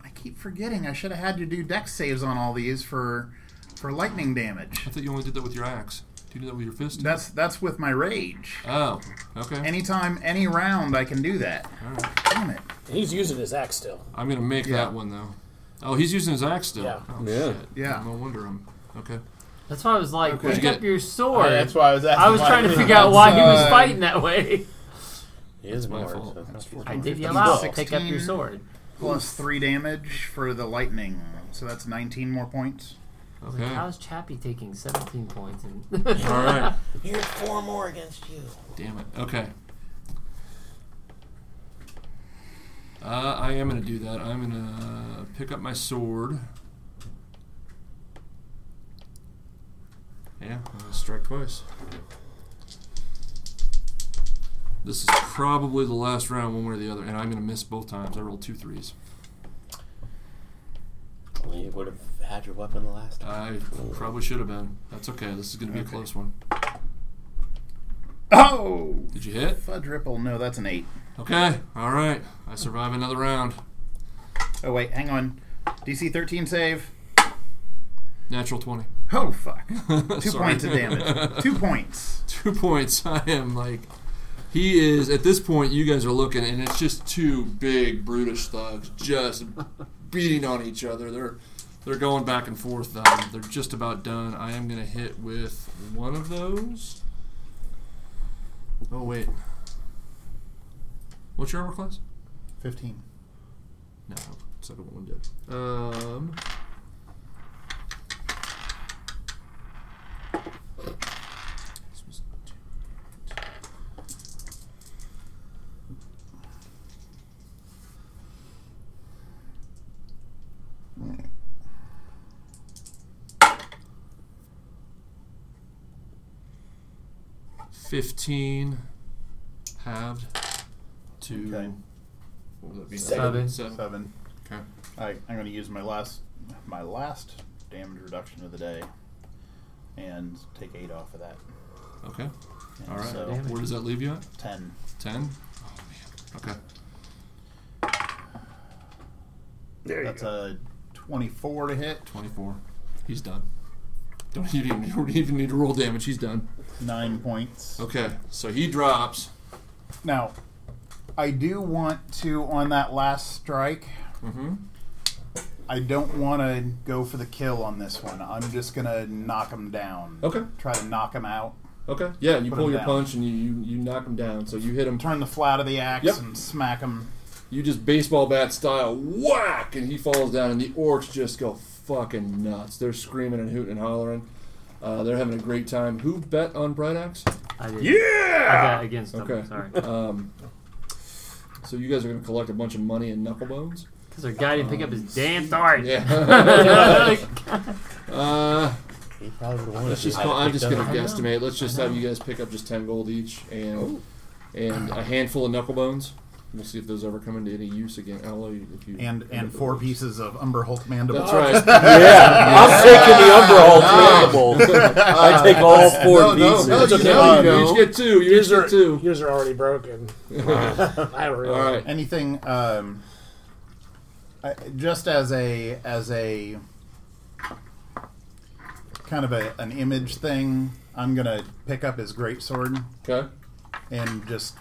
Speaker 9: I keep forgetting. I should have had you do deck saves on all these for for lightning damage.
Speaker 2: I thought you only did that with your axe. Do you do that with your fist?
Speaker 9: That's that's with my rage.
Speaker 2: Oh. Okay.
Speaker 9: Anytime, any round, I can do that.
Speaker 2: All right.
Speaker 9: Damn it.
Speaker 7: He's using his axe still.
Speaker 2: I'm gonna make
Speaker 9: Yeah.
Speaker 2: that one though. Oh, he's using his axe still.
Speaker 7: Yeah.
Speaker 2: Oh,
Speaker 10: Yeah.
Speaker 2: Shit.
Speaker 9: Yeah.
Speaker 2: No wonder I'm. Okay.
Speaker 5: That's why I was like,
Speaker 9: Okay.
Speaker 5: pick
Speaker 2: You
Speaker 5: up
Speaker 2: get-
Speaker 5: your sword.
Speaker 4: that's why I was asking.
Speaker 5: I was
Speaker 4: why
Speaker 5: trying to
Speaker 4: he-
Speaker 5: figure out why he was
Speaker 9: Outside.
Speaker 5: fighting that way.
Speaker 4: He is
Speaker 2: my
Speaker 4: my
Speaker 2: fault.
Speaker 4: fault.
Speaker 5: I did
Speaker 9: 15,
Speaker 5: yell out, pick up
Speaker 9: 16,
Speaker 5: your sword.
Speaker 9: Plus three damage for the lightning. So that's 19 more points.
Speaker 2: Okay.
Speaker 5: How's Chappie taking 17 points? And [laughs]
Speaker 2: All right.
Speaker 12: Here's four more against you.
Speaker 2: Damn it. Okay. Uh, I am going to do that. I'm going to pick up my sword. Yeah, I'm going to strike twice. This is probably the last round, one way or the other, and I'm going to miss both times. I rolled two threes.
Speaker 4: Well, you would have had your weapon the last time.
Speaker 2: I probably should have been. That's okay. This is going to be a close one.
Speaker 9: Oh!
Speaker 2: Did you hit?
Speaker 9: Fudge Ripple. No, that's an 8.
Speaker 2: Okay. All right. I survive another round.
Speaker 9: Oh, wait, hang on. DC 13 save.
Speaker 2: Natural 20.
Speaker 9: Oh, fuck. [laughs] Two
Speaker 2: Sorry.
Speaker 9: points of damage. Two points.
Speaker 2: [laughs] two points. I am like, he is at this point. You guys are looking, and it's just two big brutish thugs just beating on each other. They're they're going back and forth. Um, they're just about done. I am gonna hit with one of those. Oh wait, what's your armor class?
Speaker 9: 15.
Speaker 2: No, second one did. Um. this was two, two. 15 halved to what would that be?
Speaker 9: Seven.
Speaker 2: Seven.
Speaker 9: Seven.
Speaker 2: Okay.
Speaker 9: I, I'm going to use my last my last damage reduction of the day, and take eight off of that.
Speaker 2: Okay.
Speaker 9: And
Speaker 2: All right.
Speaker 9: so-
Speaker 2: Where does that leave you at?
Speaker 9: Ten.
Speaker 2: Ten. Oh man. Okay.
Speaker 9: There That's a twenty-four to hit.
Speaker 2: Twenty-four. He's done. Don't even, you don't even need to roll damage. He's done.
Speaker 9: Nine points.
Speaker 2: Okay. So he drops.
Speaker 9: Now, I do want to on that last strike.
Speaker 2: Mm-hmm.
Speaker 9: I don't want to go for the kill on this one. I'm just gonna knock him down.
Speaker 2: Okay.
Speaker 9: Try to knock him out.
Speaker 2: Okay. Yeah. You
Speaker 9: Put
Speaker 2: pull
Speaker 9: him
Speaker 2: your
Speaker 9: down.
Speaker 2: punch and you, you you knock him down. So you hit him.
Speaker 9: Turn the flat of the axe
Speaker 2: Yep.
Speaker 9: and smack him.
Speaker 2: You just baseball bat style whack, and he falls down, and the orcs just go fucking nuts. They're screaming and hooting and hollering. Uh, they're having a great time. Who bet on Bright Axe?
Speaker 5: I did.
Speaker 2: Yeah.
Speaker 5: I bet against them,
Speaker 2: okay.
Speaker 5: sorry.
Speaker 2: Um, so you guys are gonna collect a bunch of money and knuckle bones.
Speaker 5: Because our guy didn't pick up his damn [laughs] dart.
Speaker 2: Yeah. uh,
Speaker 4: He probably would've wanted
Speaker 2: let's
Speaker 4: to.
Speaker 2: just
Speaker 4: I'd
Speaker 2: call,
Speaker 4: have
Speaker 2: I'm just
Speaker 4: picked
Speaker 2: gonna
Speaker 4: up- I know.
Speaker 2: guesstimate. Let's just
Speaker 4: I
Speaker 2: have
Speaker 4: know.
Speaker 2: you guys pick up just ten gold each and and a handful of knuckle bones. We'll see if those ever come into any use again. I don't know if you
Speaker 9: And and
Speaker 4: [laughs]
Speaker 9: four pieces of Umber Hulk mandible.
Speaker 2: That's right.
Speaker 4: Ah. [laughs]
Speaker 2: That's okay. You each get two. You each
Speaker 7: yours
Speaker 2: get
Speaker 7: are,
Speaker 2: two.
Speaker 5: [laughs]
Speaker 7: Yours are already broken. [laughs] I don't really.
Speaker 9: [laughs] Anything? Um, I, just as a as a kind of a, an image thing, I'm gonna pick up his greatsword.
Speaker 2: Okay.
Speaker 9: And just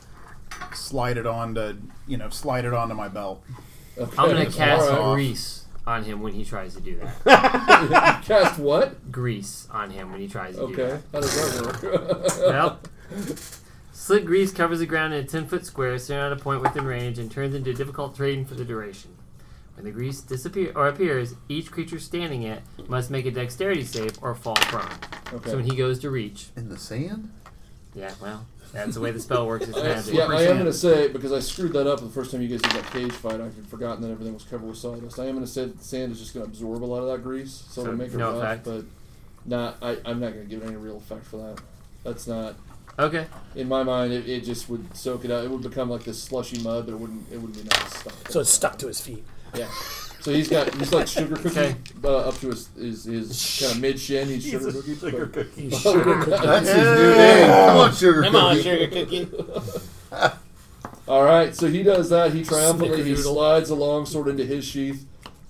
Speaker 9: slide it onto you know slide it onto my belt.
Speaker 5: I'm gonna cast
Speaker 9: Off.
Speaker 5: grease on him when he tries to do that.
Speaker 2: cast what?
Speaker 5: Grease on him when he tries to do
Speaker 2: Okay,
Speaker 5: that.
Speaker 2: how does that work? [laughs]
Speaker 5: well, slick grease covers the ground in a 10 foot square, centered at a point within range, and turns into difficult terrain for the duration. When the grease disappears or appears, each creature standing it must make a dexterity save or fall prone.
Speaker 2: Okay.
Speaker 5: So when he goes to reach,
Speaker 13: in the sand.
Speaker 5: Yeah, well, that's the way the spell works.
Speaker 4: [laughs]
Speaker 5: It's
Speaker 2: I-
Speaker 5: magic.
Speaker 2: yeah, I am going to say, because I screwed that up the first time you guys did that cage fight, I had forgotten that everything was covered with sawdust. I am going to say that the sand is just going to absorb a lot of that grease, so,
Speaker 5: So
Speaker 2: it'll make it
Speaker 5: no
Speaker 2: rough,
Speaker 5: effect?
Speaker 2: but not, I, I'm not going to give it any real effect for that. That's not.
Speaker 5: Okay.
Speaker 2: In my mind, it, it just would soak it up. It would become like this slushy mud, but it wouldn't, it wouldn't be nice stuff.
Speaker 7: So it's stuck to his feet.
Speaker 2: Yeah. So he's got he's like sugar cookie
Speaker 7: Okay.
Speaker 2: uh, up to his his, his kind of mid shin. He's
Speaker 7: He's
Speaker 2: sugar
Speaker 7: a
Speaker 2: cookie.
Speaker 7: sugar
Speaker 2: but-
Speaker 7: cookie. He's
Speaker 2: [laughs]
Speaker 7: sugar cookie. That's
Speaker 13: his new name. Come on, sugar
Speaker 7: Come on,
Speaker 13: cookie.
Speaker 7: sugar
Speaker 2: All right. So he does that. He triumphantly he
Speaker 7: Snickerdoodle.
Speaker 2: slides a long sword into his sheath,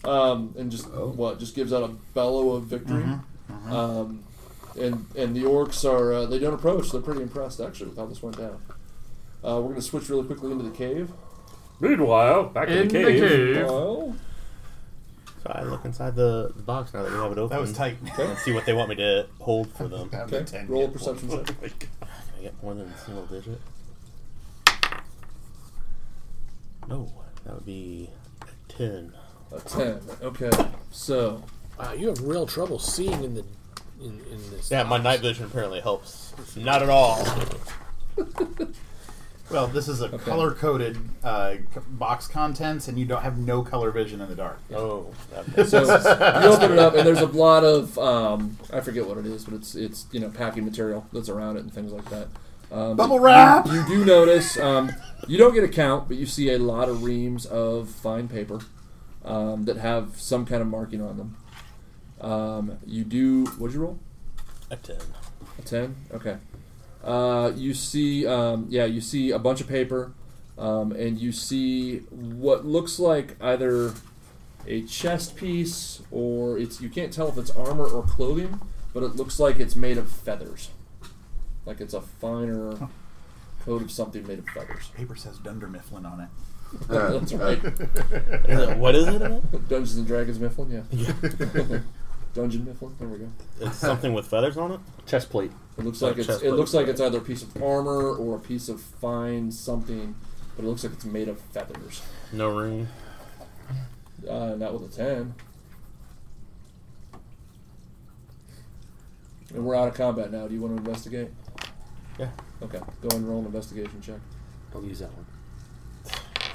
Speaker 2: um, and just what just gives out a bellow of victory.
Speaker 9: Mhm, mhm.
Speaker 2: Um, and and the orcs are uh, they don't approach. They're pretty impressed actually with how this went down. Uh, we're gonna switch really quickly into the cave.
Speaker 10: Meanwhile, back in the In the cave. cave.
Speaker 2: Well,
Speaker 4: So I look inside the, the box now that we have it open.
Speaker 9: That was tight.
Speaker 4: And see what they want me to hold for them. [laughs]
Speaker 9: Out of Okay. 10,
Speaker 2: Roll a perception check.
Speaker 4: Can I get more than a single digit? No, that would be a 10.
Speaker 2: A 10. Okay, so.
Speaker 7: Wow, you have real trouble seeing in the in, in this.
Speaker 4: Yeah, my night vision apparently helps. Not at all.
Speaker 9: [laughs] Well, this is a color coded uh, c- box contents, and you don't have no color vision in the dark.
Speaker 4: Oh,
Speaker 2: So you open it up, and there's a lot of um, I forget what it is, but it's it's you know packing material that's around it and things like that. Um,
Speaker 9: Bubble
Speaker 2: you-
Speaker 9: wrap!
Speaker 2: You, do notice um, you don't get a count, but you see a lot of reams of fine paper um, that have some kind of marking on them. Um, you do what'd you roll?
Speaker 4: A ten.
Speaker 2: A ten. Okay. Uh, you see, um, yeah, you see a bunch of paper, um, and you see what looks like either a chest piece or it's you can't tell if it's armor or clothing, but it looks like it's made of feathers, like it's a finer coat of something made of feathers.
Speaker 9: Paper says Dunder
Speaker 11: [laughs]
Speaker 9: Mifflin on it.
Speaker 2: That's [laughs] right.
Speaker 4: Is it- what is [laughs] it again?
Speaker 2: Dungeons and Dragons Mifflin, [laughs] yeah. Dungeon Mifflin. There we go.
Speaker 4: It's something with feathers on it?
Speaker 10: Chest plate.
Speaker 2: It looks
Speaker 4: Oh,
Speaker 2: like it's
Speaker 4: chest
Speaker 2: it
Speaker 4: plate.
Speaker 2: looks like it's either a piece of armor or a piece of fine something, but it looks like it's made of feathers.
Speaker 4: No ring.
Speaker 2: Uh, not with a ten. And we're out of combat now. Do you want to investigate?
Speaker 4: Yeah.
Speaker 2: Okay. Go and roll an investigation check.
Speaker 10: I'll use that one.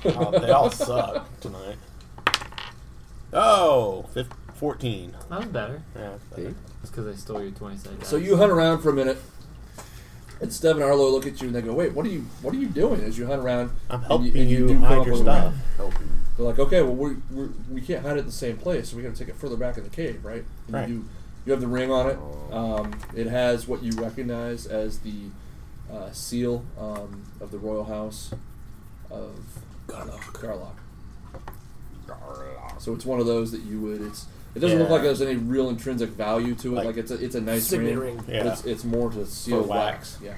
Speaker 4: Oh, they all suck tonight. Oh, fif- 14.
Speaker 5: That was better.
Speaker 4: Yeah, that's better.
Speaker 5: That's because I stole your 20 seconds.
Speaker 2: So you hunt around for a minute, And Steb and Arlo look at you and they go, "Wait, what are you? What are you doing?" As you hunt around,
Speaker 4: I'm
Speaker 2: and
Speaker 4: helping
Speaker 2: and do
Speaker 4: you
Speaker 2: come
Speaker 4: hide
Speaker 2: up
Speaker 4: your
Speaker 2: with a
Speaker 4: stuff.
Speaker 2: round. They're like, "Okay, well, we're, we're, we can't hide it in the same place, so we got to take it further back in the cave, right?" And
Speaker 4: Right.
Speaker 2: You, do- you have the ring on it. Um, it has what you recognize as the uh, seal um, of the royal house of Garlock. Garlock. So it's one of those that you would. It's it doesn't look
Speaker 4: Yeah.
Speaker 2: like there's any real intrinsic value to it. Like, it's a it's a nice
Speaker 7: signet
Speaker 2: ring,
Speaker 7: ring.
Speaker 2: but
Speaker 7: Yeah.
Speaker 2: it's it's more to seal
Speaker 4: wax.
Speaker 2: wax. Yeah.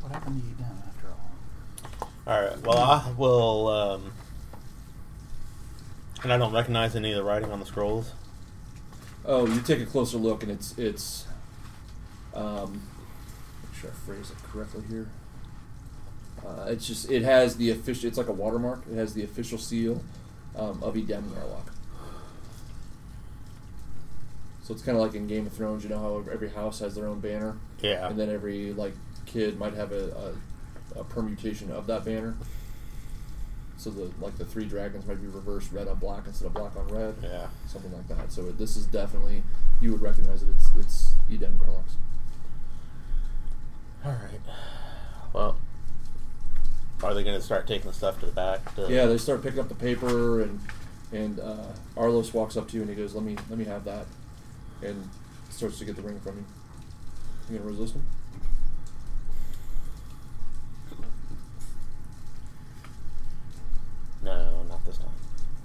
Speaker 9: What happened to you down after all?
Speaker 4: All right. Well, I will. Um, and I don't recognize any of the writing on the scrolls.
Speaker 2: Oh, you take a closer look, and it's it's. Um, make sure I phrase it correctly here. Uh, it's just it has the official. It's like a watermark. It has the official seal um, of Edem Garlock. So it's kind of like in Game of Thrones. You know how every house has their own banner.
Speaker 4: Yeah.
Speaker 2: And then every like kid might have a, a, a permutation of that banner. So the like the three dragons might be reversed red on black instead of black on red.
Speaker 4: Yeah.
Speaker 2: Something like that. So this is definitely you would recognize it. It's it's Edem Garlock's.
Speaker 4: All right. Well, are they going to start taking stuff to the back? To,
Speaker 2: Yeah, they start picking up the paper, and and uh, Arlos walks up to you and he goes, "Let me let me have that," and starts to get the ring from you. You gonna resist him?
Speaker 4: No, not this time.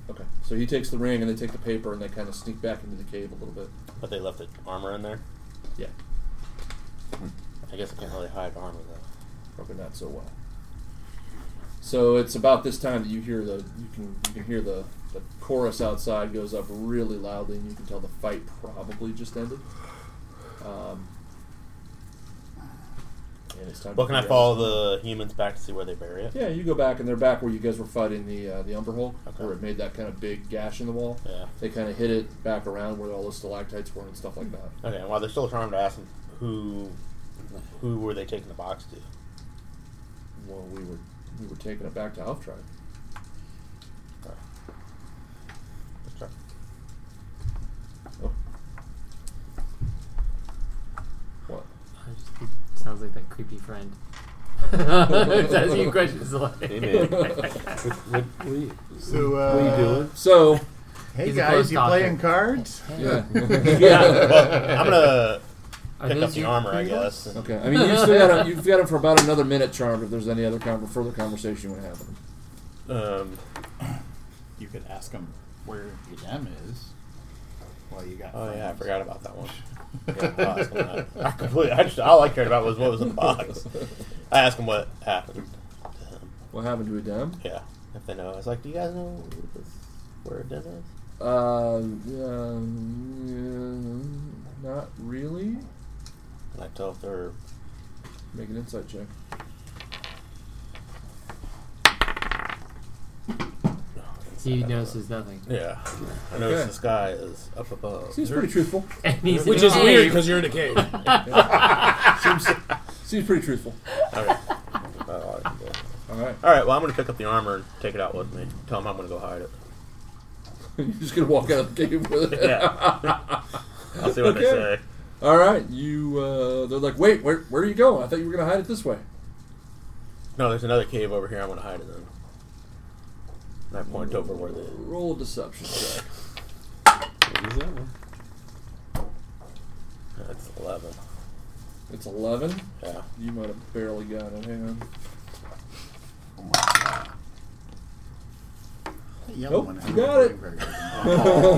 Speaker 2: Okay. So he takes the ring and they take the paper and they kind of sneak back into the cave a little bit.
Speaker 4: But they left the armor in there.
Speaker 2: Yeah.
Speaker 4: I guess I can't really hide armor though.
Speaker 2: Probably not so well. So it's about this time that you hear the you can you can hear the, the chorus outside goes up really loudly and you can tell the fight probably just ended. Um, and it's time.
Speaker 4: Well,
Speaker 2: to
Speaker 4: can I
Speaker 2: figure out-
Speaker 4: follow the humans back to see where they bury it?
Speaker 2: Yeah, you go back and they're back where you guys were fighting the uh, the Umber Hulk,
Speaker 4: Okay.
Speaker 2: where it made that kind of big gash in the wall.
Speaker 4: Yeah.
Speaker 2: They kind of hit it back around where all the stalactites were and stuff like that.
Speaker 4: Okay. While they're still trying to ask them who, who were they taking the box to?
Speaker 2: Well, we were we were taking it back to Alftribe.
Speaker 4: Okay.
Speaker 2: Oh. What?
Speaker 5: I just- he sounds like that creepy friend. [laughs] Asking you
Speaker 4: [laughs]
Speaker 5: questions a lot.
Speaker 10: Hey, man. What- what- what are you-
Speaker 11: So,
Speaker 10: what are you
Speaker 11: uh,
Speaker 10: doing?
Speaker 2: So,
Speaker 11: Hey
Speaker 5: He's a
Speaker 11: guys,
Speaker 5: ghost
Speaker 11: you
Speaker 5: doctor.
Speaker 11: playing cards?
Speaker 2: Yeah.
Speaker 4: yeah. Well, I'm gonna
Speaker 5: Are
Speaker 4: pick up
Speaker 5: those
Speaker 4: the
Speaker 5: you-
Speaker 4: armor, I
Speaker 5: these
Speaker 4: guess. and-
Speaker 2: Okay. I mean, you still got you've got him for about another minute, charmed. If there's any other con- further conversation you want to have with him.
Speaker 4: Um,
Speaker 11: You could ask him where Edem is. Well, you got.
Speaker 4: [laughs] oh yeah, I
Speaker 11: friends.
Speaker 4: forgot about that one. Yeah, I'll ask him that. I completely. I just, all I cared about was what was in the box.
Speaker 2: [laughs]
Speaker 4: I asked him what happened. to him.
Speaker 2: What happened to Adam?
Speaker 4: Yeah, if they know, I was like, "Do you guys know where it is?"
Speaker 2: Uh, um, yeah, not really.
Speaker 4: And I tell if they're
Speaker 2: Make an insight check.
Speaker 5: He notices nothing.
Speaker 4: Yeah. I notice
Speaker 2: Okay.
Speaker 4: this guy is up above.
Speaker 2: Seems pretty truthful.
Speaker 5: And he's
Speaker 7: Which
Speaker 5: in a
Speaker 7: is weird [laughs]
Speaker 5: cave.
Speaker 7: because you're in a cave.
Speaker 2: Seems seems pretty truthful.
Speaker 4: Okay. About all I can do.
Speaker 2: All right.
Speaker 4: All right. Well, I'm gonna pick up the armor and take it out with me. Tell him I'm gonna go
Speaker 2: [laughs]
Speaker 4: hide it.
Speaker 2: [laughs] You're just gonna walk out of the cave with it.
Speaker 4: Yeah. I'll see what they
Speaker 2: Okay.
Speaker 4: say.
Speaker 2: All right. You. Uh, they're like, wait, where, where are you going? I thought you were gonna hide it this way.
Speaker 4: No, there's another cave over here. I'm gonna hide it in. And I point over where the
Speaker 2: Roll a deception check.
Speaker 10: What is that one?
Speaker 4: that's eleven.
Speaker 2: It's eleven.
Speaker 4: Yeah.
Speaker 2: You might have barely got it. Hang [laughs] on.
Speaker 11: The yellow
Speaker 2: Oh,
Speaker 11: one
Speaker 2: you
Speaker 11: has
Speaker 2: got it.
Speaker 11: a very-
Speaker 2: [laughs]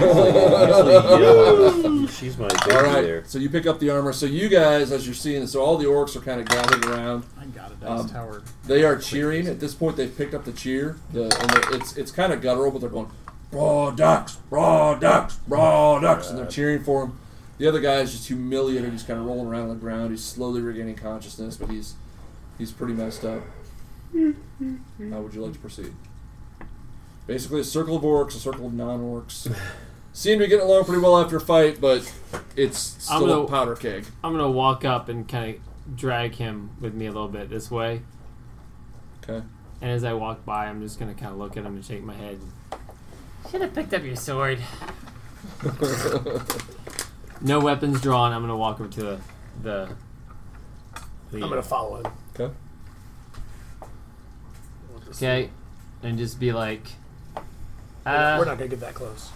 Speaker 10: Usually, usually, [laughs] yeah, she's my baby
Speaker 2: All right.
Speaker 10: there.
Speaker 2: So you pick up the armor. So you guys, as you're seeing, so all the orcs are kind of gathered around.
Speaker 11: I got a dice
Speaker 2: Um,
Speaker 11: tower.
Speaker 2: They are cheering. At this point, they've picked up the cheer. The, and they- it's it's kind of guttural, but they're going, raw ducks, raw ducks, raw ducks, and they're cheering for him. The other guy is just humiliated. He's kind of rolling around on the ground. He's slowly regaining consciousness, but he's he's pretty messed up. How would you like to proceed? Basically, a circle of orcs, a circle of [sighs] non-orcs. Seem to be getting along pretty well after a fight, but it's
Speaker 5: I'm
Speaker 2: still
Speaker 5: gonna-
Speaker 2: a powder keg.
Speaker 5: I'm gonna walk up and kind of drag him with me a little bit this way.
Speaker 2: Okay.
Speaker 5: And as I walk by, I'm just gonna kind of look at him and shake my head. Should have picked up your [laughs] sword. No weapons drawn. I'm gonna walk over to the, the Lead.
Speaker 7: I'm gonna follow him.
Speaker 2: Okay.
Speaker 5: Okay, and just be like,
Speaker 7: We're-
Speaker 5: uh,
Speaker 7: We're not gonna get that close.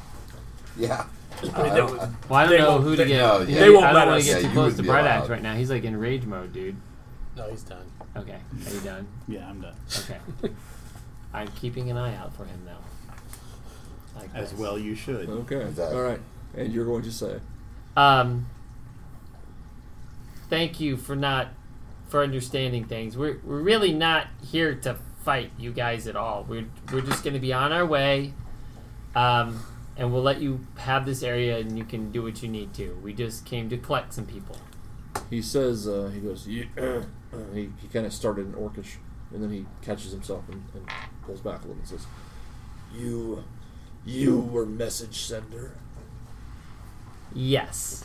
Speaker 8: Yeah.
Speaker 7: I mean, they would-
Speaker 5: well, I don't
Speaker 7: they
Speaker 5: know
Speaker 7: won't-
Speaker 5: who to
Speaker 7: they-
Speaker 5: get.
Speaker 7: no,
Speaker 5: who-
Speaker 7: yeah. They won't
Speaker 5: I
Speaker 7: let
Speaker 5: don't want
Speaker 7: us.
Speaker 5: to get
Speaker 7: Yeah,
Speaker 5: too
Speaker 7: you
Speaker 5: close
Speaker 7: wouldn't
Speaker 5: to
Speaker 7: be
Speaker 5: Bright
Speaker 7: allowed.
Speaker 5: Axe right now. He's like in rage mode, dude.
Speaker 7: No, he's done.
Speaker 5: Okay, are you done?
Speaker 9: Yeah, I'm done.
Speaker 5: Okay, I'm keeping an eye out for him though. Likewise.
Speaker 9: As well you should.
Speaker 2: Okay. All right. And you're going to say,
Speaker 5: Um, thank you for not for understanding things. We're we're really not here to fight you guys at all. We're we're just going to be on our way, um, and we'll let you have this area and you can do what you need to. We just came to collect some people.
Speaker 2: he says, uh, he goes, yeah. uh," [clears throat] he, he kind of started in Orcish, and then he catches himself and, and pulls back a little and says, You, you were message sender.
Speaker 5: Yes.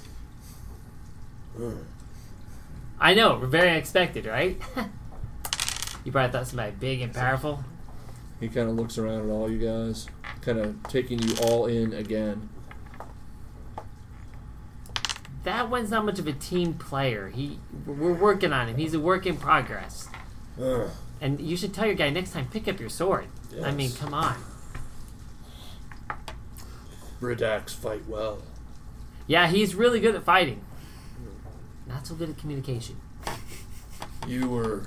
Speaker 5: I know, very unexpected, right? you probably thought somebody big and powerful.
Speaker 2: He kind of looks around at all you guys, kind of taking you all in again.
Speaker 5: That one's not much of a team player. He, we're working on him. He's a work in progress.
Speaker 2: Ugh.
Speaker 5: And you should tell your guy next time, pick up your sword. I mean,
Speaker 2: Yes.
Speaker 5: come on.
Speaker 2: Bridax fight well.
Speaker 5: Yeah, he's really good at fighting. Not so good at communication.
Speaker 2: You were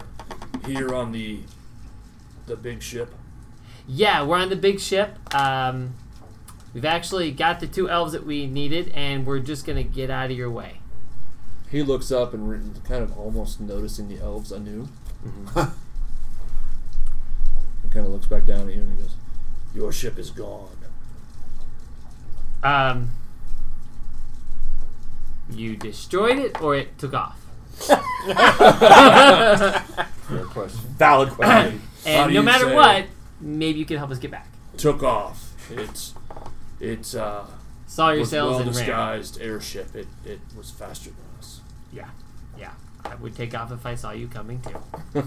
Speaker 2: here on the the big ship.
Speaker 5: Yeah, we're on the big ship. Um, we've actually got the two elves that we needed, and we're just gonna get out of your way.
Speaker 2: He looks up and re- kind of almost noticing the elves anew. Mm-hmm. he kind of looks back down at you and he goes, "Your ship is gone."
Speaker 5: Um, you destroyed it, or it took off.
Speaker 2: Fair question.
Speaker 10: Valid question.
Speaker 2: How
Speaker 5: and
Speaker 2: do
Speaker 5: no
Speaker 2: you
Speaker 5: matter
Speaker 2: say-
Speaker 5: what, maybe you can help us get back.
Speaker 2: Took off. It's it's uh
Speaker 5: Saw your
Speaker 2: was
Speaker 5: sails
Speaker 2: well
Speaker 5: and ran.
Speaker 2: disguised airship. It it was faster than us.
Speaker 5: Yeah, yeah. I would take off if I saw you coming
Speaker 2: [laughs]
Speaker 5: too.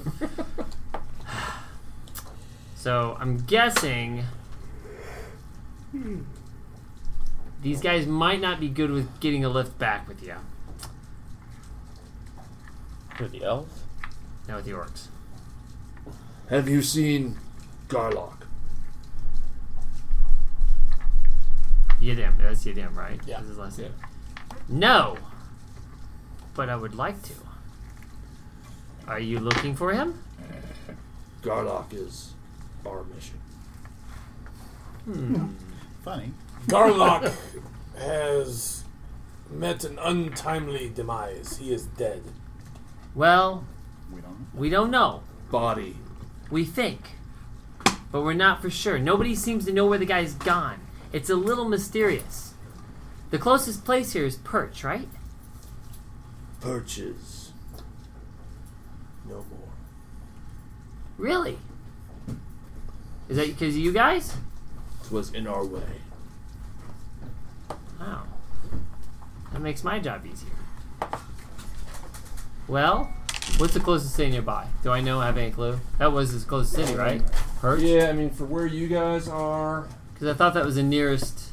Speaker 5: so I'm guessing these guys might not be good with getting a lift back with you.
Speaker 4: With the elves?
Speaker 5: No, with the orcs.
Speaker 2: Have you seen Garlock?
Speaker 5: Yidam, that's Yidam, right? Yeah. That's his last name. No, but I would like to. Are you looking for him?
Speaker 2: Garlock is our mission.
Speaker 7: Hmm.
Speaker 9: Funny.
Speaker 7: [laughs] Garlock has met an untimely demise. He is dead.
Speaker 5: Well, we don't know.
Speaker 2: Body.
Speaker 5: We think, but we're not for sure. Nobody seems to know where the guy's gone. It's a little mysterious. The closest place here is Perch, right?
Speaker 2: Perches. No more.
Speaker 5: Really? Is that because of you guys?
Speaker 2: was in our way.
Speaker 5: Wow. That makes my job easier. Well, what's the closest city nearby? Do I know? Have any clue? That was his closest city, right? Perch?
Speaker 2: Yeah, I mean, for where you guys are.
Speaker 5: Because I thought that was the nearest.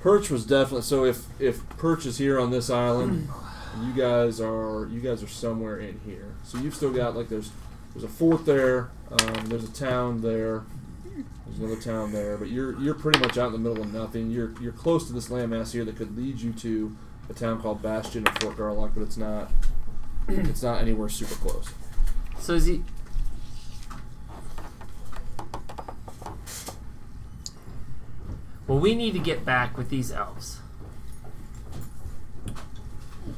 Speaker 2: Perch was definitely so. If if Perch is here on this island, and you guys are you guys are somewhere in here. So you've still got like there's there's a fort there. Um, there's a town there. There's another town there, but you're you're pretty much out in the middle of nothing. You're you're close to this landmass here that could lead you to a town called Bastion or Fort Garlock, but it's not it's not anywhere super close.
Speaker 5: So is he? Well, we need to get back with these elves.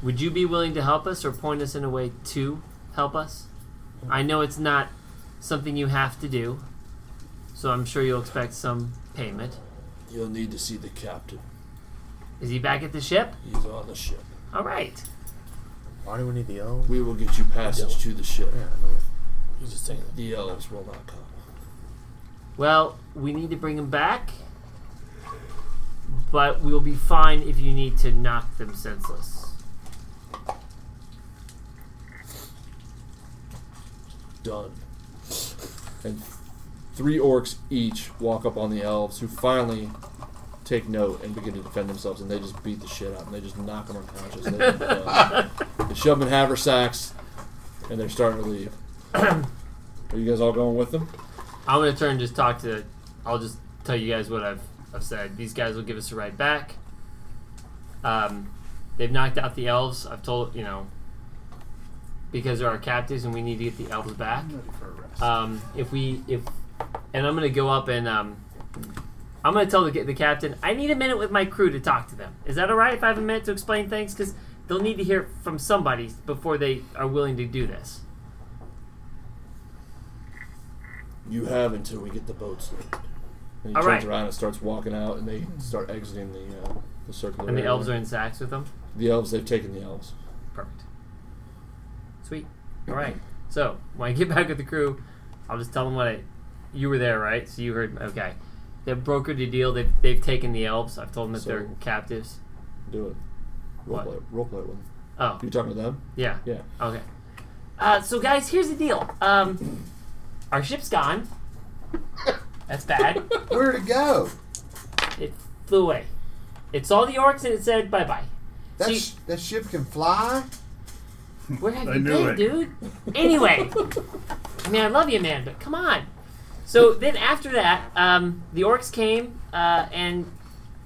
Speaker 5: Would you be willing to help us or point us in a way to help us? I know it's not something you have to do, so I'm sure you'll expect some payment.
Speaker 2: You'll need to see the captain.
Speaker 5: Is he back at the ship?
Speaker 2: He's on the ship.
Speaker 5: All right.
Speaker 4: Why do we need the elves?
Speaker 2: We will get you passage to the ship.
Speaker 4: Yeah, I know.
Speaker 7: He's just saying
Speaker 2: The elves will not come.
Speaker 5: Well, we need to bring them back, but we'll be fine if you need to knock them senseless.
Speaker 2: done. And three orcs each walk up on the elves, who finally take note and begin to defend themselves, and they just beat the shit out, and they just knock them unconscious. They, they shove them in haversacks, and they're starting to leave. Are you guys all going with them?
Speaker 5: I'm gonna turn and just talk to. I'll just tell you guys what I've I've said. These guys will give us a ride back. Um, they've knocked out the elves. I've told you know because they're our captives and we need to get the elves back. Um, if we if and I'm gonna go up and um, I'm gonna tell the, the captain I need a minute with my crew to talk to them. Is that all right if I have a minute to explain things? Because they'll need to hear it from somebody before they are willing to do this.
Speaker 2: You have until we get the boats loaded. And he
Speaker 5: All
Speaker 2: turns
Speaker 5: right.
Speaker 2: around and starts walking out, and they start exiting the uh, the circular.
Speaker 5: And the
Speaker 2: area.
Speaker 5: elves are in sacks with them.
Speaker 2: The elves, they've taken the elves.
Speaker 5: Perfect. Sweet. All right. So when I get back with the crew, I'll just tell them what I. You were there, right? So you heard. Okay. They brokered a deal. They've, they've taken the elves. I've told them that they're
Speaker 2: So-
Speaker 5: captives.
Speaker 2: Do it. Role
Speaker 5: What?
Speaker 2: play. Role play with them.
Speaker 5: Oh.
Speaker 2: You talking to them?
Speaker 5: Yeah.
Speaker 2: Yeah.
Speaker 5: Okay. Uh, so guys, here's the deal. Um, our ship's
Speaker 2: [laughs]
Speaker 5: gone. That's bad.
Speaker 8: Where'd it go?
Speaker 5: It flew away. It saw the orcs and it said bye bye.
Speaker 8: That, sh- that ship can fly?
Speaker 5: Where have
Speaker 8: I
Speaker 5: you
Speaker 8: knew
Speaker 5: been,
Speaker 8: it.
Speaker 5: dude?
Speaker 8: [laughs]
Speaker 5: Anyway, I mean, I love you, man, but come on. So then after that, um, the orcs came, uh, and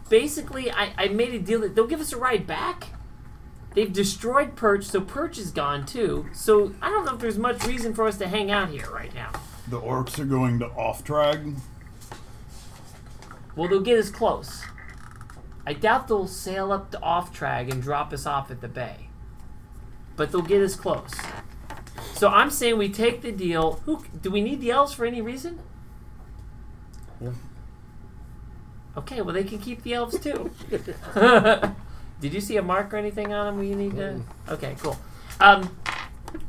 Speaker 5: basically, I, I made a deal that they'll give us a ride back. They've destroyed Perch, so Perch is gone too. So I don't know if there's much reason for us to hang out here right now.
Speaker 9: The orcs are going to off drag.
Speaker 5: Well, they'll get us close. I doubt they'll sail up to off track and drop us off at the bay. But they'll get us close. So I'm saying we take the deal. Who do we need the elves for any reason?
Speaker 2: No.
Speaker 5: Okay, well they can keep the elves
Speaker 7: [laughs]
Speaker 5: too. Did you see a mark or anything on them? We need to. Okay, cool. Um,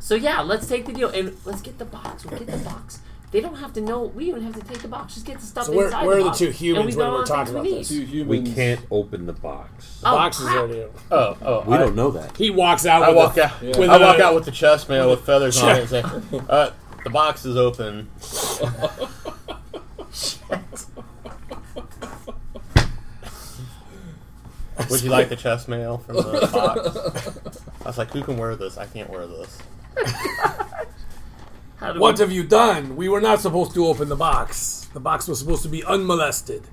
Speaker 5: so yeah, let's take the deal and let's get the box. We'll get the box. They don't have to know. We don't have to take the box. Just get the stuff
Speaker 7: So where-
Speaker 5: inside
Speaker 7: where are
Speaker 5: the
Speaker 7: the
Speaker 5: box,
Speaker 7: two
Speaker 5: and
Speaker 7: humans
Speaker 5: we
Speaker 7: when
Speaker 5: go
Speaker 7: we're
Speaker 5: on
Speaker 7: talking
Speaker 5: things
Speaker 7: about
Speaker 5: we
Speaker 7: this?
Speaker 5: need.
Speaker 7: Two humans.
Speaker 10: We can't open the box.
Speaker 5: Oh,
Speaker 7: box is
Speaker 5: crap.
Speaker 7: already open.
Speaker 4: Oh, oh.
Speaker 10: We
Speaker 4: I-
Speaker 10: don't know that.
Speaker 7: He walks out.
Speaker 4: I
Speaker 7: with
Speaker 4: walk
Speaker 7: a,
Speaker 4: out.
Speaker 7: With
Speaker 4: I walk
Speaker 7: a-
Speaker 4: out with the chest man with feathers on it. And [laughs] say,
Speaker 7: Sure.
Speaker 4: uh, the box is open. Would you like the chest mail from the [laughs] box? I was like, who can wear this? I can't wear this.
Speaker 5: How do
Speaker 7: What
Speaker 5: we-
Speaker 7: have you done? We were not supposed to open the box. The box was supposed to be unmolested.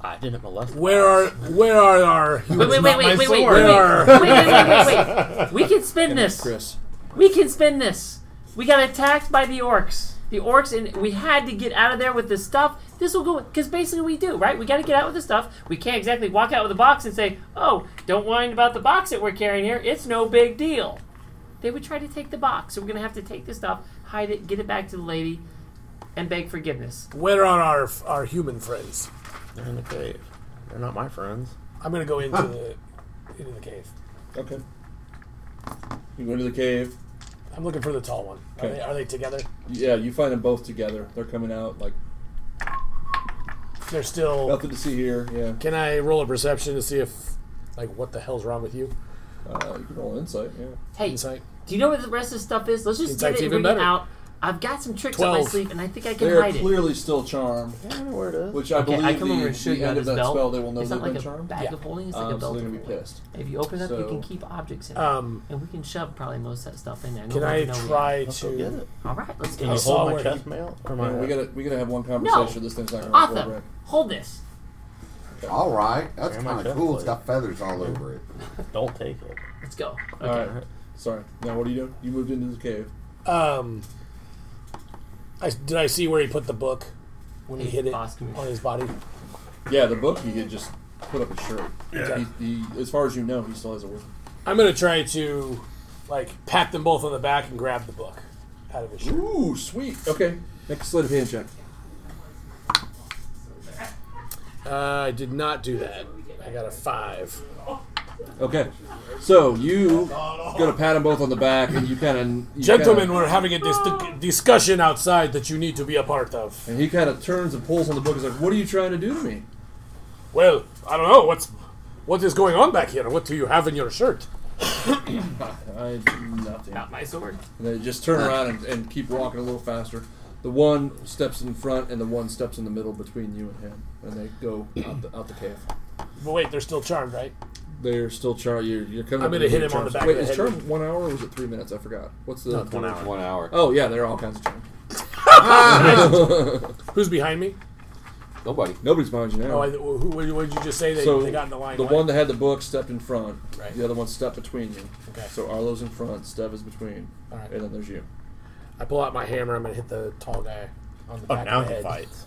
Speaker 4: I didn't molest.
Speaker 7: Where are where are our
Speaker 5: Wait, wait, wait, wait, wait, wait, wait,
Speaker 7: Where
Speaker 5: wait,
Speaker 7: are-
Speaker 5: wait, wait, wait, wait, wait. We can spin this. We can spin this. We got attacked by the orcs. The orcs, and we had to get out of there with this stuff. This will go because basically we do right. We got to get out with the stuff. We can't exactly walk out with a box and say, "Oh, don't whine about the box that we're carrying here. It's no big deal." They would try to take the box, so we're gonna have to take the stuff, hide it, get it back to the lady, and beg forgiveness.
Speaker 7: Where are our our human friends?
Speaker 4: They're in the cave. They're not my friends.
Speaker 7: I'm gonna go into the into the cave.
Speaker 2: Okay. You go into the cave.
Speaker 7: I'm looking for the tall one. Are,
Speaker 2: Okay.
Speaker 7: they, are they together?
Speaker 2: Yeah, you find them both together. They're coming out like
Speaker 7: They're still.
Speaker 2: nothing to see here. Yeah.
Speaker 7: Can I roll a perception to see if, like, what the hell's wrong with you?
Speaker 2: Uh, you can roll insight. Yeah.
Speaker 5: Hey,
Speaker 7: Insight.
Speaker 5: do you know where the rest of the stuff is? Let's just
Speaker 7: Insight's
Speaker 5: get it and
Speaker 7: even
Speaker 5: bring it
Speaker 7: better.
Speaker 5: out. I've got some tricks up my
Speaker 7: 12.
Speaker 5: sleeve, and I think I can
Speaker 2: They are
Speaker 5: hide it.
Speaker 2: clearly still charmed. Which I
Speaker 5: Okay,
Speaker 2: believe
Speaker 5: I come over
Speaker 2: the,
Speaker 5: and show
Speaker 2: the end
Speaker 5: you how
Speaker 2: of
Speaker 5: this
Speaker 2: that
Speaker 5: belt-
Speaker 2: spell they will know
Speaker 5: it's not
Speaker 2: they've been
Speaker 5: like a
Speaker 2: charmed.
Speaker 5: bag of holding, it's like a
Speaker 2: Um, so
Speaker 5: belt
Speaker 2: they're gonna
Speaker 5: of
Speaker 2: be pissed.
Speaker 5: If you open it up, you
Speaker 2: So-
Speaker 5: can keep objects in it,
Speaker 7: Um,
Speaker 5: and we can shove probably most of that stuff in there.
Speaker 7: Can
Speaker 5: Nobody
Speaker 7: I
Speaker 5: will know we
Speaker 7: try
Speaker 5: have
Speaker 7: Let's go to- get it.
Speaker 5: All right, let's
Speaker 7: Can
Speaker 5: go.
Speaker 7: you hold my chest
Speaker 4: mail?
Speaker 2: Yeah, we gotta we gotta have one
Speaker 5: No,
Speaker 2: conversation. This thing's not gonna work.
Speaker 5: Arthur, hold this.
Speaker 8: All right. That's
Speaker 4: Where am I
Speaker 8: kind of
Speaker 4: going?
Speaker 8: cool. It's got feathers all over it.
Speaker 4: Don't take it.
Speaker 5: Let's go.
Speaker 2: All right. Sorry. Now what are you doing? You moved into the cave.
Speaker 7: Um, I did I see where he put the book when he
Speaker 5: His
Speaker 7: hit it
Speaker 5: boss can-
Speaker 7: on his body?
Speaker 2: Yeah, the book he had just put up his shirt.
Speaker 7: Yeah.
Speaker 2: He, he, as far as you know, he still has it with him.
Speaker 7: I'm gonna try to, like, pat them both on the back and grab the book out of his shirt.
Speaker 2: Ooh, sweet. Okay. Make a sleight of hand check.
Speaker 7: Uh, I did not do that. I got a five.
Speaker 2: Okay. So you gonna pat them both on the back, and you kind of
Speaker 7: Gentlemen, we're having a dis- discussion outside that you need to be a part of.
Speaker 2: And he kind of turns and pulls on the book. He's like, "What are you trying to do to me?"
Speaker 7: Well, I don't know what's what is going on back here. What do you have in your shirt?
Speaker 2: I nothing.
Speaker 5: Not my sword.
Speaker 2: And they just turn around and, and keep walking a little faster. The one steps in front, and the one steps in the middle between you and him, and they go out the, out the cave.
Speaker 7: But wait, they're still charmed, right?
Speaker 2: They're still char. You're, you're coming.
Speaker 7: I'm
Speaker 2: up
Speaker 7: gonna
Speaker 2: with
Speaker 7: hit
Speaker 2: new
Speaker 7: him on the
Speaker 2: charms.
Speaker 7: back of
Speaker 2: Wait,
Speaker 7: the
Speaker 2: is
Speaker 7: head
Speaker 2: charm
Speaker 7: with-
Speaker 2: one hour or was it three minutes? I forgot. What's the
Speaker 7: No, it's one hour. One hour.
Speaker 2: Oh yeah, there are all kinds of charms.
Speaker 7: Who's behind me?
Speaker 2: Nobody. Nobody's behind you now.
Speaker 7: Oh, I, who, what did you- what did you just say? They,
Speaker 2: so
Speaker 7: they got in the line.
Speaker 2: the
Speaker 7: what?
Speaker 2: one that had the book stepped in front.
Speaker 7: Right.
Speaker 2: The other one stepped between you.
Speaker 7: Okay.
Speaker 2: So Arlo's in front. Steph is between.
Speaker 7: All right.
Speaker 2: And then there's you.
Speaker 7: I pull out my hammer. I'm gonna hit the tall guy on the
Speaker 4: Oh,
Speaker 7: back
Speaker 4: now
Speaker 7: of
Speaker 4: he
Speaker 7: the head.
Speaker 4: fights.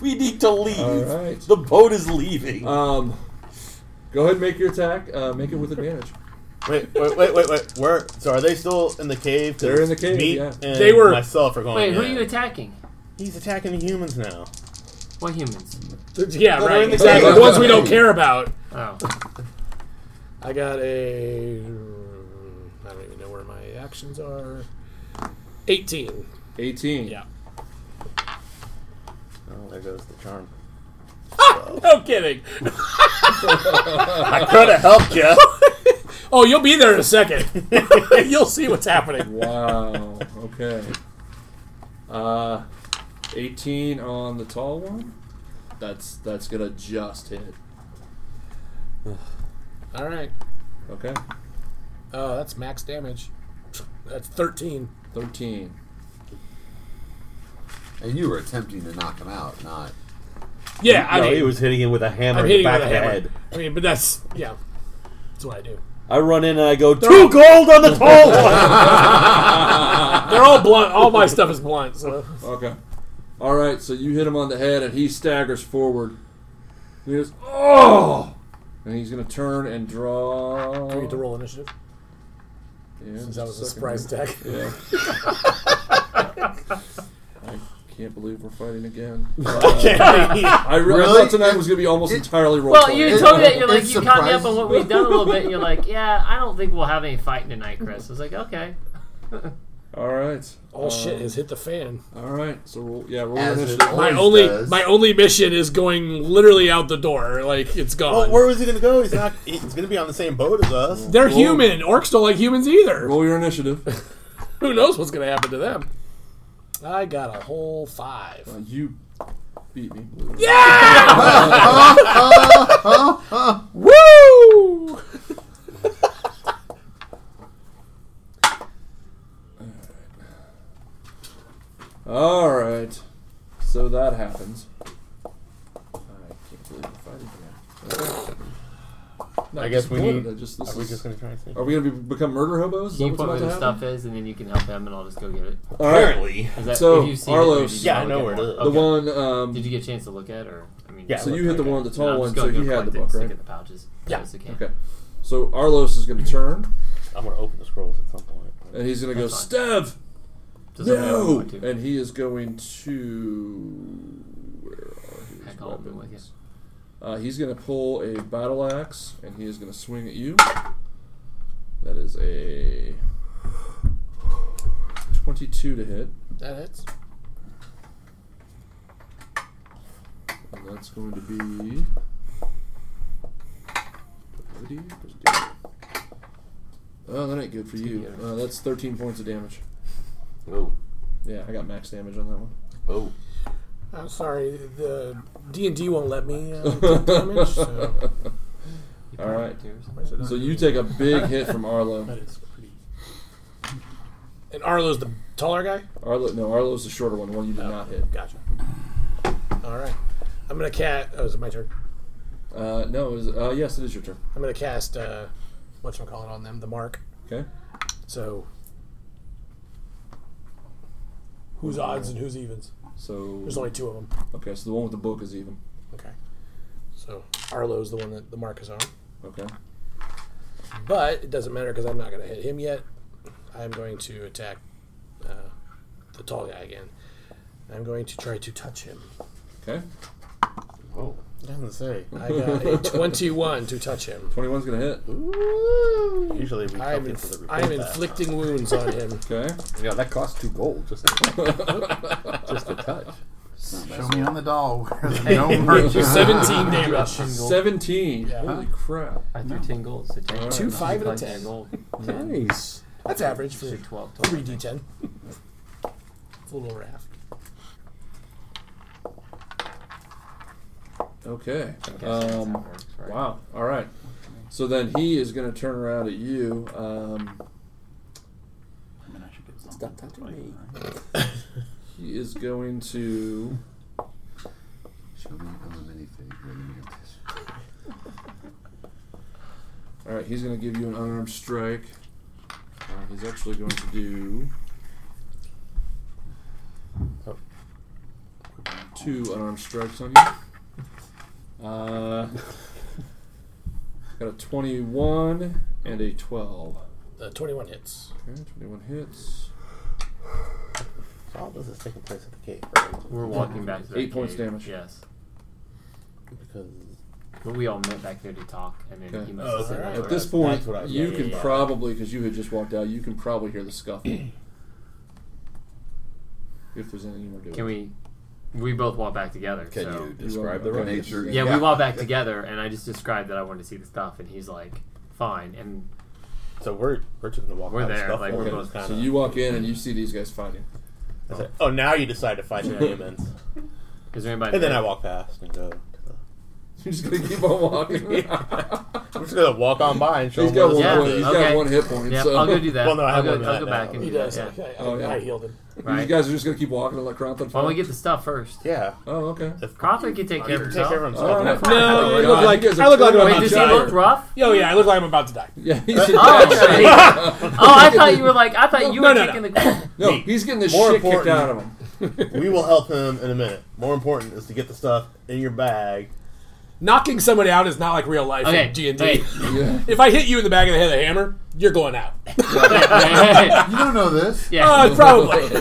Speaker 6: we need to leave.
Speaker 10: Uh,
Speaker 2: All right.
Speaker 6: The boat is leaving.
Speaker 4: [laughs]
Speaker 2: Um, go ahead and make your attack. Uh, make it with advantage.
Speaker 4: Wait, wait, wait, wait, wait. Where? So are they still in the cave? 'Cause
Speaker 2: They're in the cave,
Speaker 4: me
Speaker 2: yeah.
Speaker 4: and
Speaker 2: They were-
Speaker 4: myself are going.
Speaker 5: Wait, who are
Speaker 4: in.
Speaker 5: you attacking?
Speaker 4: He's attacking the humans now.
Speaker 5: What humans?
Speaker 7: Yeah,
Speaker 4: They're in
Speaker 7: right.
Speaker 4: the
Speaker 7: Exactly.
Speaker 4: cave.
Speaker 7: The ones we don't care about.
Speaker 5: Oh.
Speaker 7: I got a. I don't even know where my actions are. 18.
Speaker 2: 18.
Speaker 7: Yeah.
Speaker 4: Oh, there goes the charm.
Speaker 7: No kidding.
Speaker 4: I could have helped you.
Speaker 7: Oh, you'll be there in a [laughs] second. you'll see what's happening.
Speaker 2: Wow. Okay. Uh, 18 on the tall one. That's that's gonna just hit.
Speaker 7: All right.
Speaker 2: Okay.
Speaker 7: Oh, that's max damage. That's 13.
Speaker 2: 13.
Speaker 8: And you were attempting to knock him out, not.
Speaker 7: Yeah, I
Speaker 10: no,
Speaker 7: mean,
Speaker 10: he was hitting him with a hammer
Speaker 7: I'm
Speaker 10: in the
Speaker 7: hitting
Speaker 10: back
Speaker 7: with
Speaker 10: of
Speaker 7: a
Speaker 10: the
Speaker 7: hammer.
Speaker 10: head.
Speaker 7: I mean, but that's yeah. That's what I do.
Speaker 10: I run in and I go, two gold on the tall one!
Speaker 7: They're [laughs] all blunt. All my stuff is blunt. So
Speaker 2: Okay. All right. So you hit him on the head, and he staggers forward. He goes, oh, and he's gonna turn and draw.
Speaker 7: we get to roll initiative.
Speaker 2: Yeah, just
Speaker 7: Since that was a
Speaker 2: second
Speaker 7: surprise attack.
Speaker 2: here. Yeah. I can't believe we're fighting again. Uh, I, re- I
Speaker 8: Really?
Speaker 2: thought tonight was gonna be almost entirely roll.
Speaker 5: Well,
Speaker 2: playing.
Speaker 5: you
Speaker 8: It-
Speaker 5: told me that you're like
Speaker 8: it
Speaker 5: you caught me up
Speaker 8: surprises-
Speaker 5: on what we've done a little bit. and You're like, yeah, I don't think we'll have any fighting tonight, Chris. I was like, okay.
Speaker 2: All right.
Speaker 7: All
Speaker 2: Uh,
Speaker 7: shit has hit the fan.
Speaker 2: All right. So roll. Yeah, roll
Speaker 8: As it
Speaker 2: initiative.
Speaker 8: always
Speaker 7: My only
Speaker 8: does.
Speaker 7: my only mission is going literally out the door. Like it's gone.
Speaker 4: Well, where was he gonna go? He's not. He's gonna be on the same boat as us.
Speaker 7: They're human. Orcs don't like humans either.
Speaker 2: Roll your initiative.
Speaker 7: Who knows what's gonna happen to them? I got a whole five.
Speaker 2: Uh, you beat me.
Speaker 7: Woo!
Speaker 2: All right. So that happens. I can't believe we're fighting again. Okay. Not
Speaker 4: I guess we
Speaker 2: disappointed,
Speaker 4: need.
Speaker 2: I just, this
Speaker 4: are we
Speaker 2: is-
Speaker 4: just gonna try and see?
Speaker 2: Are we gonna be, become murder hobos? Is that
Speaker 5: you
Speaker 2: what's
Speaker 5: put where
Speaker 2: about
Speaker 5: the
Speaker 2: to happen?
Speaker 5: stuff is, and then you can help him, and I'll just go get it.
Speaker 2: All right.
Speaker 6: Apparently.
Speaker 5: Is that,
Speaker 2: So,
Speaker 5: if you've seen
Speaker 2: Arlos-
Speaker 5: it, you just
Speaker 4: Yeah, I
Speaker 5: look
Speaker 4: know
Speaker 5: at
Speaker 4: where it
Speaker 5: more?
Speaker 4: is.
Speaker 2: The
Speaker 5: Okay.
Speaker 2: one. Um,
Speaker 5: Did you get a chance to look at, or I mean,
Speaker 4: Yeah,
Speaker 2: so you hit the one, the
Speaker 5: No,
Speaker 2: tall
Speaker 5: I'm
Speaker 2: one.
Speaker 5: just
Speaker 2: So
Speaker 5: gonna
Speaker 2: he
Speaker 5: go
Speaker 2: had the
Speaker 5: collect it
Speaker 2: book,
Speaker 5: and stick
Speaker 2: right?
Speaker 5: it in the pouches.
Speaker 7: Yeah.
Speaker 5: Yes, I can.
Speaker 2: Okay. So Arlos is gonna turn,
Speaker 4: I'm gonna open the scrolls at some point.
Speaker 2: and he's gonna go
Speaker 5: That's
Speaker 2: Stev.
Speaker 5: Doesn't matter what I
Speaker 2: No,
Speaker 5: want to.
Speaker 2: and he is going to. Where are his
Speaker 5: Heck, I'll be with
Speaker 2: weapons? Uh, he's going to pull a battle axe and he is going to swing at you. That is a 22 to hit.
Speaker 7: That hits.
Speaker 2: And that's going to be. Oh, that ain't good for you. Uh, that's 13 points of damage.
Speaker 6: Oh,
Speaker 2: Yeah, I got max damage on that one.
Speaker 6: oh.
Speaker 7: I'm sorry. The D and D won't let me uh, take damage. So.
Speaker 2: All right.
Speaker 7: Where's it?
Speaker 2: So you take a big hit from Arlo.
Speaker 7: That is pretty. And Arlo's the taller guy.
Speaker 2: Arlo, no, Arlo's the shorter one, the one you did not hit.
Speaker 7: Gotcha. All right. I'm gonna cat. Oh, is it my turn?
Speaker 2: Uh, no, it was, uh, yes, it is your turn.
Speaker 7: I'm gonna cast uh, what you call it on them, the mark.
Speaker 2: Okay.
Speaker 7: So, who's odds and who's evens?
Speaker 2: So
Speaker 7: There's only two of them.
Speaker 2: okay, so the one with the book is even.
Speaker 7: Okay. So Arlo's the one that the mark is on,
Speaker 2: Okay.
Speaker 7: but it doesn't matter because I'm not gonna hit him yet. I'm going to attack uh, the tall guy again. I'm going to try to touch him.
Speaker 2: Okay.
Speaker 4: Oh, it doesn't say.
Speaker 7: I
Speaker 10: [laughs]
Speaker 7: got a 21 to touch him.
Speaker 2: Twenty one's gonna hit.
Speaker 4: Usually we
Speaker 7: I am,
Speaker 4: come
Speaker 7: inf- I am inflicting wounds
Speaker 10: [laughs]
Speaker 7: on him.
Speaker 2: Okay.
Speaker 10: Yeah, that costs two gold just just a touch.
Speaker 9: Show me on the [laughs] doll where the no merchant.
Speaker 7: 17 damage.
Speaker 2: Seventeen.
Speaker 7: Yeah.
Speaker 2: Holy crap.
Speaker 5: I threw ten gold. So ten.
Speaker 7: Two, five, and a
Speaker 5: Ten
Speaker 7: ten.
Speaker 5: [laughs] gold.
Speaker 10: Nice.
Speaker 7: That's average for
Speaker 5: Should Twelve.
Speaker 7: three
Speaker 5: total.
Speaker 7: d ten. It's a little raft.
Speaker 2: Okay.
Speaker 3: I guess that's how it
Speaker 2: Um,
Speaker 3: works, right?
Speaker 2: Wow. All right. So then he is going to turn around at you. Um,
Speaker 10: Stop touching me.
Speaker 2: he is going to.
Speaker 8: Show me on the minifig. Wait a minute.
Speaker 2: All right. He's going to give you an unarmed strike. Uh, he's actually going to do two unarmed strikes on you. [laughs] Uh, got a twenty-one and a twelve.
Speaker 7: The 21 Uh, hits.
Speaker 2: Okay, twenty-one hits.
Speaker 4: So all this is taking place at the cave, right?
Speaker 5: We're walking back to that
Speaker 2: Eight points
Speaker 5: cave,
Speaker 2: damage.
Speaker 5: Yes.
Speaker 4: Because
Speaker 5: But we all met back there to talk, and then he must have said that.
Speaker 2: At this point,
Speaker 5: That's what I-
Speaker 2: you
Speaker 5: yeah,
Speaker 2: can
Speaker 5: yeah, yeah.
Speaker 2: probably, because you had just walked out, you can probably hear the scuffle. if there's anything you want to do.
Speaker 5: Can we? We both walk back together.
Speaker 2: Can
Speaker 5: so-
Speaker 2: you describe the ruckus? Nature-
Speaker 5: Yeah,
Speaker 2: yeah.
Speaker 5: we walk back together, and I just described that I wanted to see the stuff, and he's like, "Fine." And
Speaker 4: so we're we're just gonna walk.
Speaker 5: We're
Speaker 4: out of
Speaker 5: there.
Speaker 4: stuff
Speaker 5: Like
Speaker 4: and
Speaker 5: we're
Speaker 4: just
Speaker 5: both
Speaker 4: kinda-
Speaker 2: So you walk in and you see these guys fighting.
Speaker 4: I said, oh, now you decide to fight the humans.
Speaker 5: Is there anybody
Speaker 4: And then
Speaker 5: there?
Speaker 4: I walk past and go. To the...
Speaker 2: You're just gonna keep on walking. [laughs]
Speaker 4: I'm just gonna walk on by and show.
Speaker 2: He's
Speaker 4: him
Speaker 2: got
Speaker 4: what
Speaker 2: one point-
Speaker 4: it's like.
Speaker 2: he's got Okay. one hit point, Yeah, so- I'll go do that.
Speaker 4: Well, no, I
Speaker 2: I'll
Speaker 4: have
Speaker 2: go-
Speaker 4: one
Speaker 2: I'll
Speaker 4: that
Speaker 2: go
Speaker 4: now.
Speaker 5: back and
Speaker 7: He
Speaker 5: do that,
Speaker 7: does.
Speaker 5: yeah.
Speaker 7: I, I,
Speaker 2: Oh, yeah.
Speaker 7: I healed him.
Speaker 2: You guys are just gonna keep walking and let Kronthon fight.
Speaker 5: why don't we get the stuff first?
Speaker 4: Yeah.
Speaker 2: Oh, okay.
Speaker 4: If
Speaker 5: Crawford can take care of
Speaker 4: He can
Speaker 5: himself.
Speaker 4: take care of himself.
Speaker 2: All
Speaker 10: [laughs]
Speaker 2: right.
Speaker 7: No,
Speaker 2: Oh,
Speaker 7: I
Speaker 2: God,
Speaker 7: look like
Speaker 2: you guys
Speaker 7: I
Speaker 2: are
Speaker 7: look like I'm
Speaker 2: terrible.
Speaker 7: about to
Speaker 5: does he
Speaker 7: die.
Speaker 5: look rough?
Speaker 7: Yo, yeah, I look like I'm about to die.
Speaker 2: Yeah, he's
Speaker 7: That's-
Speaker 2: a
Speaker 5: Oh,
Speaker 2: bad
Speaker 5: okay.
Speaker 2: shot.
Speaker 5: oh, I thought you were like I thought you
Speaker 7: No,
Speaker 5: were
Speaker 7: no, no.
Speaker 5: kicking the.
Speaker 2: No, he's getting the
Speaker 4: More
Speaker 2: shit kicked
Speaker 4: important-
Speaker 2: out of [laughs] him.
Speaker 4: we will help him in a minute. More important is to get the stuff in your bag.
Speaker 7: Knocking somebody out is not like real life
Speaker 5: Okay,
Speaker 7: in G and [laughs]
Speaker 5: hey.
Speaker 7: D.
Speaker 2: [laughs]
Speaker 7: If I hit you in the back of the head with a hammer, you're going out.
Speaker 8: You don't know this.
Speaker 5: Yeah.
Speaker 7: Uh, [laughs] probably.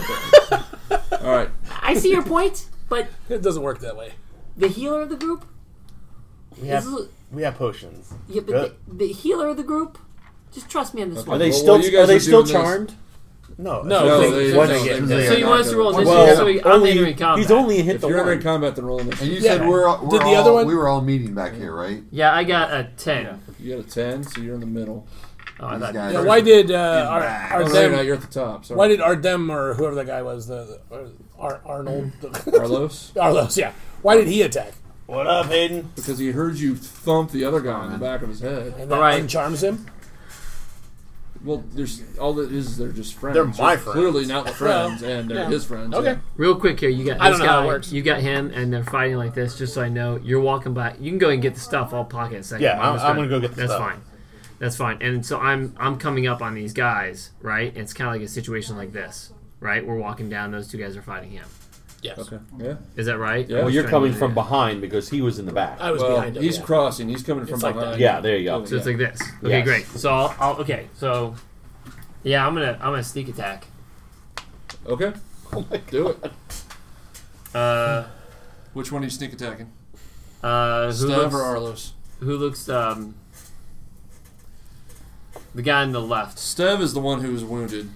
Speaker 2: All right.
Speaker 5: I see your point, but
Speaker 7: it doesn't work that way.
Speaker 5: the healer of the group.
Speaker 4: We have
Speaker 5: This is-
Speaker 4: we have potions.
Speaker 5: Yeah,
Speaker 4: Good.
Speaker 5: but the, the healer of the group. Just trust me on this
Speaker 2: Okay.
Speaker 5: one.
Speaker 2: Are they Well, still- while you guys are doing this-
Speaker 4: No,
Speaker 7: No,
Speaker 4: no,
Speaker 7: they-
Speaker 4: they,
Speaker 7: they-
Speaker 4: once
Speaker 7: they-
Speaker 4: they get
Speaker 7: they-
Speaker 4: there.
Speaker 5: So you want us to roll
Speaker 2: Well,
Speaker 5: initiative? so we, I'm
Speaker 4: only-
Speaker 5: entering combat.
Speaker 10: He's only hit
Speaker 2: If
Speaker 10: the
Speaker 2: you're entering
Speaker 10: one.
Speaker 2: combat, then roll initiative.
Speaker 8: And you
Speaker 7: Yeah.
Speaker 8: said we're, all- we're
Speaker 7: Did the
Speaker 8: all,
Speaker 7: other one-
Speaker 8: we were all meeting back here, right?
Speaker 5: Yeah, I got a ten.
Speaker 2: You got a ten, so you're in the middle.
Speaker 5: Oh, I
Speaker 8: These
Speaker 5: thought
Speaker 8: guys
Speaker 7: Yeah,
Speaker 8: are-
Speaker 7: why did uh,
Speaker 8: Get
Speaker 7: Ar-
Speaker 8: back.
Speaker 2: Oh, no,
Speaker 7: Ardem?
Speaker 2: no, you're at the top. Sorry.
Speaker 7: why did Ardem or whoever that guy was the, the Ar- Ar- Arnold
Speaker 2: Carlos?
Speaker 7: [laughs] Arlos? Yeah. Why did he attack?
Speaker 4: What up, Hayden?
Speaker 2: Because he heard you thump the other guy in the back of his head.
Speaker 7: And that
Speaker 5: Right.
Speaker 7: uncharms him.
Speaker 2: Well, there's all that is. They're just friends.
Speaker 4: They're my friends.
Speaker 2: Clearly not the friends, and they're
Speaker 7: yeah.
Speaker 2: his friends.
Speaker 7: Okay.
Speaker 2: yeah.
Speaker 5: Real quick here, you got this
Speaker 7: I don't know
Speaker 5: guy,
Speaker 7: how it works.
Speaker 5: you got him, and they're fighting like this. Just so I know, you're walking by. You can go and get the stuff. I'll pocket a second.
Speaker 4: Yeah, I'm-
Speaker 5: just
Speaker 4: I'm gonna go get the
Speaker 5: That's
Speaker 4: stuff.
Speaker 5: fine. That's fine. And so I'm I'm coming up on these guys, right? It's kind of like a situation like this, right? We're walking down. Those two guys are fighting him.
Speaker 7: Yes.
Speaker 2: Okay. Yeah.
Speaker 5: Is that right?
Speaker 2: Yeah.
Speaker 5: I'm
Speaker 2: Well,
Speaker 10: Well,
Speaker 5: just
Speaker 10: you're
Speaker 5: trying to
Speaker 10: coming
Speaker 5: do
Speaker 10: from
Speaker 5: that.
Speaker 10: behind because he was in the back.
Speaker 7: I was
Speaker 2: Well,
Speaker 7: behind him.
Speaker 2: he's
Speaker 7: yeah.
Speaker 2: crossing. He's coming from
Speaker 7: It's like
Speaker 2: behind.
Speaker 7: that.
Speaker 10: Yeah, there you go.
Speaker 5: So it's
Speaker 2: Yeah.
Speaker 5: like this. Okay,
Speaker 10: Yes.
Speaker 5: great. So I'll, I'll okay. So yeah, I'm gonna I'm gonna sneak attack.
Speaker 2: Okay. Do it.
Speaker 5: Uh,
Speaker 14: Which one are you sneak attacking?
Speaker 5: uh,
Speaker 14: Stav
Speaker 5: who looks,
Speaker 14: or Arlos?
Speaker 5: who looks um the guy on the left?
Speaker 14: Stev is the one who was wounded.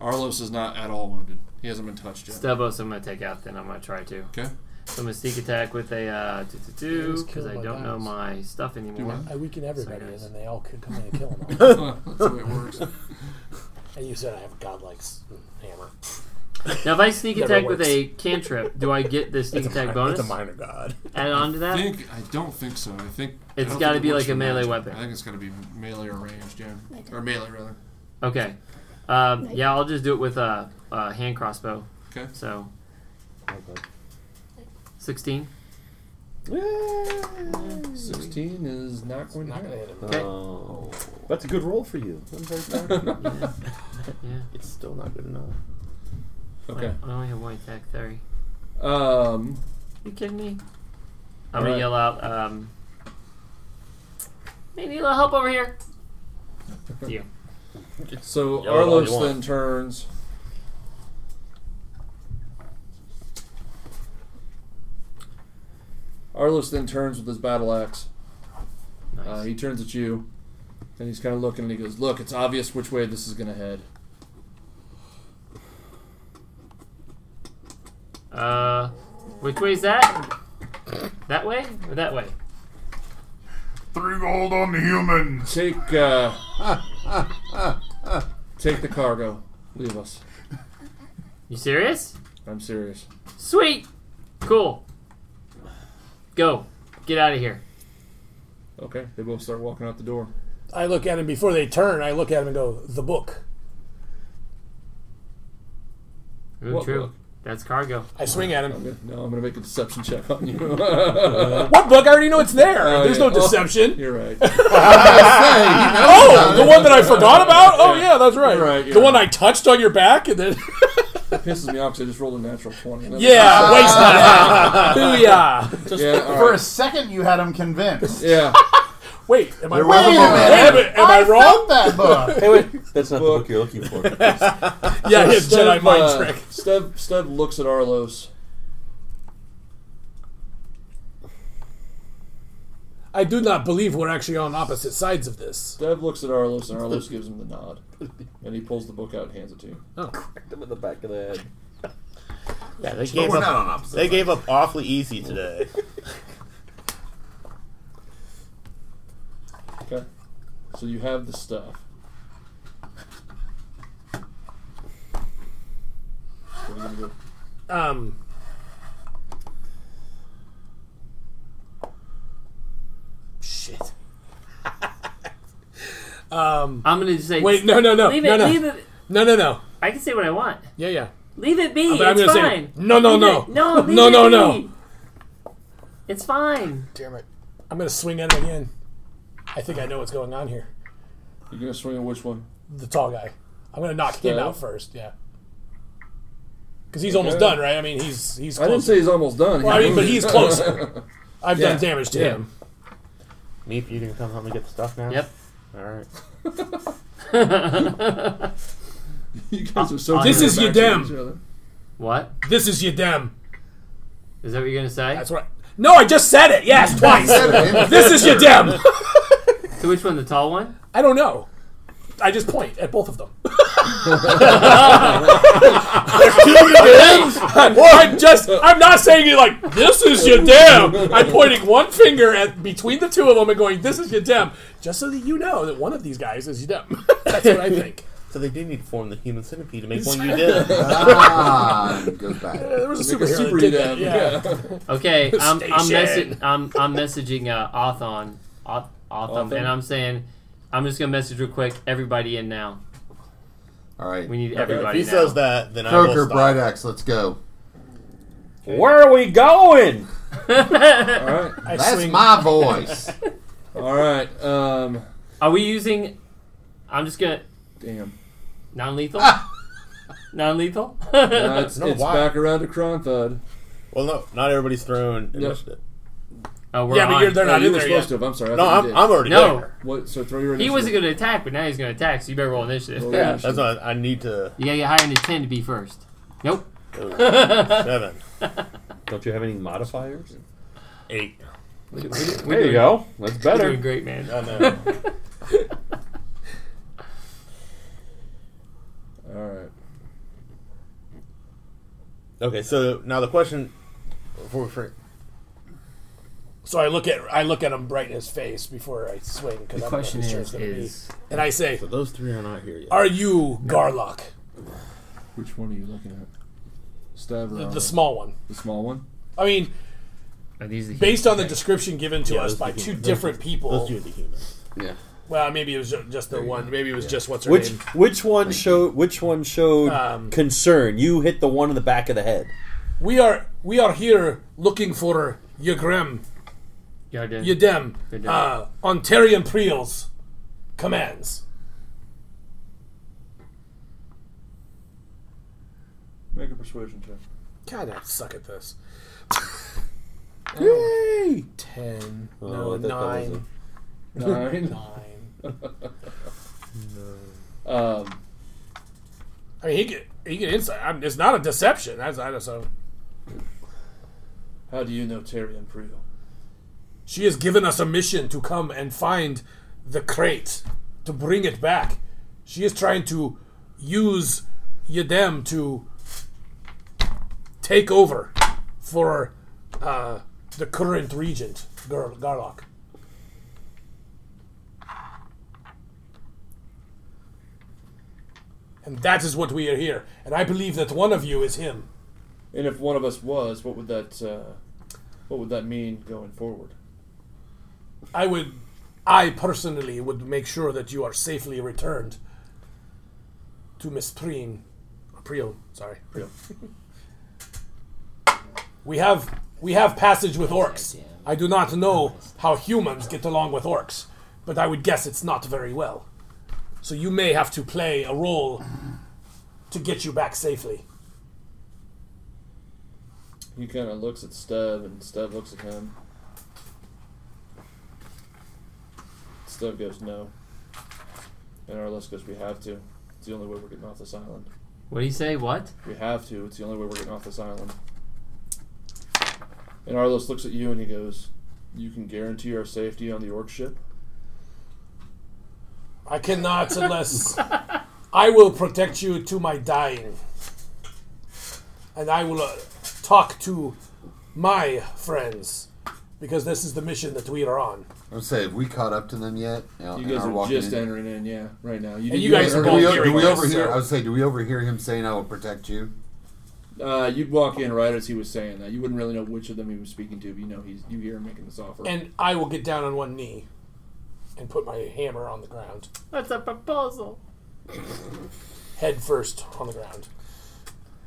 Speaker 14: Arlos is not at all wounded. He hasn't been touched yet.
Speaker 5: Stebos, I'm gonna take out. Then I'm gonna try to.
Speaker 4: [laughs]
Speaker 14: Okay.
Speaker 5: So I'm gonna sneak attack with a uh, two
Speaker 7: I
Speaker 5: two
Speaker 7: was
Speaker 5: because
Speaker 7: killed
Speaker 5: I
Speaker 7: by
Speaker 5: don't know
Speaker 7: guys.
Speaker 5: my stuff anymore.
Speaker 14: what?
Speaker 7: I weaken everybody, and
Speaker 5: guys.
Speaker 7: then they all could come in and kill him. all.
Speaker 14: Well, that's the way it works.
Speaker 7: and you said I have a godlike s- hammer.
Speaker 5: Now, if I sneak
Speaker 7: Never
Speaker 5: attack with
Speaker 7: works.
Speaker 5: a cantrip, do I get the sneak
Speaker 4: [laughs] It's a,
Speaker 5: attack
Speaker 4: minor, it's
Speaker 5: bonus?
Speaker 4: a minor god.
Speaker 5: Add on to
Speaker 14: I
Speaker 5: that.
Speaker 14: think I don't think so. I think I
Speaker 5: It's
Speaker 14: don't
Speaker 5: gotta
Speaker 14: think it
Speaker 5: be
Speaker 14: works
Speaker 5: like a
Speaker 14: for
Speaker 5: melee
Speaker 14: ranged.
Speaker 5: weapon.
Speaker 14: I think it's got to be melee or ranged, yeah, or melee rather.
Speaker 5: Okay. Um, yeah, I'll just do it with a, a hand crossbow.
Speaker 14: Okay.
Speaker 5: So.
Speaker 4: Oh,
Speaker 5: Sixteen.
Speaker 2: Sixteen is not going to
Speaker 7: Not gonna
Speaker 2: hit.
Speaker 7: hit him.
Speaker 5: Okay.
Speaker 4: Uh,
Speaker 10: Oh, that's a good roll for you. I'm very proud of you.
Speaker 5: Yeah.
Speaker 4: It's still not good enough.
Speaker 2: Okay.
Speaker 5: I only have one attack. Sorry.
Speaker 2: Um.
Speaker 5: You kidding me? I'm
Speaker 2: Alright.
Speaker 5: gonna yell out. Um, "Hey, need a little help over here. to you.
Speaker 2: So
Speaker 4: Yell it all you
Speaker 2: Arlos
Speaker 4: want.
Speaker 2: then turns. Arlos then turns with his battle axe.
Speaker 5: Nice.
Speaker 2: Uh, he turns at you, and he's kind of looking, and he goes, "Look, it's obvious which way this is going to head."
Speaker 5: Uh, which way is that? That way or that way?
Speaker 1: Three gold on the
Speaker 8: [laughs]
Speaker 1: human.
Speaker 2: Take, uh, take the cargo. Leave us.
Speaker 5: You serious?
Speaker 2: I'm serious.
Speaker 5: Sweet. Cool. Go. Get out of here.
Speaker 2: Okay, they both start walking out the door.
Speaker 7: I look at him before they turn. I look at him and go, "The book."
Speaker 5: Ooh,
Speaker 7: What
Speaker 5: true.
Speaker 7: book?
Speaker 5: That's cargo.
Speaker 7: I swing at him.
Speaker 2: no, I'm gonna make a deception check on you.
Speaker 7: what book? I already know it's there.
Speaker 2: Oh,
Speaker 7: There's
Speaker 2: yeah.
Speaker 7: no deception.
Speaker 2: You're right.
Speaker 7: oh, the one that I forgot about. Oh yeah, that's right.
Speaker 2: You're right,
Speaker 7: the
Speaker 2: you're
Speaker 7: one
Speaker 2: right.
Speaker 7: I touched on your back,
Speaker 2: [laughs]
Speaker 7: and then
Speaker 2: That pisses me off because I just rolled a natural 20. That
Speaker 7: Yeah,
Speaker 2: makes-
Speaker 7: waste that. Booyah.
Speaker 2: [laughs]
Speaker 7: Just-
Speaker 2: yeah, all
Speaker 9: For
Speaker 2: right.
Speaker 9: a second, you had him
Speaker 2: [laughs]
Speaker 9: convinced.
Speaker 7: [laughs]
Speaker 2: Yeah.
Speaker 7: Wait, am I
Speaker 9: There
Speaker 7: wrong?
Speaker 9: was a moment.
Speaker 7: Am I- am I
Speaker 9: I
Speaker 7: wrong?
Speaker 9: found that book.
Speaker 10: Hey, wait, [laughs] that's not the book you're looking for.
Speaker 7: Yeah, his
Speaker 2: Stev,
Speaker 7: Jedi mind
Speaker 2: uh,
Speaker 7: trick.
Speaker 2: Stev, Stev looks at Arlos.
Speaker 7: I do not believe we're actually on opposite sides of this.
Speaker 2: Stev looks at Arlos, and Arlos gives him the nod. And he pulls the book out and hands it to you.
Speaker 7: Oh.
Speaker 10: Cracked him in the back of the head.
Speaker 4: Yeah, they
Speaker 2: But
Speaker 4: gave
Speaker 2: we're
Speaker 4: up.
Speaker 2: not on opposite
Speaker 4: they
Speaker 2: sides.
Speaker 4: gave up awfully easy today.
Speaker 2: Okay. So you have the stuff. What are you gonna do?
Speaker 7: Um. Shit. um.
Speaker 5: I'm gonna say.
Speaker 7: Wait, no, no, no,
Speaker 5: Leave
Speaker 7: no,
Speaker 5: it.
Speaker 7: no.
Speaker 5: Leave it.
Speaker 7: No, no, no.
Speaker 5: I can say what I want.
Speaker 7: Yeah, yeah.
Speaker 5: Leave it be.
Speaker 7: But I'm
Speaker 5: it's
Speaker 7: gonna say-
Speaker 5: fine.
Speaker 7: no, no,
Speaker 5: Leave
Speaker 7: no.
Speaker 5: it- No. Leave
Speaker 7: No,
Speaker 5: it
Speaker 7: no,
Speaker 5: be.
Speaker 7: no.
Speaker 5: It's fine.
Speaker 7: Damn it. I'm gonna swing at him again. I think I know what's going on here.
Speaker 2: You're gonna swing at which one?
Speaker 7: The tall guy. I'm gonna knock him
Speaker 2: Stev?
Speaker 7: out first. Yeah. Because he's almost done, right? I mean, he's he's.
Speaker 2: I
Speaker 7: Closer.
Speaker 2: didn't say he's almost done.
Speaker 7: Well, I mean, but
Speaker 2: moved.
Speaker 7: he's
Speaker 2: [laughs]
Speaker 7: closer. I've
Speaker 2: Yeah.
Speaker 7: done damage to
Speaker 2: Yeah.
Speaker 7: him.
Speaker 4: Meep, you can come home and get the stuff now.
Speaker 5: Yep.
Speaker 4: All right.
Speaker 2: You guys are so
Speaker 7: this
Speaker 2: good
Speaker 7: is
Speaker 2: at
Speaker 7: your
Speaker 2: backing each
Speaker 7: dem.
Speaker 2: other.
Speaker 5: What?
Speaker 7: This is your dem.
Speaker 5: Is that what you're gonna say? That's
Speaker 7: right. No, I just said it. Yes, twice. this is your
Speaker 2: [laughs]
Speaker 7: dem.
Speaker 5: So which one? The tall one?
Speaker 7: I don't know. I just point at both of them. [laughs] I'm just. I'm not saying it like this is your dem. I'm pointing one finger at between the two of them and going, "This is your dem," just so that you know that one of these guys is your dem. [laughs] That's what I think.
Speaker 4: So they did need to form the human centipede to make
Speaker 7: It's-
Speaker 4: one you did. [laughs]
Speaker 7: Ah,
Speaker 8: goes back.
Speaker 7: Yeah, there was a
Speaker 2: Make a
Speaker 7: superhero
Speaker 2: super
Speaker 7: that did
Speaker 2: dem,
Speaker 7: that. Yeah. [laughs]
Speaker 5: Okay, I'm I'm,
Speaker 7: Station.
Speaker 5: messi- I'm I'm messaging uh, Othon, Oth- Othon,
Speaker 7: Othon?
Speaker 5: and I'm saying I'm just gonna message real quick. Everybody in now.
Speaker 8: All right.
Speaker 5: We need
Speaker 8: Okay,
Speaker 5: everybody.
Speaker 8: if he
Speaker 5: now.
Speaker 8: says
Speaker 4: that, then I will
Speaker 8: Coker,
Speaker 4: stop.
Speaker 8: Bright Axe, let's go.
Speaker 10: [laughs] Where are we going?
Speaker 2: All right.
Speaker 7: I
Speaker 8: That's my voice.
Speaker 2: All right. Um,
Speaker 5: Are we using? I'm just gonna
Speaker 2: damn.
Speaker 5: non-lethal. [laughs] non-lethal.
Speaker 2: No, it's
Speaker 4: No,
Speaker 2: it's
Speaker 4: why?
Speaker 2: back around to Kronthud.
Speaker 4: Well, no, not everybody's thrown initiative.
Speaker 5: [laughs] Oh,
Speaker 7: Yeah, but you're- they're not
Speaker 2: you
Speaker 7: in
Speaker 2: were
Speaker 7: there
Speaker 2: supposed
Speaker 7: yet.
Speaker 2: to have. I'm sorry. I
Speaker 4: No,
Speaker 2: thought you
Speaker 4: I'm-
Speaker 2: did.
Speaker 4: I'm already
Speaker 5: No.
Speaker 4: there.
Speaker 2: What? So throw your.
Speaker 5: he
Speaker 2: initiative.
Speaker 5: wasn't gonna attack, but now he's gonna attack. So you better roll initiative.
Speaker 2: Roll
Speaker 4: Yeah,
Speaker 2: initiative.
Speaker 4: that's what I need to.
Speaker 5: [laughs] You gotta get higher than ten to be first. Nope.
Speaker 4: Ooh, seven.
Speaker 10: Don't you have any modifiers?
Speaker 4: Eight.
Speaker 5: We- we- we
Speaker 10: There you
Speaker 5: doing-
Speaker 10: go. That's
Speaker 5: we're
Speaker 10: better.
Speaker 5: doing great, man.
Speaker 4: I know.
Speaker 2: All right.
Speaker 4: Okay, so now the question. Before we forget-
Speaker 7: So I look at I look at him bright in his face before I swing because
Speaker 5: The
Speaker 7: I'm
Speaker 5: question
Speaker 7: sure it's
Speaker 5: is,
Speaker 7: gonna be-
Speaker 5: is
Speaker 7: and I say,
Speaker 4: So those three are not here yet.
Speaker 7: "Are you Garlock,
Speaker 2: Which one are you looking at? Stab or
Speaker 7: the, the
Speaker 2: Arlo?
Speaker 7: small one?"
Speaker 2: The small one.
Speaker 7: I mean,
Speaker 5: Are these the
Speaker 7: based on the description given to
Speaker 4: Yeah,
Speaker 7: us
Speaker 4: those
Speaker 7: by
Speaker 4: are the
Speaker 7: two
Speaker 4: humans.
Speaker 7: different
Speaker 4: Those-
Speaker 7: people,
Speaker 4: Those two are the humans.
Speaker 8: Yeah.
Speaker 7: well, maybe it was ju- just the one. Maybe it was just what's her
Speaker 10: Which
Speaker 7: name.
Speaker 10: which one showed which one showed concern? You hit the one in the back of the head.
Speaker 7: We are we are here looking for Yagrim,
Speaker 5: Yarden.
Speaker 7: Yadem,
Speaker 5: Yadem.
Speaker 7: uh, Ontarian Priel's commands.
Speaker 2: Make a persuasion check.
Speaker 7: God, I suck at this.
Speaker 10: Yay!
Speaker 7: Ten,
Speaker 10: Oh,
Speaker 7: no,
Speaker 10: I thought that was
Speaker 7: nine,
Speaker 2: [laughs] Nine.
Speaker 7: nine.
Speaker 2: Um,
Speaker 7: I mean, he get he get insight. I mean, it's not a deception. That's I just so
Speaker 2: how do you know Terry and Priel?
Speaker 7: she has given us a mission to come and find the crate to bring it back. She is trying to use Yadem to take over for uh, the current regent Gar- Garlock. And that is what we are here. And I believe that one of you is him.
Speaker 2: And if one of us was, what would that uh, what would that mean going forward?
Speaker 7: I would, I personally would make sure that you are safely returned to Miss Preen, Priel. Sorry, Priel. [laughs] we have we have passage with orcs. I do not know how humans get along with orcs, but I would guess it's not very well. So you may have to play a role to get you back safely.
Speaker 2: He kind of looks at Stub, and Stub looks at him. Stub goes, no. And Arliss goes, we have to. It's the only way we're getting off this island.
Speaker 5: What do you say? What?
Speaker 2: We have to. It's the only way we're getting off this island. And Arliss looks at you and he goes, you can guarantee our safety on the orc ship?
Speaker 7: I cannot unless I will protect you to my dying. And I will uh, talk to my friends because this is the mission that we are on.
Speaker 8: I would say, have we caught up to them yet?
Speaker 2: You guys are just entering in, yeah, right now.
Speaker 7: And you guys
Speaker 8: do
Speaker 7: are
Speaker 8: we,
Speaker 7: both
Speaker 8: do we
Speaker 7: hearing this,
Speaker 8: overhear?
Speaker 7: so-
Speaker 8: I would say, do we overhear him saying, "I will protect you"?
Speaker 2: Uh, you'd walk in right as he was saying that. You wouldn't really know which of them he was speaking to, but you know he's you hear him making this offer.
Speaker 7: And I will get down on one knee and put my hammer on the ground,
Speaker 5: That's a proposal.
Speaker 7: head first on the ground.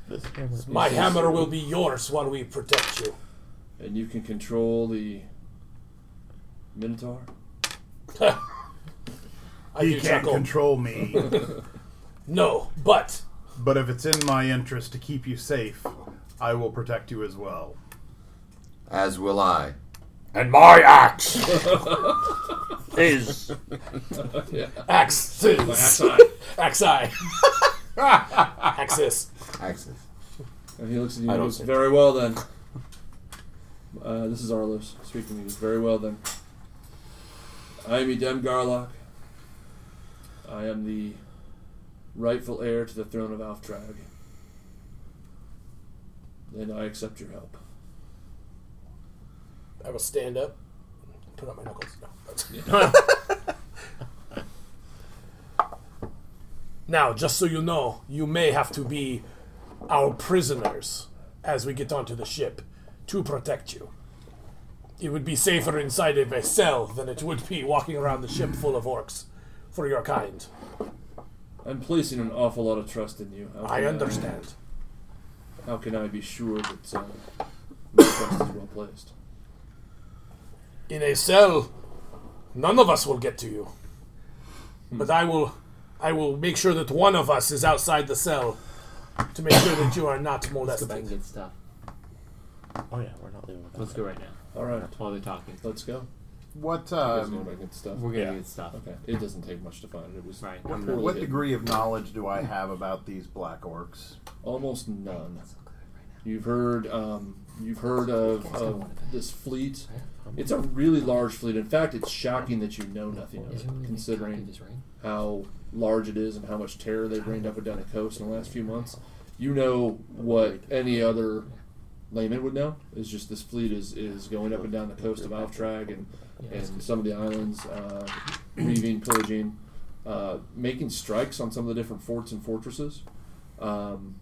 Speaker 4: This
Speaker 7: My hammer will be yours while we protect you.
Speaker 2: and you can control the Minotaur.
Speaker 7: I
Speaker 9: he
Speaker 7: do
Speaker 9: can't
Speaker 7: chuckle.
Speaker 9: control me.
Speaker 7: no, but.
Speaker 9: But if it's in my interest to keep you safe, I will protect you as well.
Speaker 8: As will I.
Speaker 10: And my axe is.
Speaker 7: Axis. [laughs] Axi. Axis.
Speaker 8: Axis.
Speaker 2: And he looks at you
Speaker 10: I
Speaker 2: and
Speaker 10: don't
Speaker 2: goes,
Speaker 10: see
Speaker 2: Very well then. [laughs] Uh, this is Arlos speaking. He goes, Very well then. I am Edem Garlock. I am the rightful heir to the throne of Alftrag. And I accept your help.
Speaker 7: I will stand up, put out my knuckles. No.
Speaker 2: Yeah.
Speaker 7: now, just so you know, you may have to be our prisoners as we get onto the ship to protect you. It would be safer inside of a cell than it would be walking around the ship full of orcs for your kind.
Speaker 2: I'm placing an awful lot of trust in you. How
Speaker 7: I
Speaker 2: can
Speaker 7: understand.
Speaker 2: how can I be sure that uh, my trust is well placed?
Speaker 7: In a cell, none of us will get to you. But I will I will make sure that one of us is outside the cell to make sure that you are not molested.
Speaker 5: back and get stuff.
Speaker 4: Oh yeah, we're not leaving.
Speaker 5: Let's go right now.
Speaker 2: All right.
Speaker 5: While they're talking.
Speaker 2: Let's go.
Speaker 9: What
Speaker 2: You guys
Speaker 9: um,
Speaker 2: going back and stuff?
Speaker 5: We're gonna get stuff.
Speaker 2: Okay. It doesn't take much to find it. It was
Speaker 5: Right.
Speaker 9: what,
Speaker 2: poorly
Speaker 9: what
Speaker 2: hidden.
Speaker 9: degree of knowledge do I have about these black orcs?
Speaker 2: Almost none. You've heard, um, you've heard of, of this fleet. It's a really large fleet. In fact, it's shocking that you know nothing of it, considering how large it is and how much terror they've rained up and down the coast in the last few months. You know what any other layman would know is just this fleet is, is going up and down the coast of Alftrag and, and some of the islands, uh, reaving, pillaging, uh, making strikes on some of the different forts and fortresses. Um,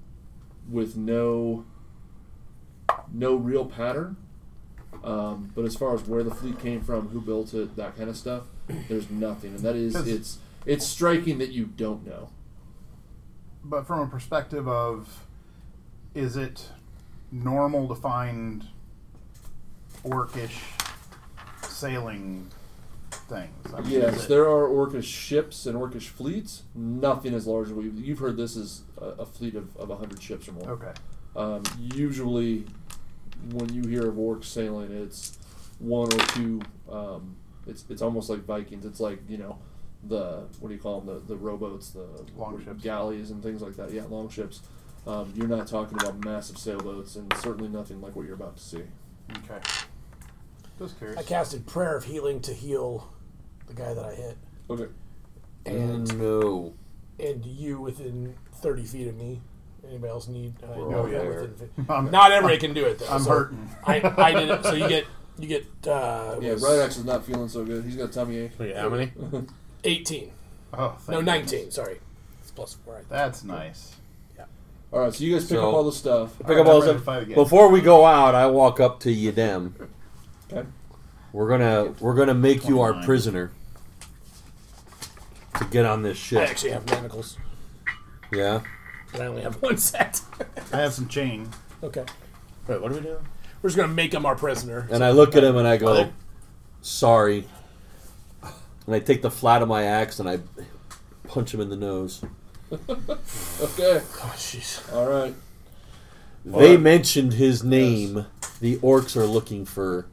Speaker 2: with no no real pattern. Um, but as far as where the fleet came from, who built it, that kind of stuff, there's nothing, and that is
Speaker 9: 'Cause-
Speaker 2: it's it's striking that you don't know.
Speaker 9: But from a perspective of, is it normal to find orcish sailing things? I mean, is
Speaker 2: Yes,
Speaker 9: it-
Speaker 2: there are Orcish ships and Orcish fleets. Nothing as large as what you've, you've heard. This is a, a fleet of of hundred ships or more.
Speaker 9: Okay.
Speaker 2: Um, usually, when you hear of orcs sailing, it's one or two. Um, it's it's almost like Vikings. It's like you know the what do you call them? The the rowboats, the
Speaker 9: Longships.
Speaker 2: galleys, and things like that. Yeah, longships. Um, you're not talking about massive sailboats, and certainly nothing like what you're about to see.
Speaker 9: Okay. Just curious.
Speaker 7: I casted prayer of healing to heal the guy that I hit.
Speaker 2: Okay.
Speaker 8: And no.
Speaker 7: And you within thirty feet of me. Anybody else need I
Speaker 8: We're
Speaker 7: know
Speaker 8: all
Speaker 7: that
Speaker 8: there.
Speaker 7: within fi-
Speaker 9: I'm-
Speaker 7: not everybody can do it though.
Speaker 9: I'm
Speaker 7: so
Speaker 9: hurting.
Speaker 7: I, I did it so you get you get uh it
Speaker 2: Yeah,
Speaker 7: was
Speaker 2: Rydax is not feeling so good. He's got a tummy ache.
Speaker 4: how many?
Speaker 7: eighteen.
Speaker 9: Oh, thank
Speaker 7: No
Speaker 9: you.
Speaker 7: nineteen, sorry. It's plus four I think.
Speaker 9: That's nice.
Speaker 2: All right, so you guys pick
Speaker 10: So-
Speaker 2: up all the stuff.
Speaker 10: Pick up all
Speaker 9: Alright, I'm ready to
Speaker 10: stuff.
Speaker 9: fight again.
Speaker 10: Before we go out, I walk up to Yadem
Speaker 2: Okay.
Speaker 10: We're gonna we're gonna make you our prisoner to get on this
Speaker 7: I
Speaker 10: ship.
Speaker 7: actually have manacles,
Speaker 10: yeah.
Speaker 7: but I only have [laughs] one set.
Speaker 9: I have some chain.
Speaker 7: Okay. Wait, what are
Speaker 4: [laughs]
Speaker 7: we doing? We're just gonna make him our prisoner.
Speaker 10: And I look at him and I
Speaker 7: Oh,
Speaker 10: go, "Sorry." And I take the flat of my axe and I punch him in the nose.
Speaker 2: okay.
Speaker 7: Oh, jeez.
Speaker 2: All right.
Speaker 10: They mentioned his name. The orcs are looking for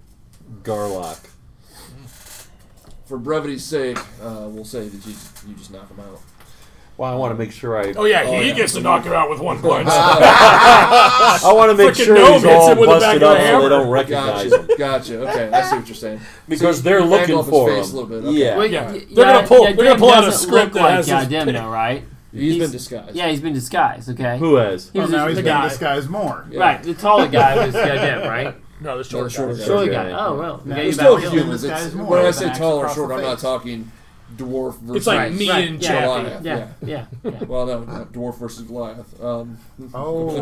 Speaker 10: Garlock.
Speaker 2: For brevity's sake, uh, we'll say that you, you just knock him out.
Speaker 10: Well, I want to make sure I.
Speaker 2: Oh, yeah, he gets to knock him out with one punch.
Speaker 10: I want to make
Speaker 2: Frickin'
Speaker 10: sure
Speaker 2: Oh, gnome
Speaker 10: he's
Speaker 2: hits
Speaker 10: all
Speaker 2: him with the back
Speaker 10: busted
Speaker 2: of
Speaker 10: up
Speaker 2: the
Speaker 10: so they
Speaker 2: hammer.
Speaker 10: don't recognize
Speaker 2: Gotcha,
Speaker 10: him.
Speaker 2: Gotcha. Okay, I see what you're saying.
Speaker 10: Because
Speaker 2: So
Speaker 10: they're
Speaker 2: you
Speaker 10: looking
Speaker 2: angle up his
Speaker 10: for
Speaker 2: face
Speaker 10: him.
Speaker 2: A little bit. Okay.
Speaker 10: Yeah. Wait,
Speaker 2: All
Speaker 5: y-
Speaker 2: right.
Speaker 5: yeah, yeah, Yadim doesn't look like Yadim, though, right?
Speaker 2: He's been disguised.
Speaker 5: Yeah, he's been disguised. Okay.
Speaker 10: Who has?
Speaker 5: He was
Speaker 9: Well, now
Speaker 5: the
Speaker 9: he's been
Speaker 5: guy.
Speaker 9: disguised more.
Speaker 2: Yeah.
Speaker 5: Right, the taller
Speaker 2: [laughs]
Speaker 5: guy was Yadim, right?
Speaker 7: No, the
Speaker 2: short No, the shorter guy. guy.
Speaker 5: Shorter
Speaker 2: Okay.
Speaker 5: guy. Oh well.
Speaker 2: Now,
Speaker 5: Okay,
Speaker 2: there's
Speaker 5: you
Speaker 2: still
Speaker 5: back up.
Speaker 2: humans. It's-
Speaker 5: Guys more
Speaker 2: when I
Speaker 5: with
Speaker 2: say
Speaker 5: an axe
Speaker 2: tall or
Speaker 5: across
Speaker 2: short,
Speaker 5: the
Speaker 2: I'm not
Speaker 5: face.
Speaker 2: talking dwarf versus
Speaker 5: It's like me
Speaker 2: Right.
Speaker 5: and
Speaker 2: yeah,
Speaker 5: Jeffy.
Speaker 2: Goliath.
Speaker 5: Yeah,
Speaker 2: [laughs]
Speaker 5: yeah, yeah.
Speaker 2: Well, no, not dwarf versus Goliath. Um,
Speaker 9: Oh.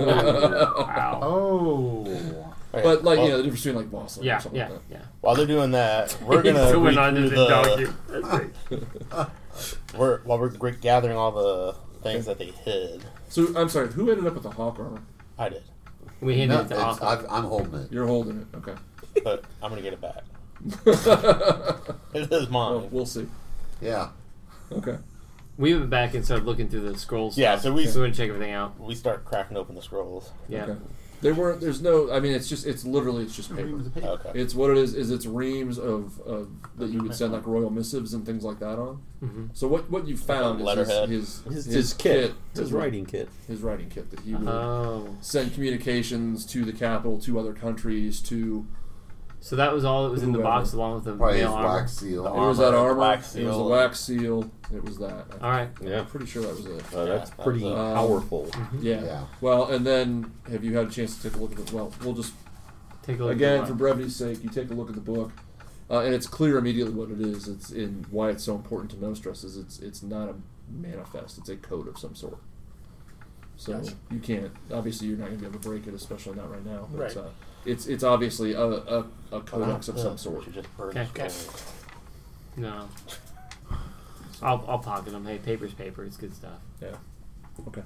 Speaker 7: Wow.
Speaker 9: Oh.
Speaker 2: But like
Speaker 4: Well-
Speaker 2: you know, the difference between like boss level or something like that.
Speaker 4: While they're doing
Speaker 10: [laughs]
Speaker 4: that, we're
Speaker 2: He's
Speaker 4: gonna
Speaker 2: doing
Speaker 4: read
Speaker 2: under
Speaker 4: through
Speaker 2: the
Speaker 4: the.
Speaker 2: donkey. That's
Speaker 4: we're while we're gr- gathering all the things that they hid.
Speaker 2: So I'm sorry, who ended up with the hawk armor?
Speaker 4: I did.
Speaker 5: We
Speaker 8: No, it's- I've- I'm holding it.
Speaker 2: You're holding it. Okay.
Speaker 4: but I'm gonna get it
Speaker 10: [laughs]
Speaker 4: back. it is mine.
Speaker 2: Well, Oh,
Speaker 10: Oh,
Speaker 2: we'll see.
Speaker 8: Yeah.
Speaker 2: Okay.
Speaker 5: We went back and started looking through the scrolls.
Speaker 4: Yeah, so we-
Speaker 5: so we want to check everything out.
Speaker 4: We start cracking open the scrolls.
Speaker 5: Yeah.
Speaker 2: Okay. They weren't. There's no. I mean, it's just. It's literally. It's just paper.
Speaker 9: reams of paper.
Speaker 4: Okay.
Speaker 2: It's what it is. Is it's reams of, of that you would send like royal missives and things like that on.
Speaker 5: Mhm.
Speaker 2: So what what you found is
Speaker 4: letterhead.
Speaker 2: his his,
Speaker 10: His- his kit. His
Speaker 2: to-
Speaker 10: writing kit.
Speaker 2: His writing kit that he would
Speaker 5: Oh.
Speaker 2: send communications to the capital, to other countries, to.
Speaker 5: So that was all that was in the
Speaker 2: Whoever.
Speaker 5: box, along with the
Speaker 8: Probably
Speaker 5: mail
Speaker 8: his
Speaker 5: armor.
Speaker 8: wax seal.
Speaker 2: It was that armor.
Speaker 4: wax
Speaker 2: It was the
Speaker 4: seal.
Speaker 2: wax seal. It was that.
Speaker 5: All right.
Speaker 10: Yeah.
Speaker 2: I'm pretty sure that was it.
Speaker 10: Uh, that's
Speaker 4: Yeah,
Speaker 10: pretty
Speaker 2: Um,
Speaker 10: powerful.
Speaker 2: Yeah.
Speaker 8: Yeah.
Speaker 2: Well, and then have you had a chance to take a look at it? Well, we'll just
Speaker 5: Take a look.
Speaker 2: again
Speaker 5: at
Speaker 2: for
Speaker 5: the
Speaker 2: brevity's sake. You take a look at the book, uh, and it's clear immediately what it is. It's in why it's so important to know stress is it's it's not a manifest. It's a code of some sort. So you can't obviously you're not going to be able to break it, especially not right now. But,
Speaker 7: Right.
Speaker 2: Uh, it's it's obviously a a, a codex
Speaker 4: [laughs]
Speaker 2: of
Speaker 10: Uh-huh.
Speaker 2: some
Speaker 4: Yeah, we
Speaker 2: sort.
Speaker 4: should just burn
Speaker 5: Okay.
Speaker 4: the scrolls.
Speaker 5: No. I'll, I'll pocket them. Hey, paper's paper. It's good stuff.
Speaker 2: Yeah. Okay.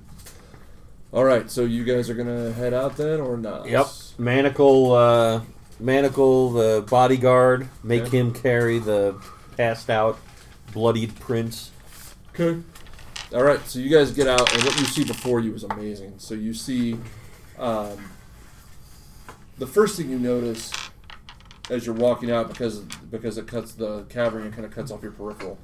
Speaker 2: All right. So you guys are going to head out then, or not?
Speaker 10: Yep. Manacle, uh, Manacle, the bodyguard, make
Speaker 2: Okay.
Speaker 10: him carry the passed out, bloodied prince.
Speaker 2: Okay. All right. So you guys get out, and what you see before you is amazing. So you see, um, the first thing you notice as you're walking out, because because it cuts the cavern and kind of cuts off your peripheral,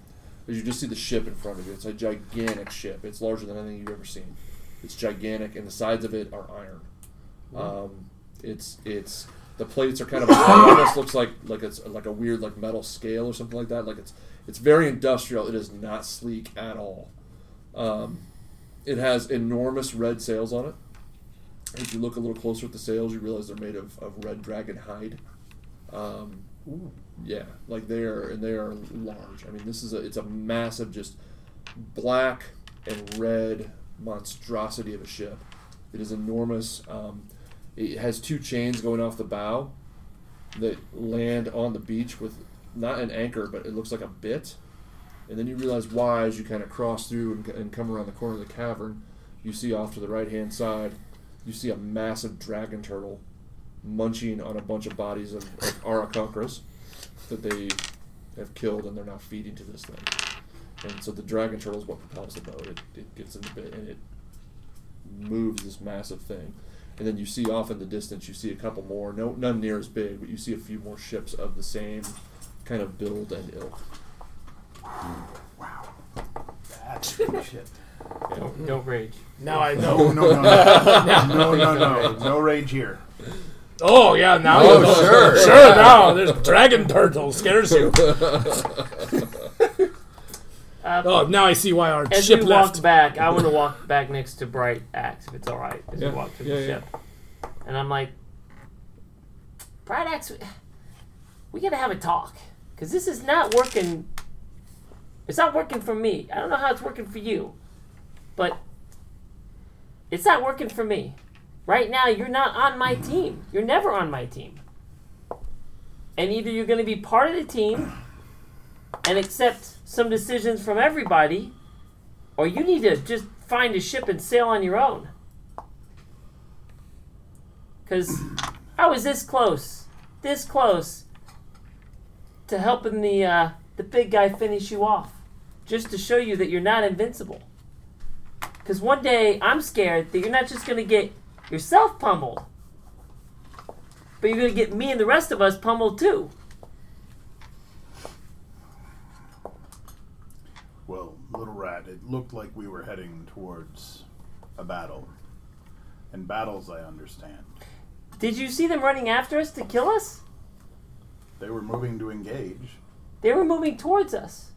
Speaker 2: is you just see the ship in front of you. It's a gigantic ship. It's larger than anything you've ever seen. It's gigantic, and the sides of it are iron. Um, it's it's the plates are kind of [coughs] it almost looks like like it's like a weird like metal scale or something like that. Like it's it's very industrial. It is not sleek at all. Um, it has enormous red sails on it. If you look a little closer at the sails, you realize they're made of, of red dragon hide. Um, yeah, like they are and they are large. I mean, this is a it's a massive just black and red monstrosity of a ship. It is enormous. Um, it has two chains going off the bow that land on the beach with not an anchor, but it looks like a bit. And then you realize why as you kind of cross through and, and come around the corner of the cavern. You see off to the right hand side, you see a massive dragon turtle munching on a bunch of bodies of, of Aracocras that they have killed and they're now feeding to this thing. And so the dragon turtle is what propels the boat. It, it gets in the bit and it moves this massive thing. And then you see off in the distance, you see a couple more, no, none near as big, but you see a few more ships of the same kind of build and ilk.
Speaker 9: That's good shit.
Speaker 5: Don't, don't rage.
Speaker 7: [laughs] Now I
Speaker 9: No, [laughs]
Speaker 7: know.
Speaker 9: no, no, no, no, no, no, no rage here.
Speaker 7: Oh yeah, now
Speaker 9: Oh,
Speaker 7: you know. [laughs]
Speaker 9: sure.
Speaker 7: sure. Now there's dragon turtle scares you. [laughs]
Speaker 5: Uh,
Speaker 7: oh, now I see why our
Speaker 5: As
Speaker 7: ship
Speaker 5: we
Speaker 7: left.
Speaker 5: walk back, I want to walk back next to Bright Axe if it's all right. As
Speaker 2: Yeah,
Speaker 5: we walk through
Speaker 2: yeah,
Speaker 5: the
Speaker 2: yeah.
Speaker 5: ship, and I'm like, Bright Axe, we, we gotta have a talk because this is not working. It's not working for me. I don't know how it's working for you, but it's not working for me. Right now, you're not on my team. You're never on my team.
Speaker 8: and either you're going to be part of the team and accept some decisions from everybody, or you need to just find a ship and sail on your own. Because I was this close, this close to helping the uh, the big guy finish you off, just to show you that you're not invincible. Because one day I'm scared that you're not just going to get yourself pummeled, but you're going to get me and the rest of us pummeled too.
Speaker 9: Well, Little Rat, it looked like we were heading towards a battle. And battles, I understand.
Speaker 8: Did you see them running after us to kill us?
Speaker 9: They were moving to engage.
Speaker 8: They were moving towards us.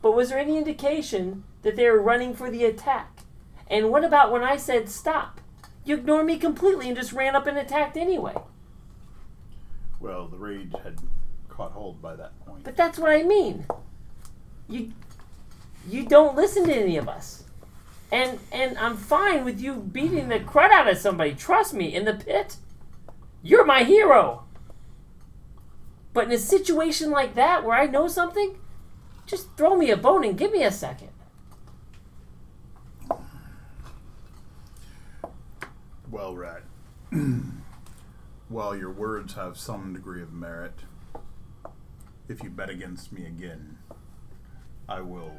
Speaker 8: But was there any indication that they were running for the attack? And what about when I said stop? You ignored me completely and just ran up and attacked anyway.
Speaker 9: Well, the rage had caught hold by that point.
Speaker 8: But that's what I mean. You you don't listen to any of us. And and I'm fine with you beating the crud out of somebody, trust me, in the pit. You're my hero. But in a situation like that where I know something, just throw me a bone and give me a second.
Speaker 9: Well, Rat, [clears throat] while your words have some degree of merit, if you bet against me again, I will.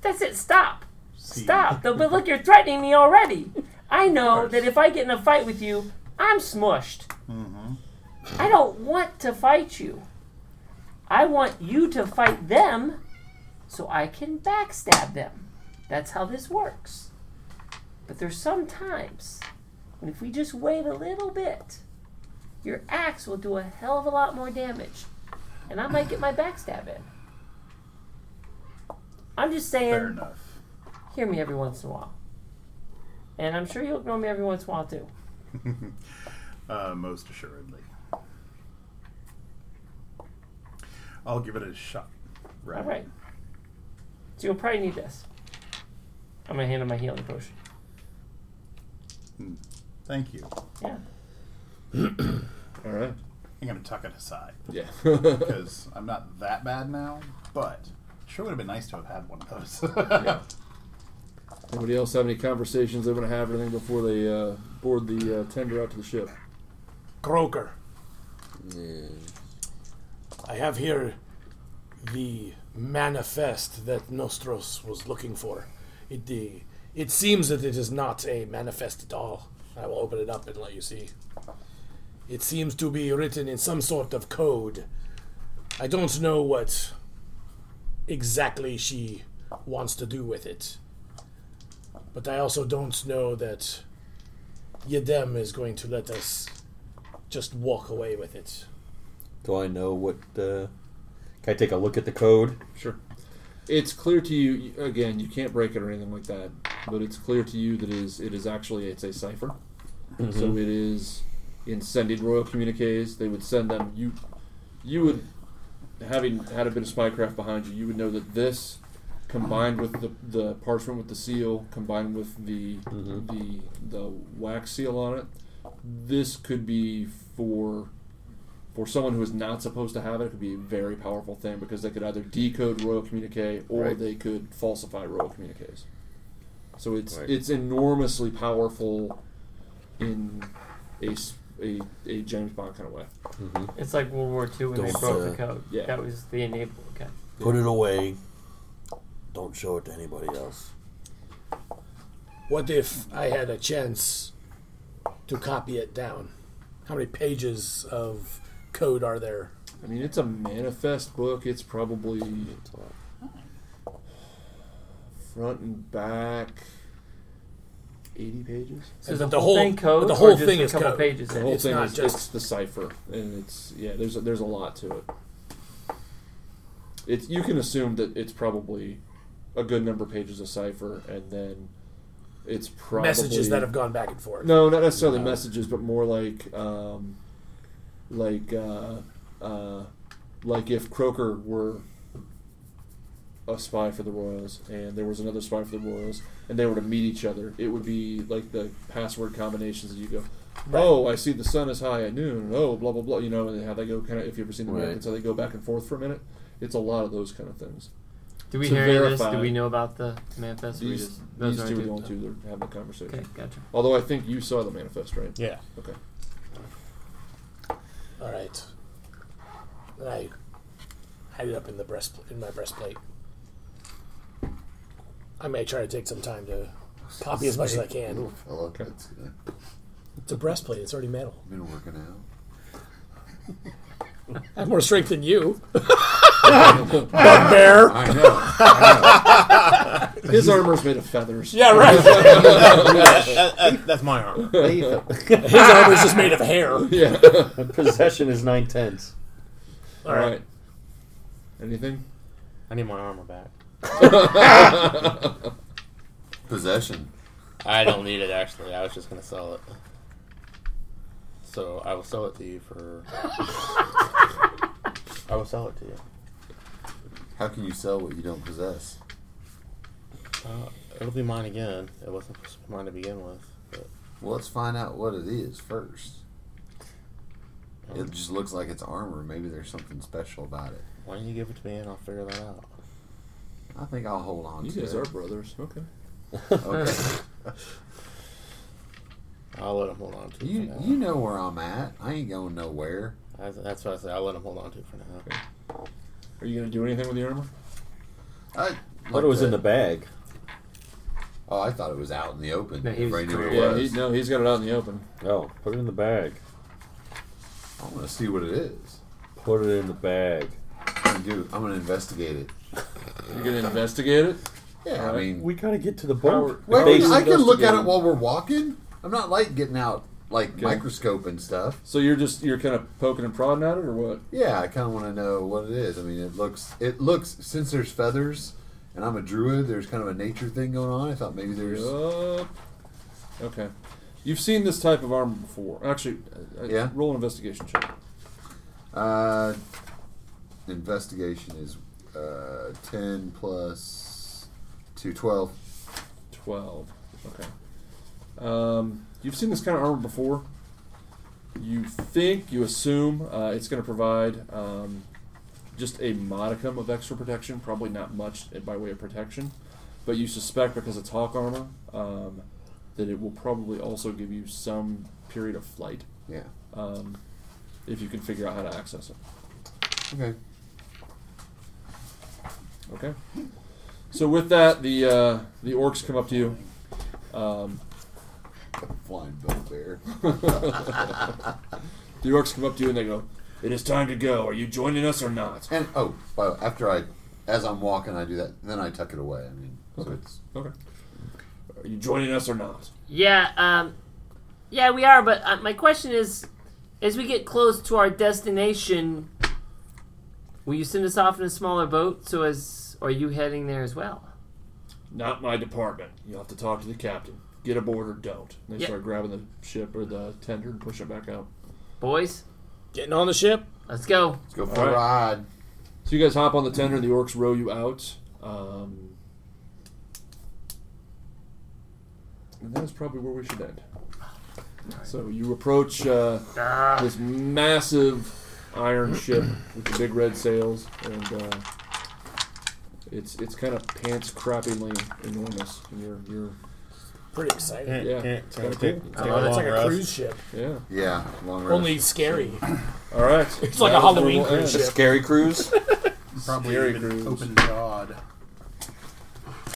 Speaker 8: That's it. Stop. Stop. Though, but look, you're threatening me already. I know that if I get in a fight with you, I'm smushed.
Speaker 9: Mm-hmm.
Speaker 8: I don't want to fight you. I want you to fight them so I can backstab them. That's how this works. But there's some times when if we just wait a little bit, your axe will do a hell of a lot more damage. And I might get my backstab in. I'm just saying.
Speaker 9: Fair enough.
Speaker 8: Hear me every once in a while. And I'm sure you'll ignore me every once in a while too.
Speaker 9: uh, most assuredly. I'll give it a shot. Rat.
Speaker 8: All right. So you'll probably need this. I'm gonna hand him my healing potion.
Speaker 9: Thank you.
Speaker 8: Yeah.
Speaker 9: All right. I'm going to tuck it
Speaker 8: [laughs]
Speaker 9: aside.
Speaker 2: Yeah. [laughs]
Speaker 9: Because I'm not that bad now, but sure would have been nice to have had one
Speaker 2: [laughs]
Speaker 9: of those.
Speaker 2: Anybody else have any conversations they want to have or anything before they uh, board the uh, tender out to the ship?
Speaker 7: Croker. I have here the manifest that Nostros was looking for. It the it seems that it is not a manifest at all. I will open it up and let you see. It seems to be written in some sort of code. I don't know what exactly she wants to do with it. But I also don't know that Yedem is going to let us just walk away with it.
Speaker 10: Do I know what? Uh, can I take a look at the code?
Speaker 2: Sure. It's clear to you again. You can't break it or anything like that, but it's clear to you that it is it is actually it's a cipher.
Speaker 10: Mhm.
Speaker 2: So it is in sending royal communiques. They would send them. You you would having had a bit of spycraft behind you. You would know that this combined with the, the parchment with the seal combined with the the the wax seal on it. This could be for for someone who is not supposed to have it, it could be a very powerful thing because they could either decode royal communique or
Speaker 10: Right.
Speaker 2: they could falsify royal communiques. So it's
Speaker 10: Right.
Speaker 2: it's enormously powerful in a, s- a- a James Bond kind of way.
Speaker 8: It's like World War II when they
Speaker 2: Don't,
Speaker 8: broke
Speaker 2: uh,
Speaker 8: the code.
Speaker 2: yeah.
Speaker 8: That was the enable code.
Speaker 2: Put
Speaker 10: it away. Don't show it to anybody else.
Speaker 7: What if I had a chance to copy it down? How many pages of code are there?
Speaker 2: I mean, it's a manifest book. It's probably front and back, eighty pages.
Speaker 8: So the whole thing code
Speaker 7: the whole
Speaker 8: or just
Speaker 7: thing
Speaker 8: a
Speaker 7: is
Speaker 8: couple
Speaker 7: code.
Speaker 8: pages in
Speaker 2: The
Speaker 8: it?
Speaker 2: whole
Speaker 7: It's
Speaker 2: thing
Speaker 7: not
Speaker 2: is
Speaker 7: just-
Speaker 2: it's the cipher, and it's yeah. There's a, there's a lot to it. It's you can assume that it's probably a good number of pages of cipher, and then it's probably
Speaker 7: Messages that have gone back and forth.
Speaker 2: No, not necessarily messages, but more like um, like uh, uh, like if Croker were a spy for the Royals, and there was another spy for the Royals, and they were to meet each other. It would be like the password combinations that you go, Oh, I see the sun is high at noon. and Oh, blah blah blah. You know, and how they go kind of. If you have ever seen the
Speaker 5: Right.
Speaker 2: Americans, how they go back and forth for a minute. It's a lot of those kind of things.
Speaker 5: Do we
Speaker 2: To
Speaker 5: hear any of this?
Speaker 2: verify-
Speaker 5: Do we know about the manifest? Or we
Speaker 2: These,
Speaker 5: just- those
Speaker 2: these
Speaker 5: are
Speaker 2: two are
Speaker 5: our
Speaker 2: the
Speaker 5: two-
Speaker 2: only two that are having a conversation.
Speaker 5: Okay, gotcha.
Speaker 2: Although I think you saw the manifest, right?
Speaker 7: Yeah.
Speaker 2: Okay.
Speaker 7: All right. Then I hide it up in the breast in my breastplate. I may try to take some time to copy as much as I
Speaker 8: Little
Speaker 7: can.
Speaker 8: fella, that's gonna-
Speaker 7: It's a breastplate. It's already
Speaker 8: [laughs]
Speaker 7: metal.
Speaker 8: uh, been working out.
Speaker 7: I have more strength than you. [laughs] Bugbear.
Speaker 8: [laughs] I know, I know.
Speaker 2: His armor's made of feathers.
Speaker 7: Yeah, right.
Speaker 8: [laughs]
Speaker 2: That-
Speaker 4: that- that's my armor.
Speaker 7: His armor's just made of hair.
Speaker 2: Yeah.
Speaker 4: [laughs]
Speaker 10: Possession is nine tenths.
Speaker 2: All right. Anything?
Speaker 4: I need my armor back.
Speaker 8: Possession.
Speaker 4: I don't need it actually. I was just gonna sell it. So I will sell it to you [laughs] for. I will sell it to you.
Speaker 8: How can you sell what you don't possess?
Speaker 4: Uh, it'll be mine again. It wasn't supposed to be mine to begin with. But
Speaker 8: Well, let's find out what it is first. It just looks like it's armor. Maybe there's something special about it.
Speaker 4: why don't you give it to me and I'll figure that out?
Speaker 8: I think I'll hold on
Speaker 2: You
Speaker 8: to
Speaker 2: guys
Speaker 8: it.
Speaker 2: are brothers. Okay.
Speaker 8: [laughs] Okay.
Speaker 4: I'll let him hold on to it.
Speaker 8: you
Speaker 4: for now.
Speaker 8: you know where I'm at. I ain't going nowhere.
Speaker 4: I, that's what I say. I'll let him hold on to it for now.
Speaker 2: Are you gonna do anything with the armor?
Speaker 8: I
Speaker 10: Thought it was in the bag.
Speaker 8: Oh, I thought it was out in the open.
Speaker 5: No, he was
Speaker 8: Everybody knew where it
Speaker 2: Yeah.
Speaker 8: was.
Speaker 2: He, no, he's got it out in the open.
Speaker 10: Oh, put it in the bag.
Speaker 8: I want to see what it is.
Speaker 10: Put it in the bag.
Speaker 8: I'm gonna, do, I'm gonna investigate it.
Speaker 2: You're gonna investigate it.
Speaker 8: Yeah, I
Speaker 2: Alright.
Speaker 8: mean,
Speaker 10: We gotta get to the boat.
Speaker 8: well,
Speaker 10: Base
Speaker 8: I can look at it
Speaker 10: investigating.
Speaker 8: while we're walking. I'm not like getting out like microscope and stuff.
Speaker 2: So you're just you're kind of poking and prodding at it, or what?
Speaker 8: Yeah, I kind of want to know what it is. I mean, it looks it looks since there's feathers, and I'm a druid. There's kind of a nature thing going on. I thought maybe there's
Speaker 2: Yup. Okay. You've seen this type of armor before. Actually, uh, uh,
Speaker 8: Yeah.
Speaker 2: roll an investigation check.
Speaker 8: uh, investigation is uh, ten plus two twelve.
Speaker 2: 12. Okay. Um, you've seen this kind of armor before. You think, you assume uh, it's going to provide um, just a modicum of extra protection, probably not much by way of protection, but you suspect because it's hawk armor um, that it will probably also give you some period of flight
Speaker 8: Yeah.
Speaker 2: um, if you can figure out how to access it.
Speaker 8: Okay.
Speaker 2: Okay. So with that, the uh, the orcs come up to you. Um,
Speaker 8: Flying bugbear.
Speaker 2: The orcs come up to you and they go, "It is time to go. Are you joining us or not?"
Speaker 8: [laughs] And oh, well, after I, as I'm walking, I do that. Then I tuck it away. I mean, so it's
Speaker 2: Okay. Are you joining us or not?
Speaker 5: Yeah, um, yeah, we are. But uh, my question is, as we get close to our destination, will you send us off in a smaller boat? So as, or are you heading there as well?
Speaker 2: Not my department. You'll have to talk to the captain. Get aboard or don't. And they
Speaker 5: Yeah.
Speaker 2: start grabbing the ship or the tender and pushing it back out.
Speaker 5: Boys,
Speaker 7: Getting on the ship.
Speaker 5: let's go.
Speaker 8: let's go for
Speaker 2: All
Speaker 8: a
Speaker 2: right.
Speaker 8: ride.
Speaker 2: So you guys hop on the tender and the orcs row you out. Um, and that is probably where we should end. So you approach uh, this massive iron ship with the big red sails, and uh, it's it's kind of pants crappingly enormous. And you're you're
Speaker 7: Pretty exciting.
Speaker 2: yeah, it's kinda cool.
Speaker 7: It's like, a- it's like a cruise ship.
Speaker 2: yeah.
Speaker 8: Yeah, long rest.
Speaker 7: Only scary.
Speaker 2: All right,
Speaker 7: It's like a Halloween cruise ship.
Speaker 10: Scary cruise.
Speaker 9: Probably
Speaker 2: Scary
Speaker 9: even
Speaker 2: cruise.
Speaker 9: open jaw